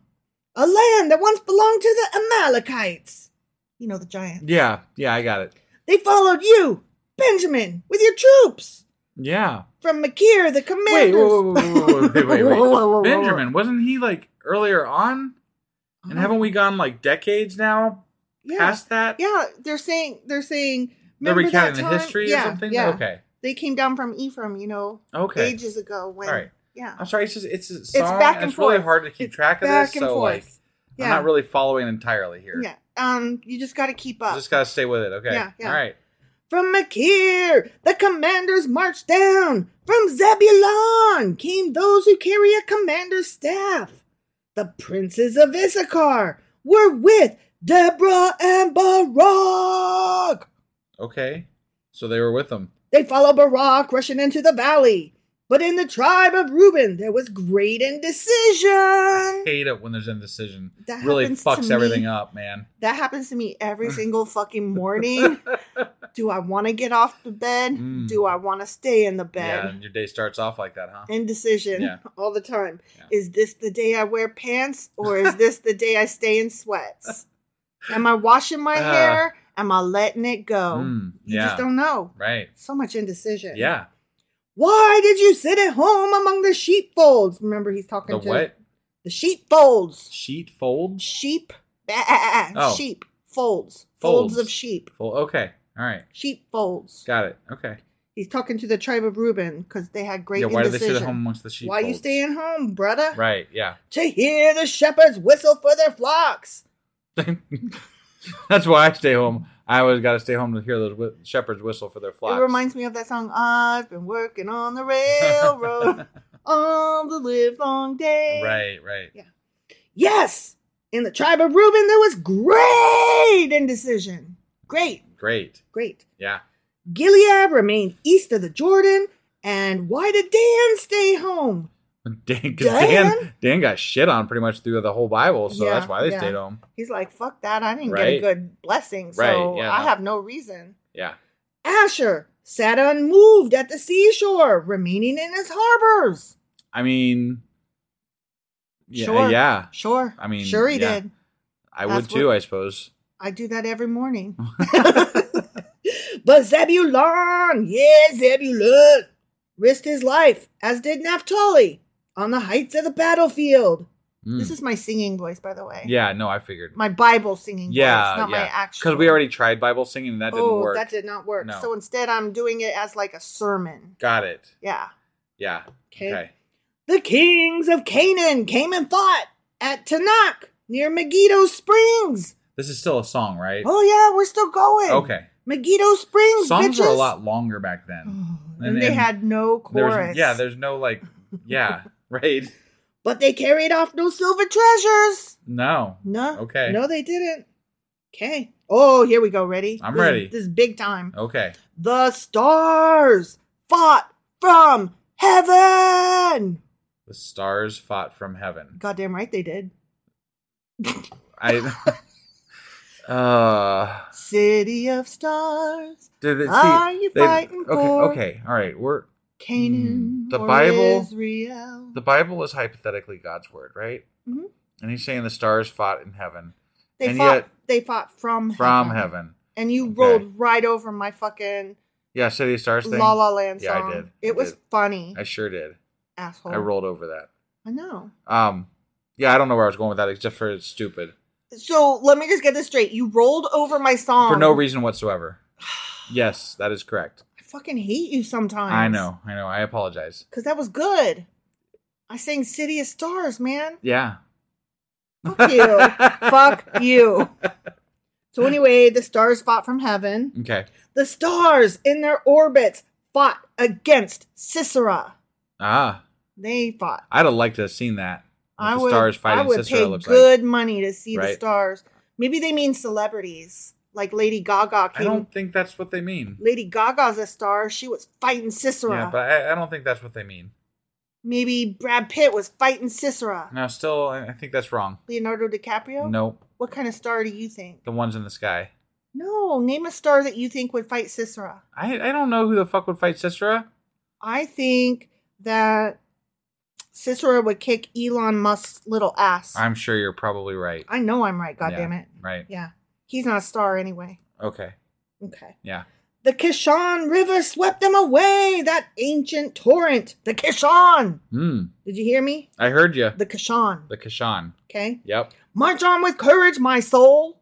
a land that once belonged to the Amalekites. You know the giant.
Yeah, yeah, I got it.
They followed you, Benjamin, with your troops
Yeah.
from Makir, the
Wait,
commanders.
whoa, whoa, whoa, whoa, wait, wait,
Whoa, whoa, whoa, whoa.
wait. Benjamin, wasn't he like earlier on? And haven't we gone like decades now
yeah.
past that?
Yeah, they're saying they're saying.
They're
remember that
recounting the
time?
history
yeah,
or something?
Yeah.
Okay.
They came down from Ephraim, you know,
Okay.
ages ago. When,
All right.
Yeah.
I'm sorry, it's just it's a
It's
song.
back
and
and
it's really
forth.
hard to keep
It's
track of
back
this,
and
so like
forth.
I'm not really following entirely here.
Yeah. Um, you just got to keep up.
Just gotta stay with it. Okay.
Yeah, yeah.
All right.
From Makir, the commanders marched down. From Zebulon came those who carry a commander's staff. The princes of Issachar were with Deborah and Barak.
Okay. So they were with them.
They followed Barak rushing into the valley. But in the tribe of Reuben, there was great indecision.
Hate it when there's indecision.
That
really
happens to
fucks
me.
everything up, man.
That happens to me every single fucking morning. Do I want to get off the bed?
Mm.
Do I want to stay in the bed?
Yeah, and your day starts off like that, huh?
indecision
Yeah.
all the time.
Yeah.
Is this the day I wear pants or is this the day I stay in sweats? Am I washing my
Ah.
hair? Am I letting it go?
Mm,
You
yeah.
just don't know.
Right.
So much indecision.
Yeah.
Why did you sit at home among the sheepfolds? Remember, he's talking
The
to
what?
the sheepfolds.
Sheet fold?
Sheep. Bah,
Oh.
Sheep. Folds.
Folds.
Folds of sheep.
Fold. Okay. All right.
Sheep folds.
Got it. Okay.
He's talking to the tribe of Reuben because they had great
yeah. Why do they
indecision.
sit at home amongst the sheep?
Why you staying home, brother?
Right. Yeah.
To hear the shepherds whistle for their flocks.
That's why I stay home. I always got to stay home to hear those whi- shepherds whistle for their flocks.
It reminds me of that song. I've been working on the railroad all the live long day.
Right. Right.
Yes, in the tribe of Reuben, there was great indecision. Great,
Great.
great.
Yeah.
Gilead remained east of the Jordan. And why did Dan stay home?
Dan, 'cause
Dan?
Dan Dan got shit on pretty much through the whole Bible, so
Yeah,
that's why they
yeah.
stayed home.
He's like, fuck that. I didn't
Right.
get a good blessing, so
Right, yeah,
I
no.
have no reason.
Yeah.
Asher sat unmoved at the seashore, remaining in his harbors.
I mean, yeah,
Sure.
yeah.
Sure.
I mean,
sure he
yeah.
did.
I
That's
would too,
what-
I suppose.
I do that every morning. but Zebulon, yeah, Zebulon, risked his life, as did Naphtali, on the heights of the battlefield.
Mm.
This is my singing voice, by the way.
yeah, no, I figured.
My Bible singing
yeah,
voice, not my
yeah.
actual.
Because we already tried Bible singing and that didn't
oh,
work.
that did not work.
No.
So instead, I'm doing it as like a sermon.
Got it.
Yeah.
Yeah.
Okay. The kings of Canaan came and fought at Tanakh near Megiddo Springs.
This is still a song, right?
Oh yeah, we're still going.
Okay.
Megiddo Springs.
Songs
bitches. Oh,
were a lot longer back then.
and,
And-
they
and
had no
There
chorus.
was, yeah, there's no like, yeah, right?
but they carried off no silver treasures.
No.
No.
Okay.
No, they didn't. Okay. Oh, here we go. Ready?
I'm
This is-
ready. Oh.
This is big time.
Okay.
The stars fought from heaven.
The stars fought from heaven.
Goddamn right they did.
I. uh.
City of stars,
Did it, see,
Are you fighting
okay,
for-
Okay. All right. We're Mm-hmm.
Canaan,
The
or
Bible-
Israel.
the Bible is hypothetically God's word, right?
Mhm.
And he's saying the stars fought in heaven
they
and
fought.
yet-
they fought from
from
heaven.
heaven.
and you
Okay.
rolled right over my fucking
Yeah, City of Stars thing.
La La Land
Yeah, I
song.
did.
It
I
was
did.
funny,
I sure did.
asshole.
I rolled over that.
I know.
Um, yeah, I don't know where I was going with that except for it's stupid
So let me just get this straight. You rolled over my song
for no reason whatsoever. yes, that is correct.
I fucking hate you sometimes.
I know. I know. I apologize.
Cause that was good. I sang City of Stars, man.
Yeah.
Fuck you. Fuck you. So anyway, the stars fought from heaven.
Okay.
The stars in their orbits fought against Sisera.
Ah,
They fought.
I'd have liked to have seen that. What
I
the
would,
stars fighting
I would
Sisera
pay
looks like.
good money to see the
Right.
stars. Maybe they mean celebrities, like Lady Gaga.
I
Came.
don't think that's what they mean.
Lady Gaga's a star. She was fighting Sisera.
Yeah, but I, I don't think that's what they mean.
Maybe Brad Pitt was fighting Sisera.
No, still, I I think that's wrong.
Leonardo DiCaprio.
Nope.
What kind of star do you think?
The ones in the sky.
No, name a star that you think would fight Sisera.
I, I don't know who the fuck would fight Sisera.
I think that Sisera would kick Elon Musk's little ass.
I'm sure you're probably right.
I know I'm right. God
Yeah,
damn it.
Right.
Yeah, he's not a star anyway.
Okay.
Okay.
Yeah.
The Kishon River swept them away, that ancient torrent. The Kishon.
Hmm.
Did you hear me?
I heard you.
The Kishon.
The Kashan.
Okay.
Yep.
March on with courage, my soul.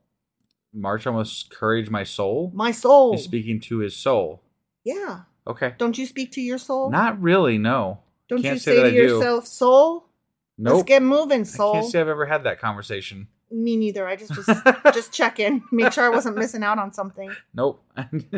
March almost courage my soul.
My soul.
He's speaking to his soul.
yeah.
Okay.
Don't you speak to your soul?
Not really. No.
Don't
Can't
you
say
say,
that I
to
do.
yourself, soul?
Nope.
Let's get moving,
I
soul.
can't say I've ever had that conversation.
me neither. I just was just checking, make sure I wasn't missing out on something.
Nope.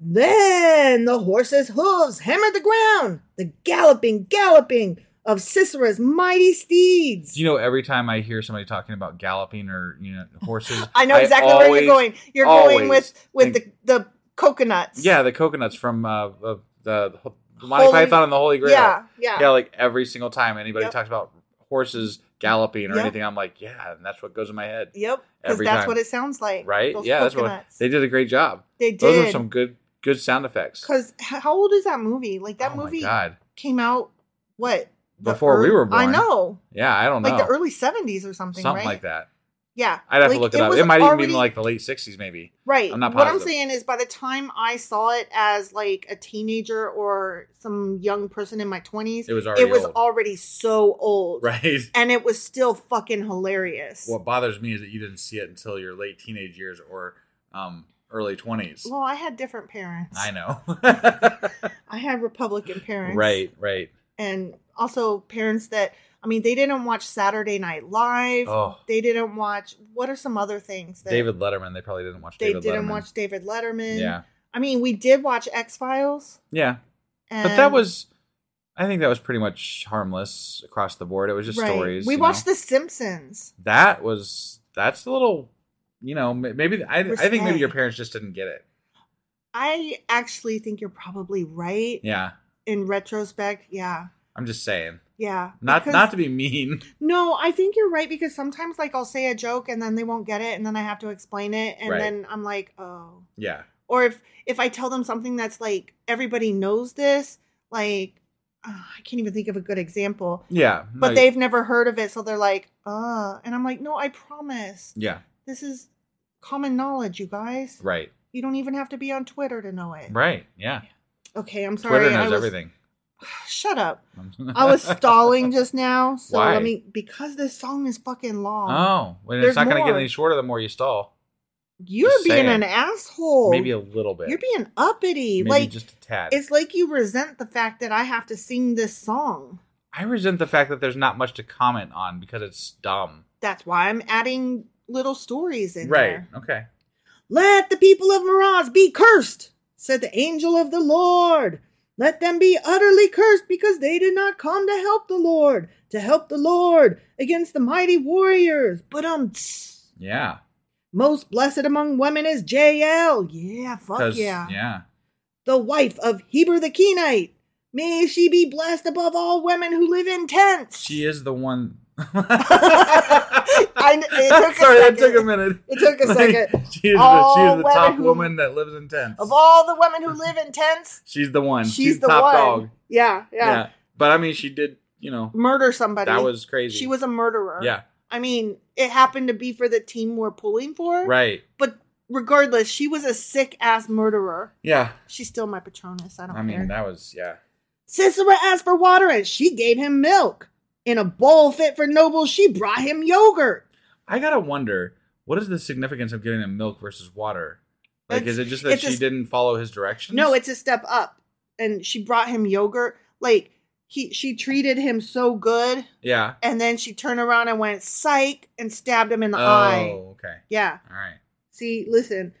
Then the horse's hooves hammered the ground, the galloping, galloping of Sisera's mighty steeds.
Do you know every time I hear somebody talking about galloping or you know horses,
I know exactly where
always-
you're going. You're going
always
with with
think-
the the coconuts.
yeah the coconuts from uh, uh the the Monty
Holy-
Python and the Holy Grail.
yeah, yeah.
yeah, like every single time anybody
Yep.
talks about horses galloping or
Yep.
anything, I'm like, yeah, and that's what goes in my head,
Yep, because
Every
that's
time.
what it sounds like.
right?
those
Yeah, that's what
coconuts.
they did a great job.
they did.
Those are some good good sound effects.
Because how old is that movie? Like that
Oh my
movie
God,
came out what the
Before we
ear-
were born.
I know,
yeah, I don't
like
know,
the early seventies or something,
something
right?
like that.
Yeah.
I'd have
Like,
to look it, up.
was
It might even
already-
be like the late '60s, maybe.
Right.
I'm not
What I'm
positive.
saying is, by the time I saw it as like a teenager or some young person in my 20s,
It was already old.
already so old.
Right.
And it was still fucking hilarious.
What bothers me is that you didn't see it until your late teenage years or um, early 20s.
Well, I had different parents.
I know.
I had Republican parents.
right, right.
And also parents that, I mean, they didn't watch Saturday Night Live.
Oh,
They didn't watch, what are some other things that
David Letterman. They probably didn't watch
they
David
didn't
Letterman.
watch David Letterman?
yeah.
I mean, we did watch X Files.
Yeah. But
Um,
that was, I think that was pretty much harmless across the board. It was just stories.
We
you
watched
know?
The Simpsons.
That was, that's a little, you know, ma- maybe, I, I think maybe your
Respect.
parents just didn't get it.
I actually think you're probably right.
Yeah.
In retrospect, yeah.
I'm just saying.
Yeah.
Not,
Because-
not to be mean.
No, I think you're right because sometimes like I'll say a joke and then they won't get it and then I have to explain it and
Right.
then I'm like, "Oh."
Yeah.
Or if if I tell them something that's like everybody knows this, like uh, I can't even think of a good example,
Yeah.
but
No,
they've never heard of it so they're like, "Uh." And I'm like, "No, I promise.
Yeah.
This is common knowledge, you guys.
Right.
You don't even have to be on Twitter to know it."
Right. Yeah.
Okay, I'm sorry.
Twitter
I
knows
was-
everything.
Shut up. I was stalling just now, so
Why?
let me because this song is fucking long.
Oh, well,
There's
it's not going to get
more.
any shorter the more you stall.
You're
Just
being
saying.
an asshole.
Maybe a little bit.
You're being uppity.
Maybe
like
just a tad.
it's like you resent the fact that I have to sing this song.
I resent the fact that there's not much to comment on because it's dumb.
That's why I'm adding little stories in there.
Okay.
Let the people of Miraz be cursed, said the angel of the Lord. Let them be utterly cursed because they did not come to help the Lord, to help the Lord against the mighty warriors. But um,
Yeah.
most blessed among women is JL. Yeah, fuck
'Cause-
yeah.
Yeah.
the wife of Heber the Kenite. May she be blessed above all women who live in tents.
She is the one.
I, kn- it took
Sorry,
a
that
second.
took a minute.
It took a second.
she is the, she
All
is the top
women who-
woman that lives in tents.
Of all the women who live in tents,
she's the one.
she's,
She's,
the
top
one.
dog.
Yeah, yeah,
But I mean, she did, you know,
Murder somebody.
that was crazy.
She was a murderer.
Yeah.
I mean, it happened to be for the team we're pulling for.
Right.
But regardless, she was a sick ass murderer.
Yeah.
She's still my Patronus. I don't
I
care.
mean, that was, yeah.
Sisera asked for water and she gave him milk. In a bowl fit for nobles, she brought him yogurt.
I gotta wonder what is the significance of giving him milk versus water? Like,
It's-
is it just that
it's
she
just-
didn't follow his directions?
No, it's a step up. And she brought him yogurt. Like he she treated him so good
yeah.
and then she turned around and went psych and stabbed him in the
oh,
eye.
okay.
Yeah.
All right.
See, listen.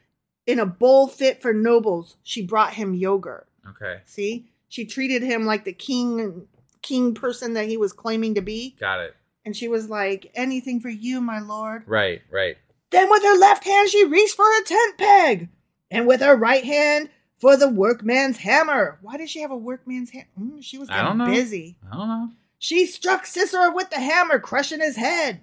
In a bowl fit for nobles, she brought him yogurt.
Okay.
See? She treated him like the king king person that he was claiming to be.
Got it.
And she was like, Anything for you, my lord.
Right. Right.
Then with her left hand she reached for a tent peg, and with her right hand for the workman's hammer. Why did she have a workman's hammer? she was
I don't
getting
know.
busy.
I don't know.
She struck Sisera with the hammer, crushing his head.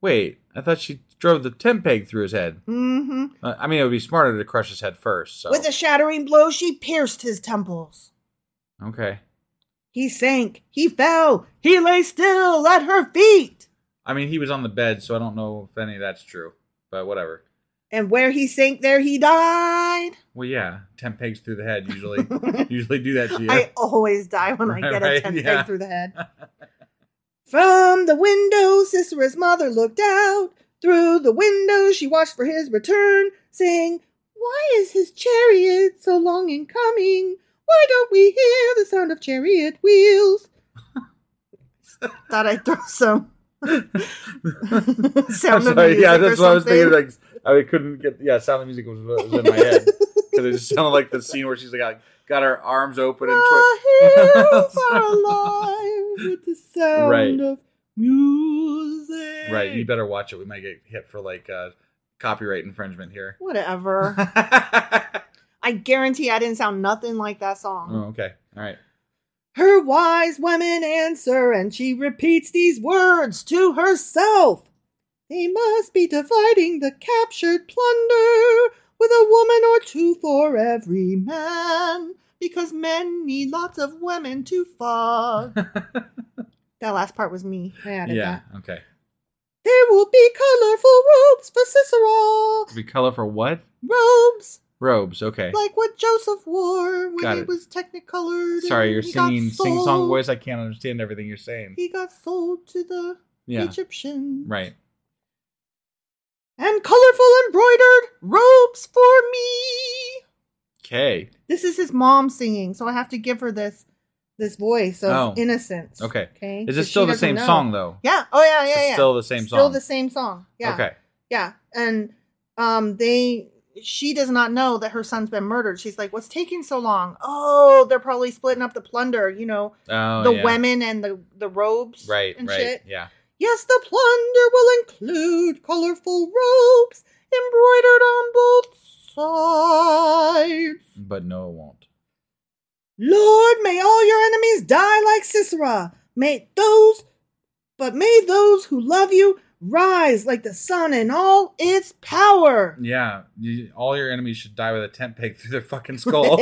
Wait, I thought she drove the tent peg through his head.
hmm
Uh, I mean, it would be smarter to crush his head first. So
With a shattering blow, she pierced his temples.
okay.
He sank. He fell. He lay still at her feet.
I mean, he was on the bed, so I don't know if any of that's true, but whatever.
And where he sank, there he died.
Well, yeah, tent pegs through the head usually usually do that to you.
I always die when I
Right,
get a
right,
tent
yeah.
peg through the head. From the window, Sisera's mother looked out. Through the window, she watched for his return, saying, Why is his chariot so long in coming? Why don't we hear the sound of chariot wheels? Thought I'd throw some
I'm
sound of
sorry,
music
yeah,
or
that's what I was thinking.
something.
Like, I couldn't get. Yeah, sound of music was, was in my head because it just sounded like the scene where she's like got her arms open and
Ah,
twi-
hills are alive with the sound
Right.
of music.
right. You better watch it. We might get hit for like uh, copyright infringement here.
Whatever.
oh,
I guarantee I didn't sound nothing like that song.
okay. All right.
Her wise women answer, and she repeats these words to herself. They must be dividing the captured plunder with a woman or two for every man, because men need lots of women to fuck. that last part was me. I added
yeah.
that.
Okay.
There will be colorful robes for Cicero.
Be colorful what?
Robes
Robes. Okay.
like what Joseph wore when
Got
he
it.
was technicolored.
Sorry,
and
you're
he got
singing sing song
sold-
voice. I can't understand everything you're saying.
He got sold to the
Yeah.
Egyptians.
Right.
And colorful embroidered robes for me.
Okay.
This is his mom singing, so I have to give her this this voice of
Oh.
innocence.
Okay.
Okay.
Is it
'Cause she
still the
doesn't
same
know.
song though?
Yeah. Oh yeah, yeah,
It's
yeah.
still the same
Still
song.
the same song. Yeah.
Okay.
Yeah. And um they she does not know that her son's been murdered. She's like, What's taking so long? Oh, they're probably splitting up the plunder, you know,
Oh,
the
yeah.
women and the the robes.
Right.
and
right.
shit.
Yeah.
Yes, the plunder will include colorful robes embroidered on both sides.
But no, it won't.
Lord, may all your enemies die like Sisera. May those, but may those who love you rise like the sun in all its power.
Yeah. You, all your enemies should die with a tent peg through their fucking skull.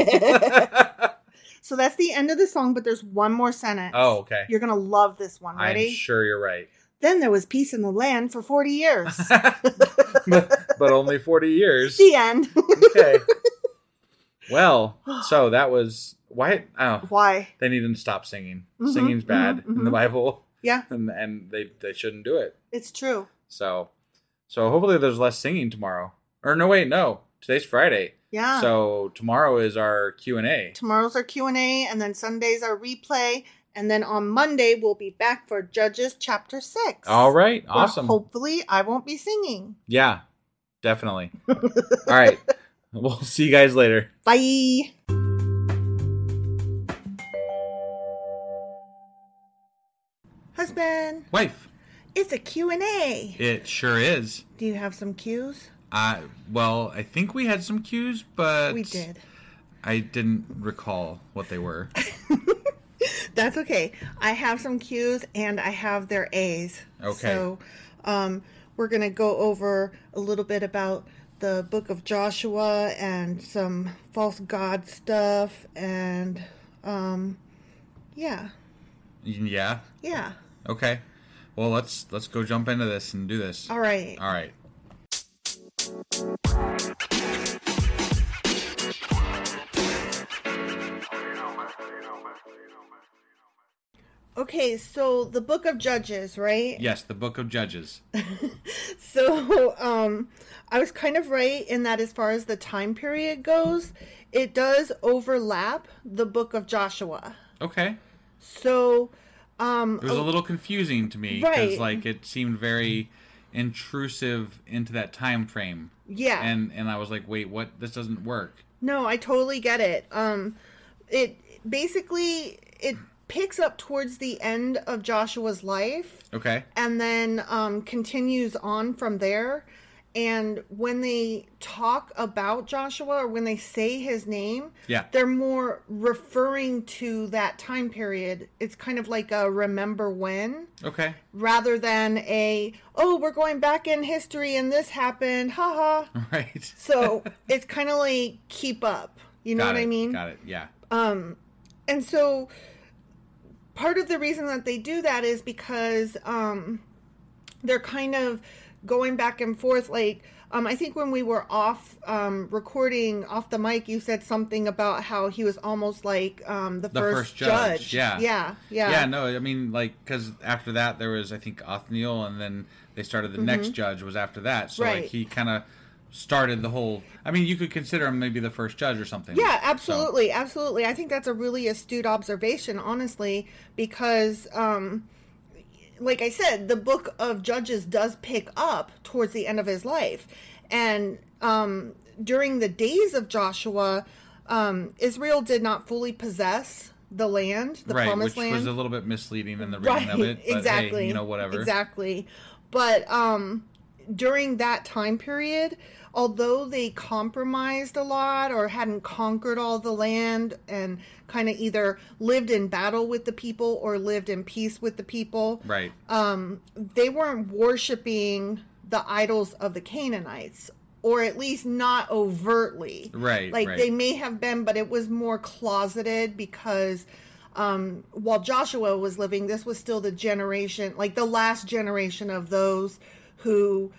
So that's the end of the song, but there's one more sentence.
oh, okay.
You're going to love this one. Ready?
I'm sure you're right.
Then there was peace in the land for 40 years.
but, but only 40 years.
the end.
Okay. Well, so that was why oh,
Why?
they need to stop singing.
Mhm,
Singing's bad
mhm,
in the
mhm.
Bible
Yeah,
and and they they shouldn't do it.
it's true.
So so hopefully there's less singing tomorrow. Or no wait, no. Today's Friday.
Yeah.
So tomorrow is our Q&A.
tomorrow's our q&a and then sunday's our replay and then on monday we'll be back for judges chapter 6
All right.
Where
Awesome.
hopefully i won't be singing
yeah. Definitely. All right. We'll see you guys later.
bye husband
Wife.
it's a q&a
It sure is.
do you have some cues
I well, I think we had some cues, but
we did
I didn't recall what they were.
That's okay. I have some Q's and I have their A's.
Okay.
So um, we're going to go over a little bit about the book of Joshua and some false god stuff and um, yeah.
yeah.
Yeah.
Okay. Well, let's let's go jump into this and do this.
All right.
All right.
Okay, so the book of Judges, right?
Yes, the Book of Judges.
So um, I was kind of right in that as far as the time period goes, it does overlap the book of Joshua.
Okay.
So um,
It was a little confusing to me because
Right.
like it seemed very intrusive into that time frame.
Yeah.
And and I was like, wait, what? This doesn't work.
No, I totally get it. Um it basically it picks up towards the end of Joshua's life
Okay.
and then um continues on from there. And when they talk about Joshua or when they say his name,
Yeah.
they're more referring to that time period. It's kind of like a remember when
Okay.
rather than a oh, we're going back in history and this happened. Haha.
All right.
So it's kind of like keep up. You know
Got
what
it.
I mean?
Got it. Yeah.
And so part of the reason that they do that is because um, they're kind of going back and forth. Like, um, I think when we were off um, recording off the mic, you said something about how he was almost like um, the,
The
first,
first judge, yeah.
Yeah. Yeah.
Yeah. no, I mean, like, because after that there was, I think, Othniel, and then they started the next judge was after that. So
Mm-hmm. Right.
like he kind of started the whole. I mean, you could consider him maybe the first judge or something.
Yeah,
So-
absolutely, absolutely. I think that's a really astute observation, honestly, because um like I said, the book of Judges does pick up towards the end of his life. And um during the days of Joshua, um Israel did not fully possess the land, the
right,
promised
which
land
was a little bit misleading in the reading of it. But hey,
exactly.
you know, whatever.
Exactly. But um during that time period, although they compromised a lot or hadn't conquered all the land and kind of either lived in battle with the people or lived in peace with the people,
Right.
um, they weren't worshiping the idols of the Canaanites, or at least not overtly.
Right,
Like
right.
they may have been, but it was more closeted because um, while Joshua was living, this was still the generation, like the last generation of those who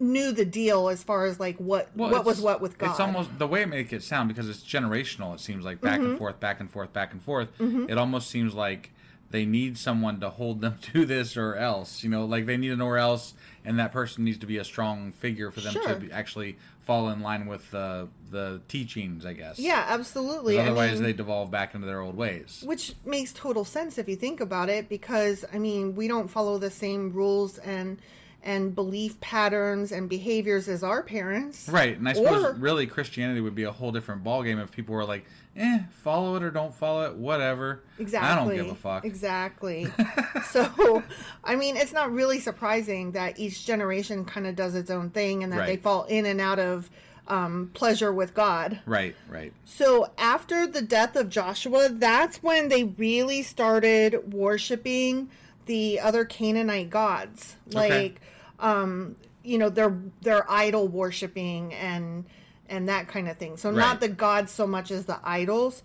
knew the deal as far as like what
Well,
what was
it's-
what with God.
It's almost the way it make it sound because it's generational. It seems like back
Mm-hmm.
and forth, back and forth, back and forth. It almost seems like they need someone to hold them to this or else. You know, like they need an or else, and that person needs to be a strong figure for them
Sure.
to be, actually fall in line with the the teachings. I guess.
yeah, absolutely.
'Cause
I
Otherwise,
mean-
they devolve back into their old ways.
Which makes total sense if you think about it, because I mean, we don't follow the same rules and and belief patterns and behaviors as our parents.
Right, and I suppose
Or-
really Christianity would be a whole different ballgame if people were like, "Eh, follow it or don't follow it, whatever."
Exactly.
I don't give a fuck.
Exactly. so, I mean, it's not really surprising that each generation kind of does its own thing and that they
Right.
fall in and out of um, pleasure with God.
Right, right.
So after the death of Joshua, that's when they really started worshiping the other Canaanite gods. Like
Okay.
um, you know, their their idol worshiping and and that kind of thing. So not
Right.
the gods so much as the idols.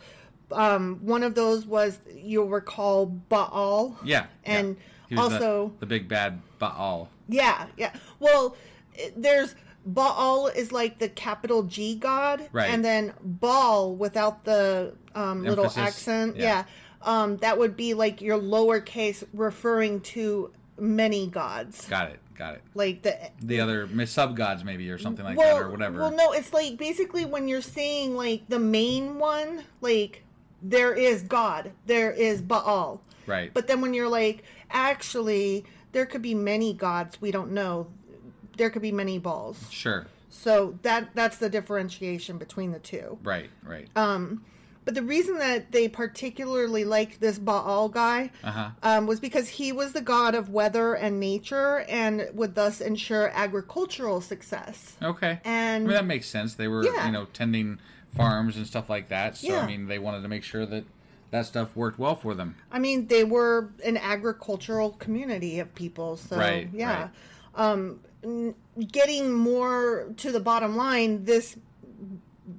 Um, one of those was you'll recall Baal.
Yeah. yeah.
And
He was the-
also-
the, big bad oh, Baal.
Yeah, yeah. Well, it- there's Baal is like the capital G god,
Right.
and then Baal without the um, little
Emphasis,
accent. Yeah.
yeah.
Um, that would be like your lowercase referring to many gods,
Got it. Got it.
like the
The other sub gods maybe or something like that or whatever.
Well, no, it's like basically when you're saying like the main one, like there is God, there is Baal.
Right.
But then when you're like, actually, there could be many gods. We don't know. There could be many balls.
sure.
So that that's the differentiation between the two.
Right, right.
Um, But the reason that they particularly liked this Baal guy
Uh-huh.
um, was because he was the god of weather and nature, and would thus ensure agricultural success.
okay.
and-
I mean, that makes sense. They were,
Yeah.
you know, tending farms and stuff like that. So
Yeah.
I mean, they wanted to make sure that that stuff worked well for them.
I mean, they were an agricultural community of people, so
Right,
yeah. Um, n- getting more to the bottom line, this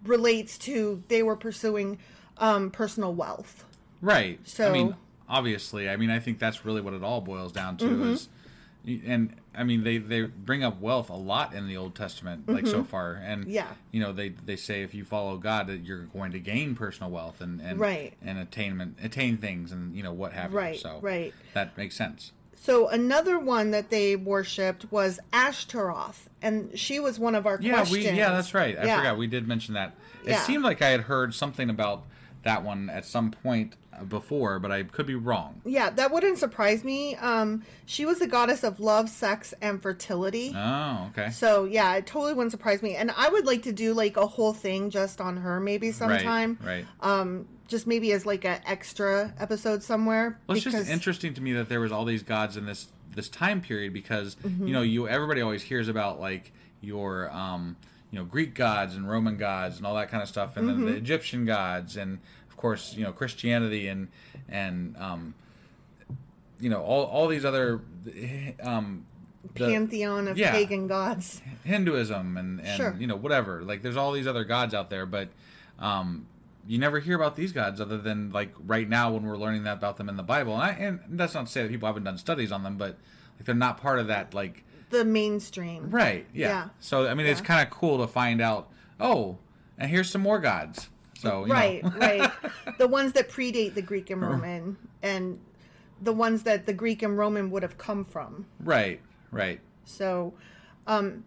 relates to they were pursuing um, personal wealth.
Right.
So-
I mean, obviously, I mean, I think that's really what it all boils down to
Mm-hmm.
is, and I mean, they they bring up wealth a lot in the Old Testament, like so far, and
Mm-hmm. Yeah.
you know, they they say if you follow God, that you're going to gain personal wealth and and
Right.
and attainment, attain things, and you know what have
Right,
you. So
right.
that makes sense.
So another one that they worshipped was Ashtaroth, and she was one of our
Yeah,
questions.
we yeah, that's right. I
Yeah.
forgot we did mention that. It
Yeah.
seemed like I had heard something about that one at some point uh, before, but I could be wrong.
Yeah, that wouldn't surprise me. Um, she was the goddess of love, sex, and fertility.
Oh, okay.
So yeah, it totally wouldn't surprise me. And I would like to do like a whole thing just on her maybe sometime.
Right. Right.
Just maybe as like an extra episode somewhere.
Well, it's just interesting to me that there was all these gods in this this time period because you know you everybody always hears about like your um, you know Greek gods and Roman gods and all that kind of stuff, and then the Egyptian gods and of course you know Christianity and and um, you know all all these other um, the-
pantheon of
yeah.
pagan gods.
Hinduism and, and
Sure.
you know whatever. Like there's all these other gods out there, but um, you never hear about these gods other than like right now when we're learning that about them in the Bible. And, I, and that's not to say that people haven't done studies on them, but like they're not part of that like
The mainstream.
right. Yeah.
Yeah.
So I mean, it's kind of cool to find out. Oh, and here's some more gods. So you
Right,
Know.
right. The ones that predate the Greek and Roman and the ones that the Greek and Roman would have come from.
right. Right.
So, um,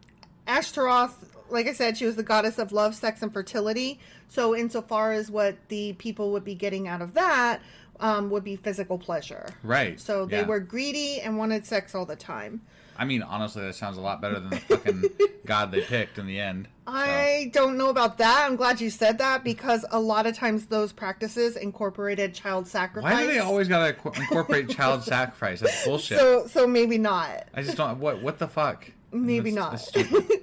Ashtaroth, like I said, she was the goddess of love, sex, and fertility. So, insofar as what the people would be getting out of that, um, would be physical pleasure.
Right.
So they
yeah.
were greedy and wanted sex all the time.
I mean, honestly, that sounds a lot better than the fucking god they picked in the end. So,
I don't know about that. I'm glad you said that because a lot of times those practices incorporated child sacrifice.
Why do they always gotta co- incorporate child sacrifice? That's bullshit.
So, so maybe not.
I just don't. What? What the fuck?
Maybe
That's-
not.
that's stupid.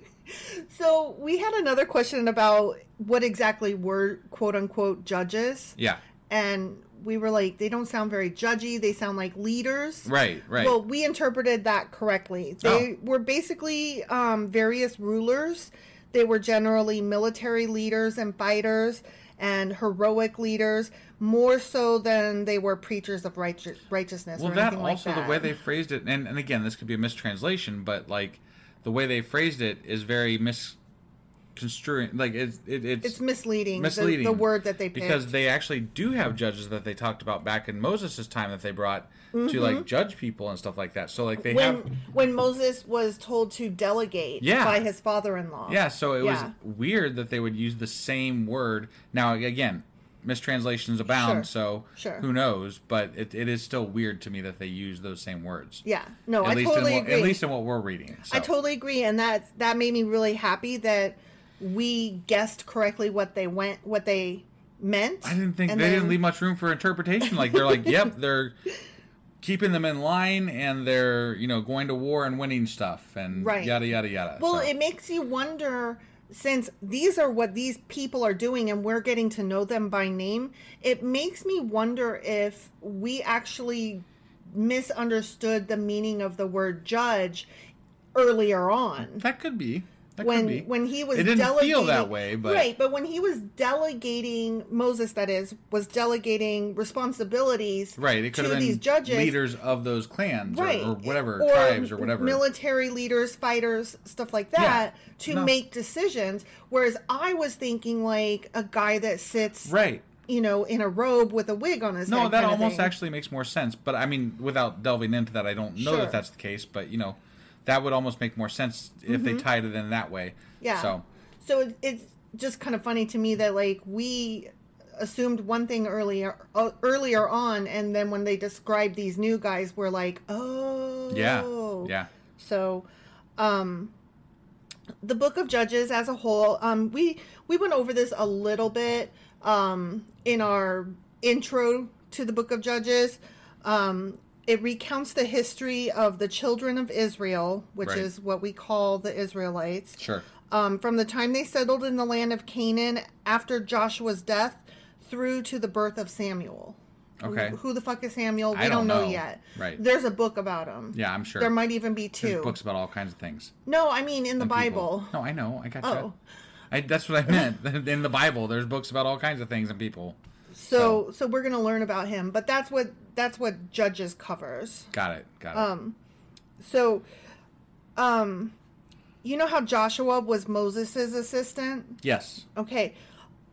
So we had another question about what exactly were quote unquote judges.
yeah.
and we were like, they don't sound very judgy. They sound like leaders.
Right. Right. Oh.
Well, we interpreted that correctly. They were basically um, various rulers. They were generally military leaders and fighters, and heroic leaders more so than they were preachers of righteous, righteousness.
Well,
or
that
anything like
also
that.
the way they phrased it, and, and again, this could be a mistranslation, but like the way they phrased it is very misconstruing. Like it's it, it's,
it's misleading. the-
misleading.
The, word that they picked.
because they actually do have judges that they talked about back in Moses' time that they brought to like judge people and stuff like that. So like they
Mm-hmm. when
have
when Moses was told to delegate
Yeah.
by his father-in-law.
yeah. So it
Yeah.
was weird that they would use the same word. Now again, mistranslations abound.
Sure.
So
Sure.
who knows? But it, it is still weird to me that they use those same words.
Yeah. No,
at
I
least
totally
in what,
agree.
at least in what we're reading. so.
I totally agree, and that that made me really happy that we guessed correctly what they went, what they meant.
I didn't think
and
they didn't
then-
leave much room for interpretation. Like they're like, yep, they're keeping them in line and they're you know going to war and winning stuff and
Right.
yada yada yada.
Well,
So-
it makes you wonder since these are what these people are doing and we're getting to know them by name, it makes me wonder if we actually misunderstood the meaning of the word judge earlier on.
that could be. That
when
could be.
when he was
it didn't
delegating,
feel that way, but
right, but when he was delegating Moses, that is, was delegating responsibilities,
Right, it could
to
have been
these judges,
leaders of those clans or-
right,
or, whatever tribes or whatever.
military leaders, fighters, stuff like that, to
No.
make decisions. Whereas I was thinking like a guy that sits,
right.
you know, in a robe with a wig on his head.
No, that
kinda
almost
thing.
actually makes more sense. But I mean, without delving into that, I don't know
Sure.
that that's the case. But you know, that would almost make more sense if they tied it in that way.
Mm-hmm. Yeah.
So
So it, it's just kind of funny to me that like we assumed one thing earlier uh, earlier on, and then when they describe these new guys, we're like, oh,
yeah, yeah.
So, um, the Book of Judges as a whole, um, we we went over this a little bit um, in our intro to the Book of Judges. Um, it recounts the history of the children of Israel, which
Right.
is what we call the Israelites
Sure.
um, from the time they settled in the land of Canaan after Joshua's death through to the birth of Samuel.
Okay.
Who, who the fuck is Samuel? We
I don't
know,
know.
yet.
Right.
There's a book about him.
Yeah, I'm sure.
There might even be two.
There's books about all kinds of things.
No, I mean in the
and people.
Bible.
No, I know. I got
Oh.
you. I, that's what I meant. In the Bible, there's books about all kinds of things and people.
So, so we're gonna learn about him, but that's what that's what Judges covers.
Got it. Got it.
Um, So, um, you know how Joshua was Moses' assistant?
yes.
Okay.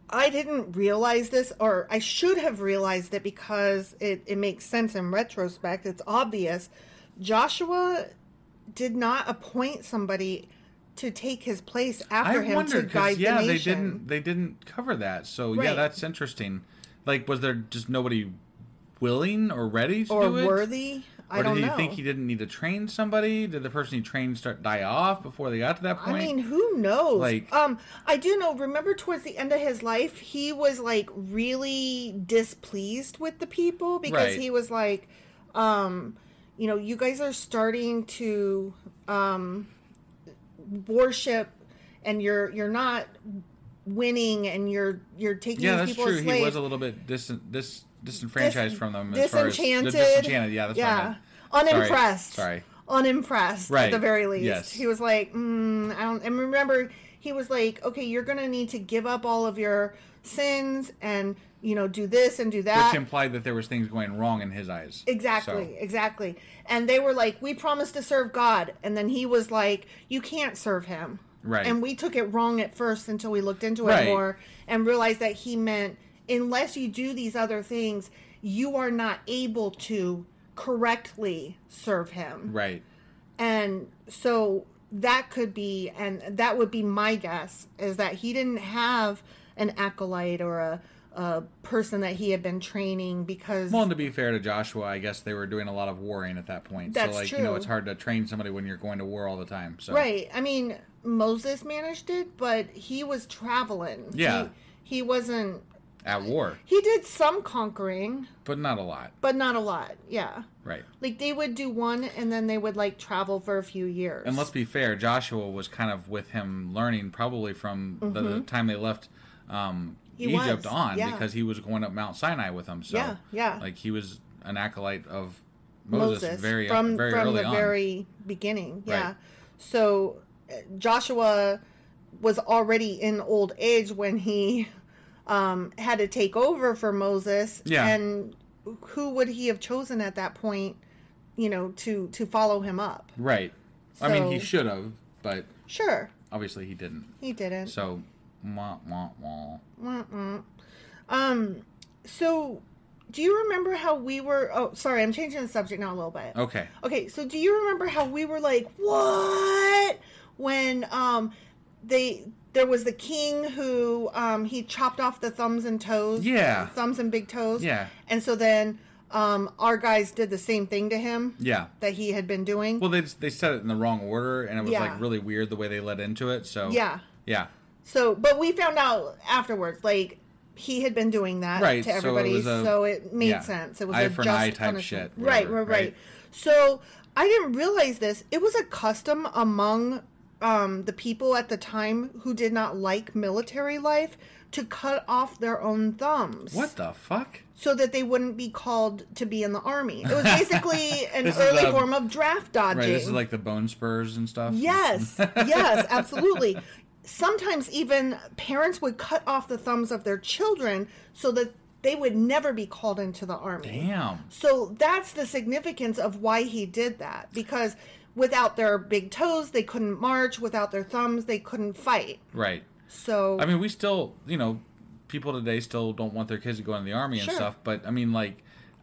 I didn't realize this, or I should have realized it because it, it makes sense in retrospect. It's obvious. Joshua did not appoint somebody to take his place after
I
him
wonder
to
because
guide
yeah,
the
they
nation.
didn't they didn't cover that. So yeah,
Right.
that's interesting. Like, was there just nobody willing or ready to
or
do it?
worthy. I
or
don't
did he
know.
think he didn't need to train somebody? Did the person he trained start die off before they got to that
I
point?
mean, who knows?
Like-
um, I do know. Remember, towards the end of his life, he was like really displeased with the people because
Right.
he was like, um, you know, you guys are starting to um, worship, and you're you're not winning, and you're you're taking
yeah,
these
that's
people
true.
as
He
slaves.
was a little bit dis- dis- disenfranchised
Dis-
from them. As far as,
disenchanted.
disenchanted. Yeah, that's what I meant. Sorry.
Unimpressed.
Sorry.
Unimpressed, at
Right.
the very least.
Yes.
He was like, mm, I don't. And remember, he was like, okay, you're going to need to give up all of your sins and, you know, do this and do that.
Which implied that there was things going wrong in his eyes.
Uh, Exactly,
So,
exactly. And they were like, "We promised to serve God," and then he was like, "You can't serve Him."
Right.
And we took it wrong at first until we looked into
Right.
it more and realized that he meant, unless you do these other things, you are not able to correctly serve Him.
right.
And so that could be, and that would be my guess, is that he didn't have an acolyte or a. A person that he had been training because
Well, and to be fair to Joshua, I guess they were doing a lot of warring at that point.
That's
so, like, you know,
true.
it's hard to train somebody when you're going to war all the time. So,
Right. I mean, Moses managed it, but he was traveling.
Yeah.
He, he wasn't.
at war,
He did some conquering,
but not a lot.
but not a lot. Yeah.
Right.
Like they would do one and then they would like travel for a few years.
And let's be fair, Joshua was kind of with him learning probably from the, the time they left um,
Mm-hmm. He
Egypt
was,
on
yeah.
because he was going up Mount Sinai with them. So,
Yeah, yeah.
Like, he was an acolyte of Moses, very, very
from
early
the
on.
very beginning. Yeah.
Right.
So uh, Joshua was already in old age when he um, had to take over for Moses,
Yeah.
and who would he have chosen at that point? You know, to to follow him up.
Right. I mean, he
So-
should have, but
Sure,
obviously he didn't.
he didn't.
So, wah, wah, wah.
Mm-mm. Um. So, do you remember how we were? Oh, sorry, I'm changing the subject now a little bit.
Okay.
Okay, so do you remember how we were like, what? When um they there was the king who um he chopped off the thumbs and toes.
Yeah.
Thumbs and big toes.
Yeah.
And so then um our guys did the same thing to him
Yeah.
that he had been doing.
Well, they they said it in the wrong order, and it was
Yeah.
like really weird the way they led into it. So
yeah.
yeah,
So but we found out afterwards, like he had been doing that
Right,
to
so it
everybody,
was
so it,
a-
made
yeah,
sense. It was
eye
a
for an
just
eye type shit,
punishment. right,
whatever,
right, right,
right.
So I didn't realize this. It was a custom among um, the people at the time who did not like military life to cut off their own thumbs,
what the fuck?
so that they wouldn't be called to be in the army. It was basically an
This is,
early
um,
form of draft dodging.
Right, this is like the bone spurs and stuff.
Yes, yes, absolutely. Sometimes even parents would cut off the thumbs of their children so that they would never be called into the army.
Damn.
So that's the significance of why he did that because without their big toes they couldn't march, without their thumbs they couldn't fight.
Right.
So
I mean, we still, you know, people today still don't want their kids to go in the army and
Sure.
stuff. But I mean, like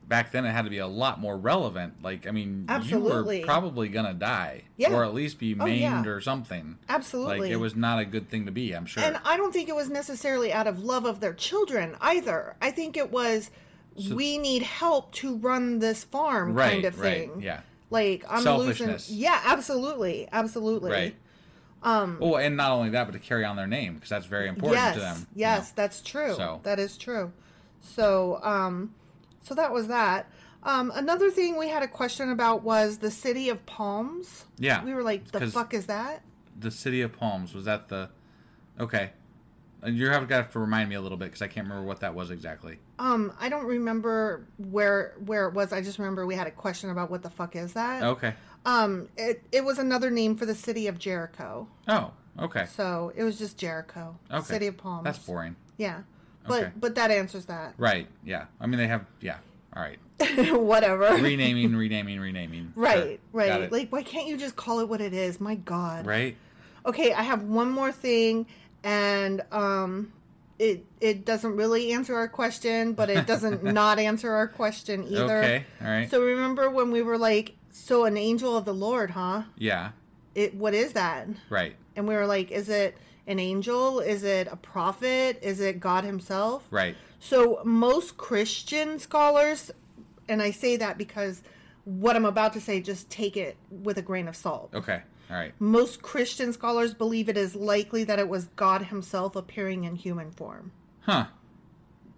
back then, it had to be a lot more relevant. Like, I mean, you
Absolutely.
were probably gonna die,
Yeah.
or at least be
Oh, yeah.
maimed or something.
absolutely.
Like, it was not a good thing to be. I'm sure.
And I don't think it was necessarily out of love of their children either. I think it was we need help to run this farm
right.
kind of
right.
thing.
Yeah.
like I'm losing.
Selfishness.
Yeah, absolutely, absolutely.
Right. Um. Oh, and not only that, but to carry on their name because that's very important
yes,
to them. you
yes,
know.
that's true.
So-
That is true. So, um, so that was that. Um, another thing we had a question about was the city of palms.
Yeah,
we were like, the
'cause-
fuck is that?
The city of palms was that the? Okay. And You're gonna have to remind me a little bit because I can't remember what that was exactly.
Um, I don't remember where where it was. I just remember we had a question about what the fuck is that.
Okay.
Um, it it was another name for the city of Jericho.
Oh. Okay.
So it was just Jericho,
Okay.
city of palms.
That's boring.
Yeah, but
Okay.
but that answers that.
Right. Yeah. I mean, they have. Yeah. All right.
whatever.
Renaming, renaming, renaming. Sure.
right,
Got
right.
it.
Like, why can't you just call it what it is? My God.
right.
Okay, I have one more thing, and um, it it doesn't really answer our question, but it doesn't not answer our question either.
Okay. All right.
So remember when we were like, so an angel of the Lord, huh?
yeah.
It what is that?
Right.
And we were like, is it an angel? Is it a prophet? Is it God Himself?
Right.
So most Christian scholars, and I say that because what I'm about to say, just take it with a grain of salt.
Okay. All right.
Most Christian scholars believe it is likely that it was God Himself appearing in human form,
Huh.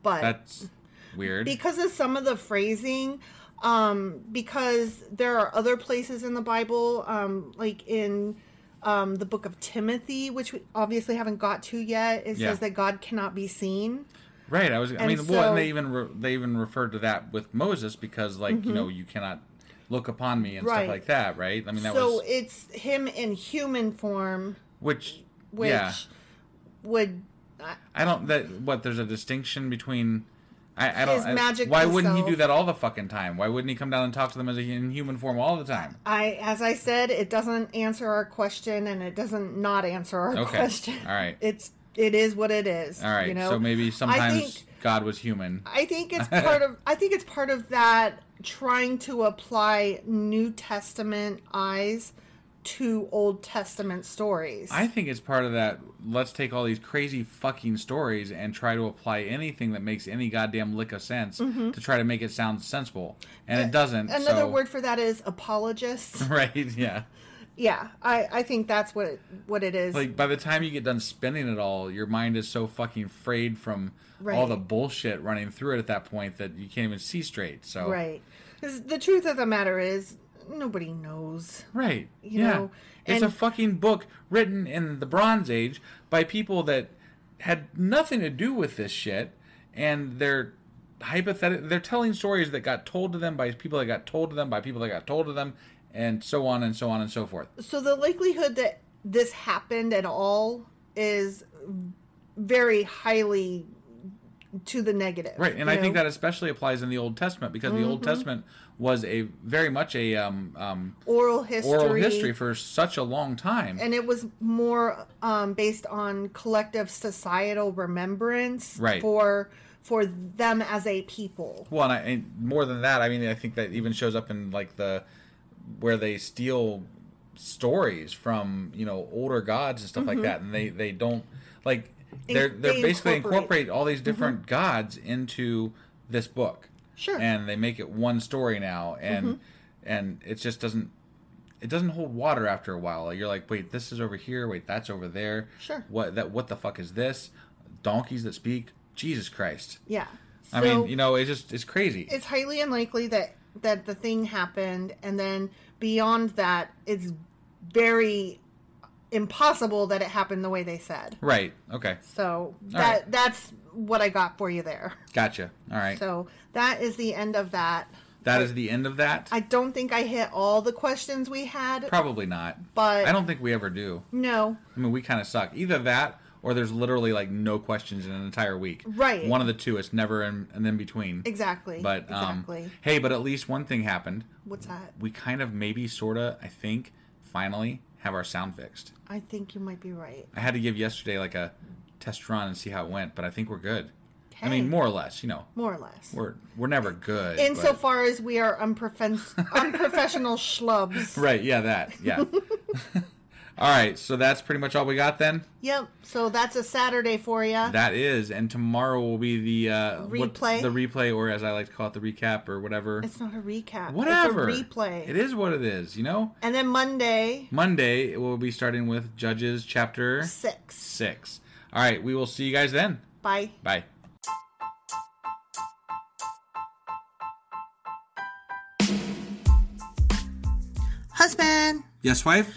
but
That's weird.
because of some of the phrasing, um, because there are other places in the Bible, um, like in um, the book of Timothy, which we obviously haven't got to yet. It
Yeah.
says that God cannot be seen.
right. I was. I
and
mean, well,
so-
and they even re- they even referred to that with Moses because, like, you know, you cannot look upon me and
Mm-hmm. Right.
stuff like that. Right. I mean, that
so
was
it's him in human form,
which.
which
yeah.
would
I don't. That what? There's a distinction between. I, I don't.
His
I-
magic
why wouldn't he
self.
do that all the fucking time? Why wouldn't he come down and talk to them as a, in human form all the time?
I, as I said, it doesn't answer our question, and it doesn't not answer our
Okay.
question.
All right.
it's it is what it is.
All right.
you know?
So maybe sometimes
I think
God was human.
I think it's part of I think it's part of that trying to apply New Testament eyes to Old Testament stories.
I think it's part of that. Let's take all these crazy fucking stories and try to apply anything that makes any goddamn lick of sense to try to make it sound sensible, and it doesn't.
Mm-hmm. Another
so-
word for that is apologists.
right? Yeah.
yeah, I, I think that's what it, what it is.
Like by the time you get done spinning it all, your mind is so fucking frayed from all
Right.
the bullshit running through it at that point that you can't even see straight. So
right. 'Cause the truth of the matter is nobody knows.
Right.
You
yeah.
know,
it's a
and-
fucking book written in the Bronze Age by people that had nothing to do with this shit and they're hypothetical they're telling stories that got told to them by people that got told to them by people that got told to them and so on and so on and so forth.
So the likelihood that this happened at all is very highly to the negative.
Right, and
you
I think
know? Mm-hmm.
that especially applies in the Old Testament because the Old Testament was a very much a um, um,
oral history,
oral history for such a long time.
and it was more um, based on collective societal remembrance
Right.
for for them as a people.
well, and, I, and more than that, I mean, I think that even shows up in like the where they steal stories from you know older gods and stuff like that, and they they don't like they're
In-
they're
Mm-hmm. they
basically
incorporate. Mm-hmm.
incorporate. all these different gods into this book.
Sure. Mm-hmm.
and they make it one story now and and it just doesn't it doesn't hold water after a while you're like wait this is over here wait that's over there
Sure.
what that what the fuck is this donkeys that speak jesus christ
Yeah.
i
So-
mean you know it's just it's crazy
it's highly unlikely that that the thing happened and then beyond that it's very impossible that it happened the way they said
right okay
so that
right.
that's what i got for you there
gotcha all right
so that is the end of that
that is the end of that
i don't think i hit all the questions we had
probably not
But-
i don't think we ever do
no
i mean we kind of suck either that or there's literally like no questions in an entire week
Right.
one of the two it's never in, an in between
exactly
but um
exactly
hey but at least one thing happened
what's that
we kind of maybe sorta I think finally have our sound fixed.
i think you might be right
I had to give yesterday like a test run and see how it went, but I think we're good. I
Okay.
mean, more or less, you know,
more or less
we're we're never good. but-
insofar as we are unprofen- unprofessional schlubs
right? Yeah, that. Yeah. all right, so that's pretty much all we got then.
yep so that's a saturday for you
That is, and tomorrow will be the uh, what-
Uh-huh. Replay?
the replay, or as I like to call it, the recap, or whatever.
It's not a recap.
Whatever.
It's a replay.
It is what it is. You know.
And then Monday,
Monday we'll be starting with Judges chapter
six.
six. All right, we will see you guys then.
Bye.
Bye.
Husband,
Yes, wife?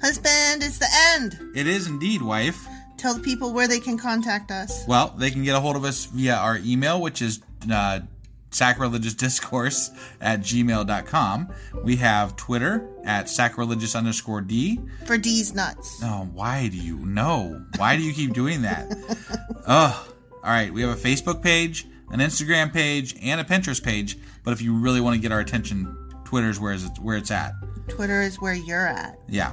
Husband, it's the end.
It is indeed, wife.
Tell the people where they can contact us.
Well, they can get a hold of us via our email, which is uh, sacrilegiousdiscourse at gmail.com. We have Twitter at sacrilegious underscore D.
For D's nuts.
Oh, why do you know? Why do you keep doing that? Ugh. All right, we have a Facebook page, an Instagram page, and a Pinterest page. But if you really want to get our attention, Twitter's where is it, where it's at.
Twitter is where you're at.
Yeah,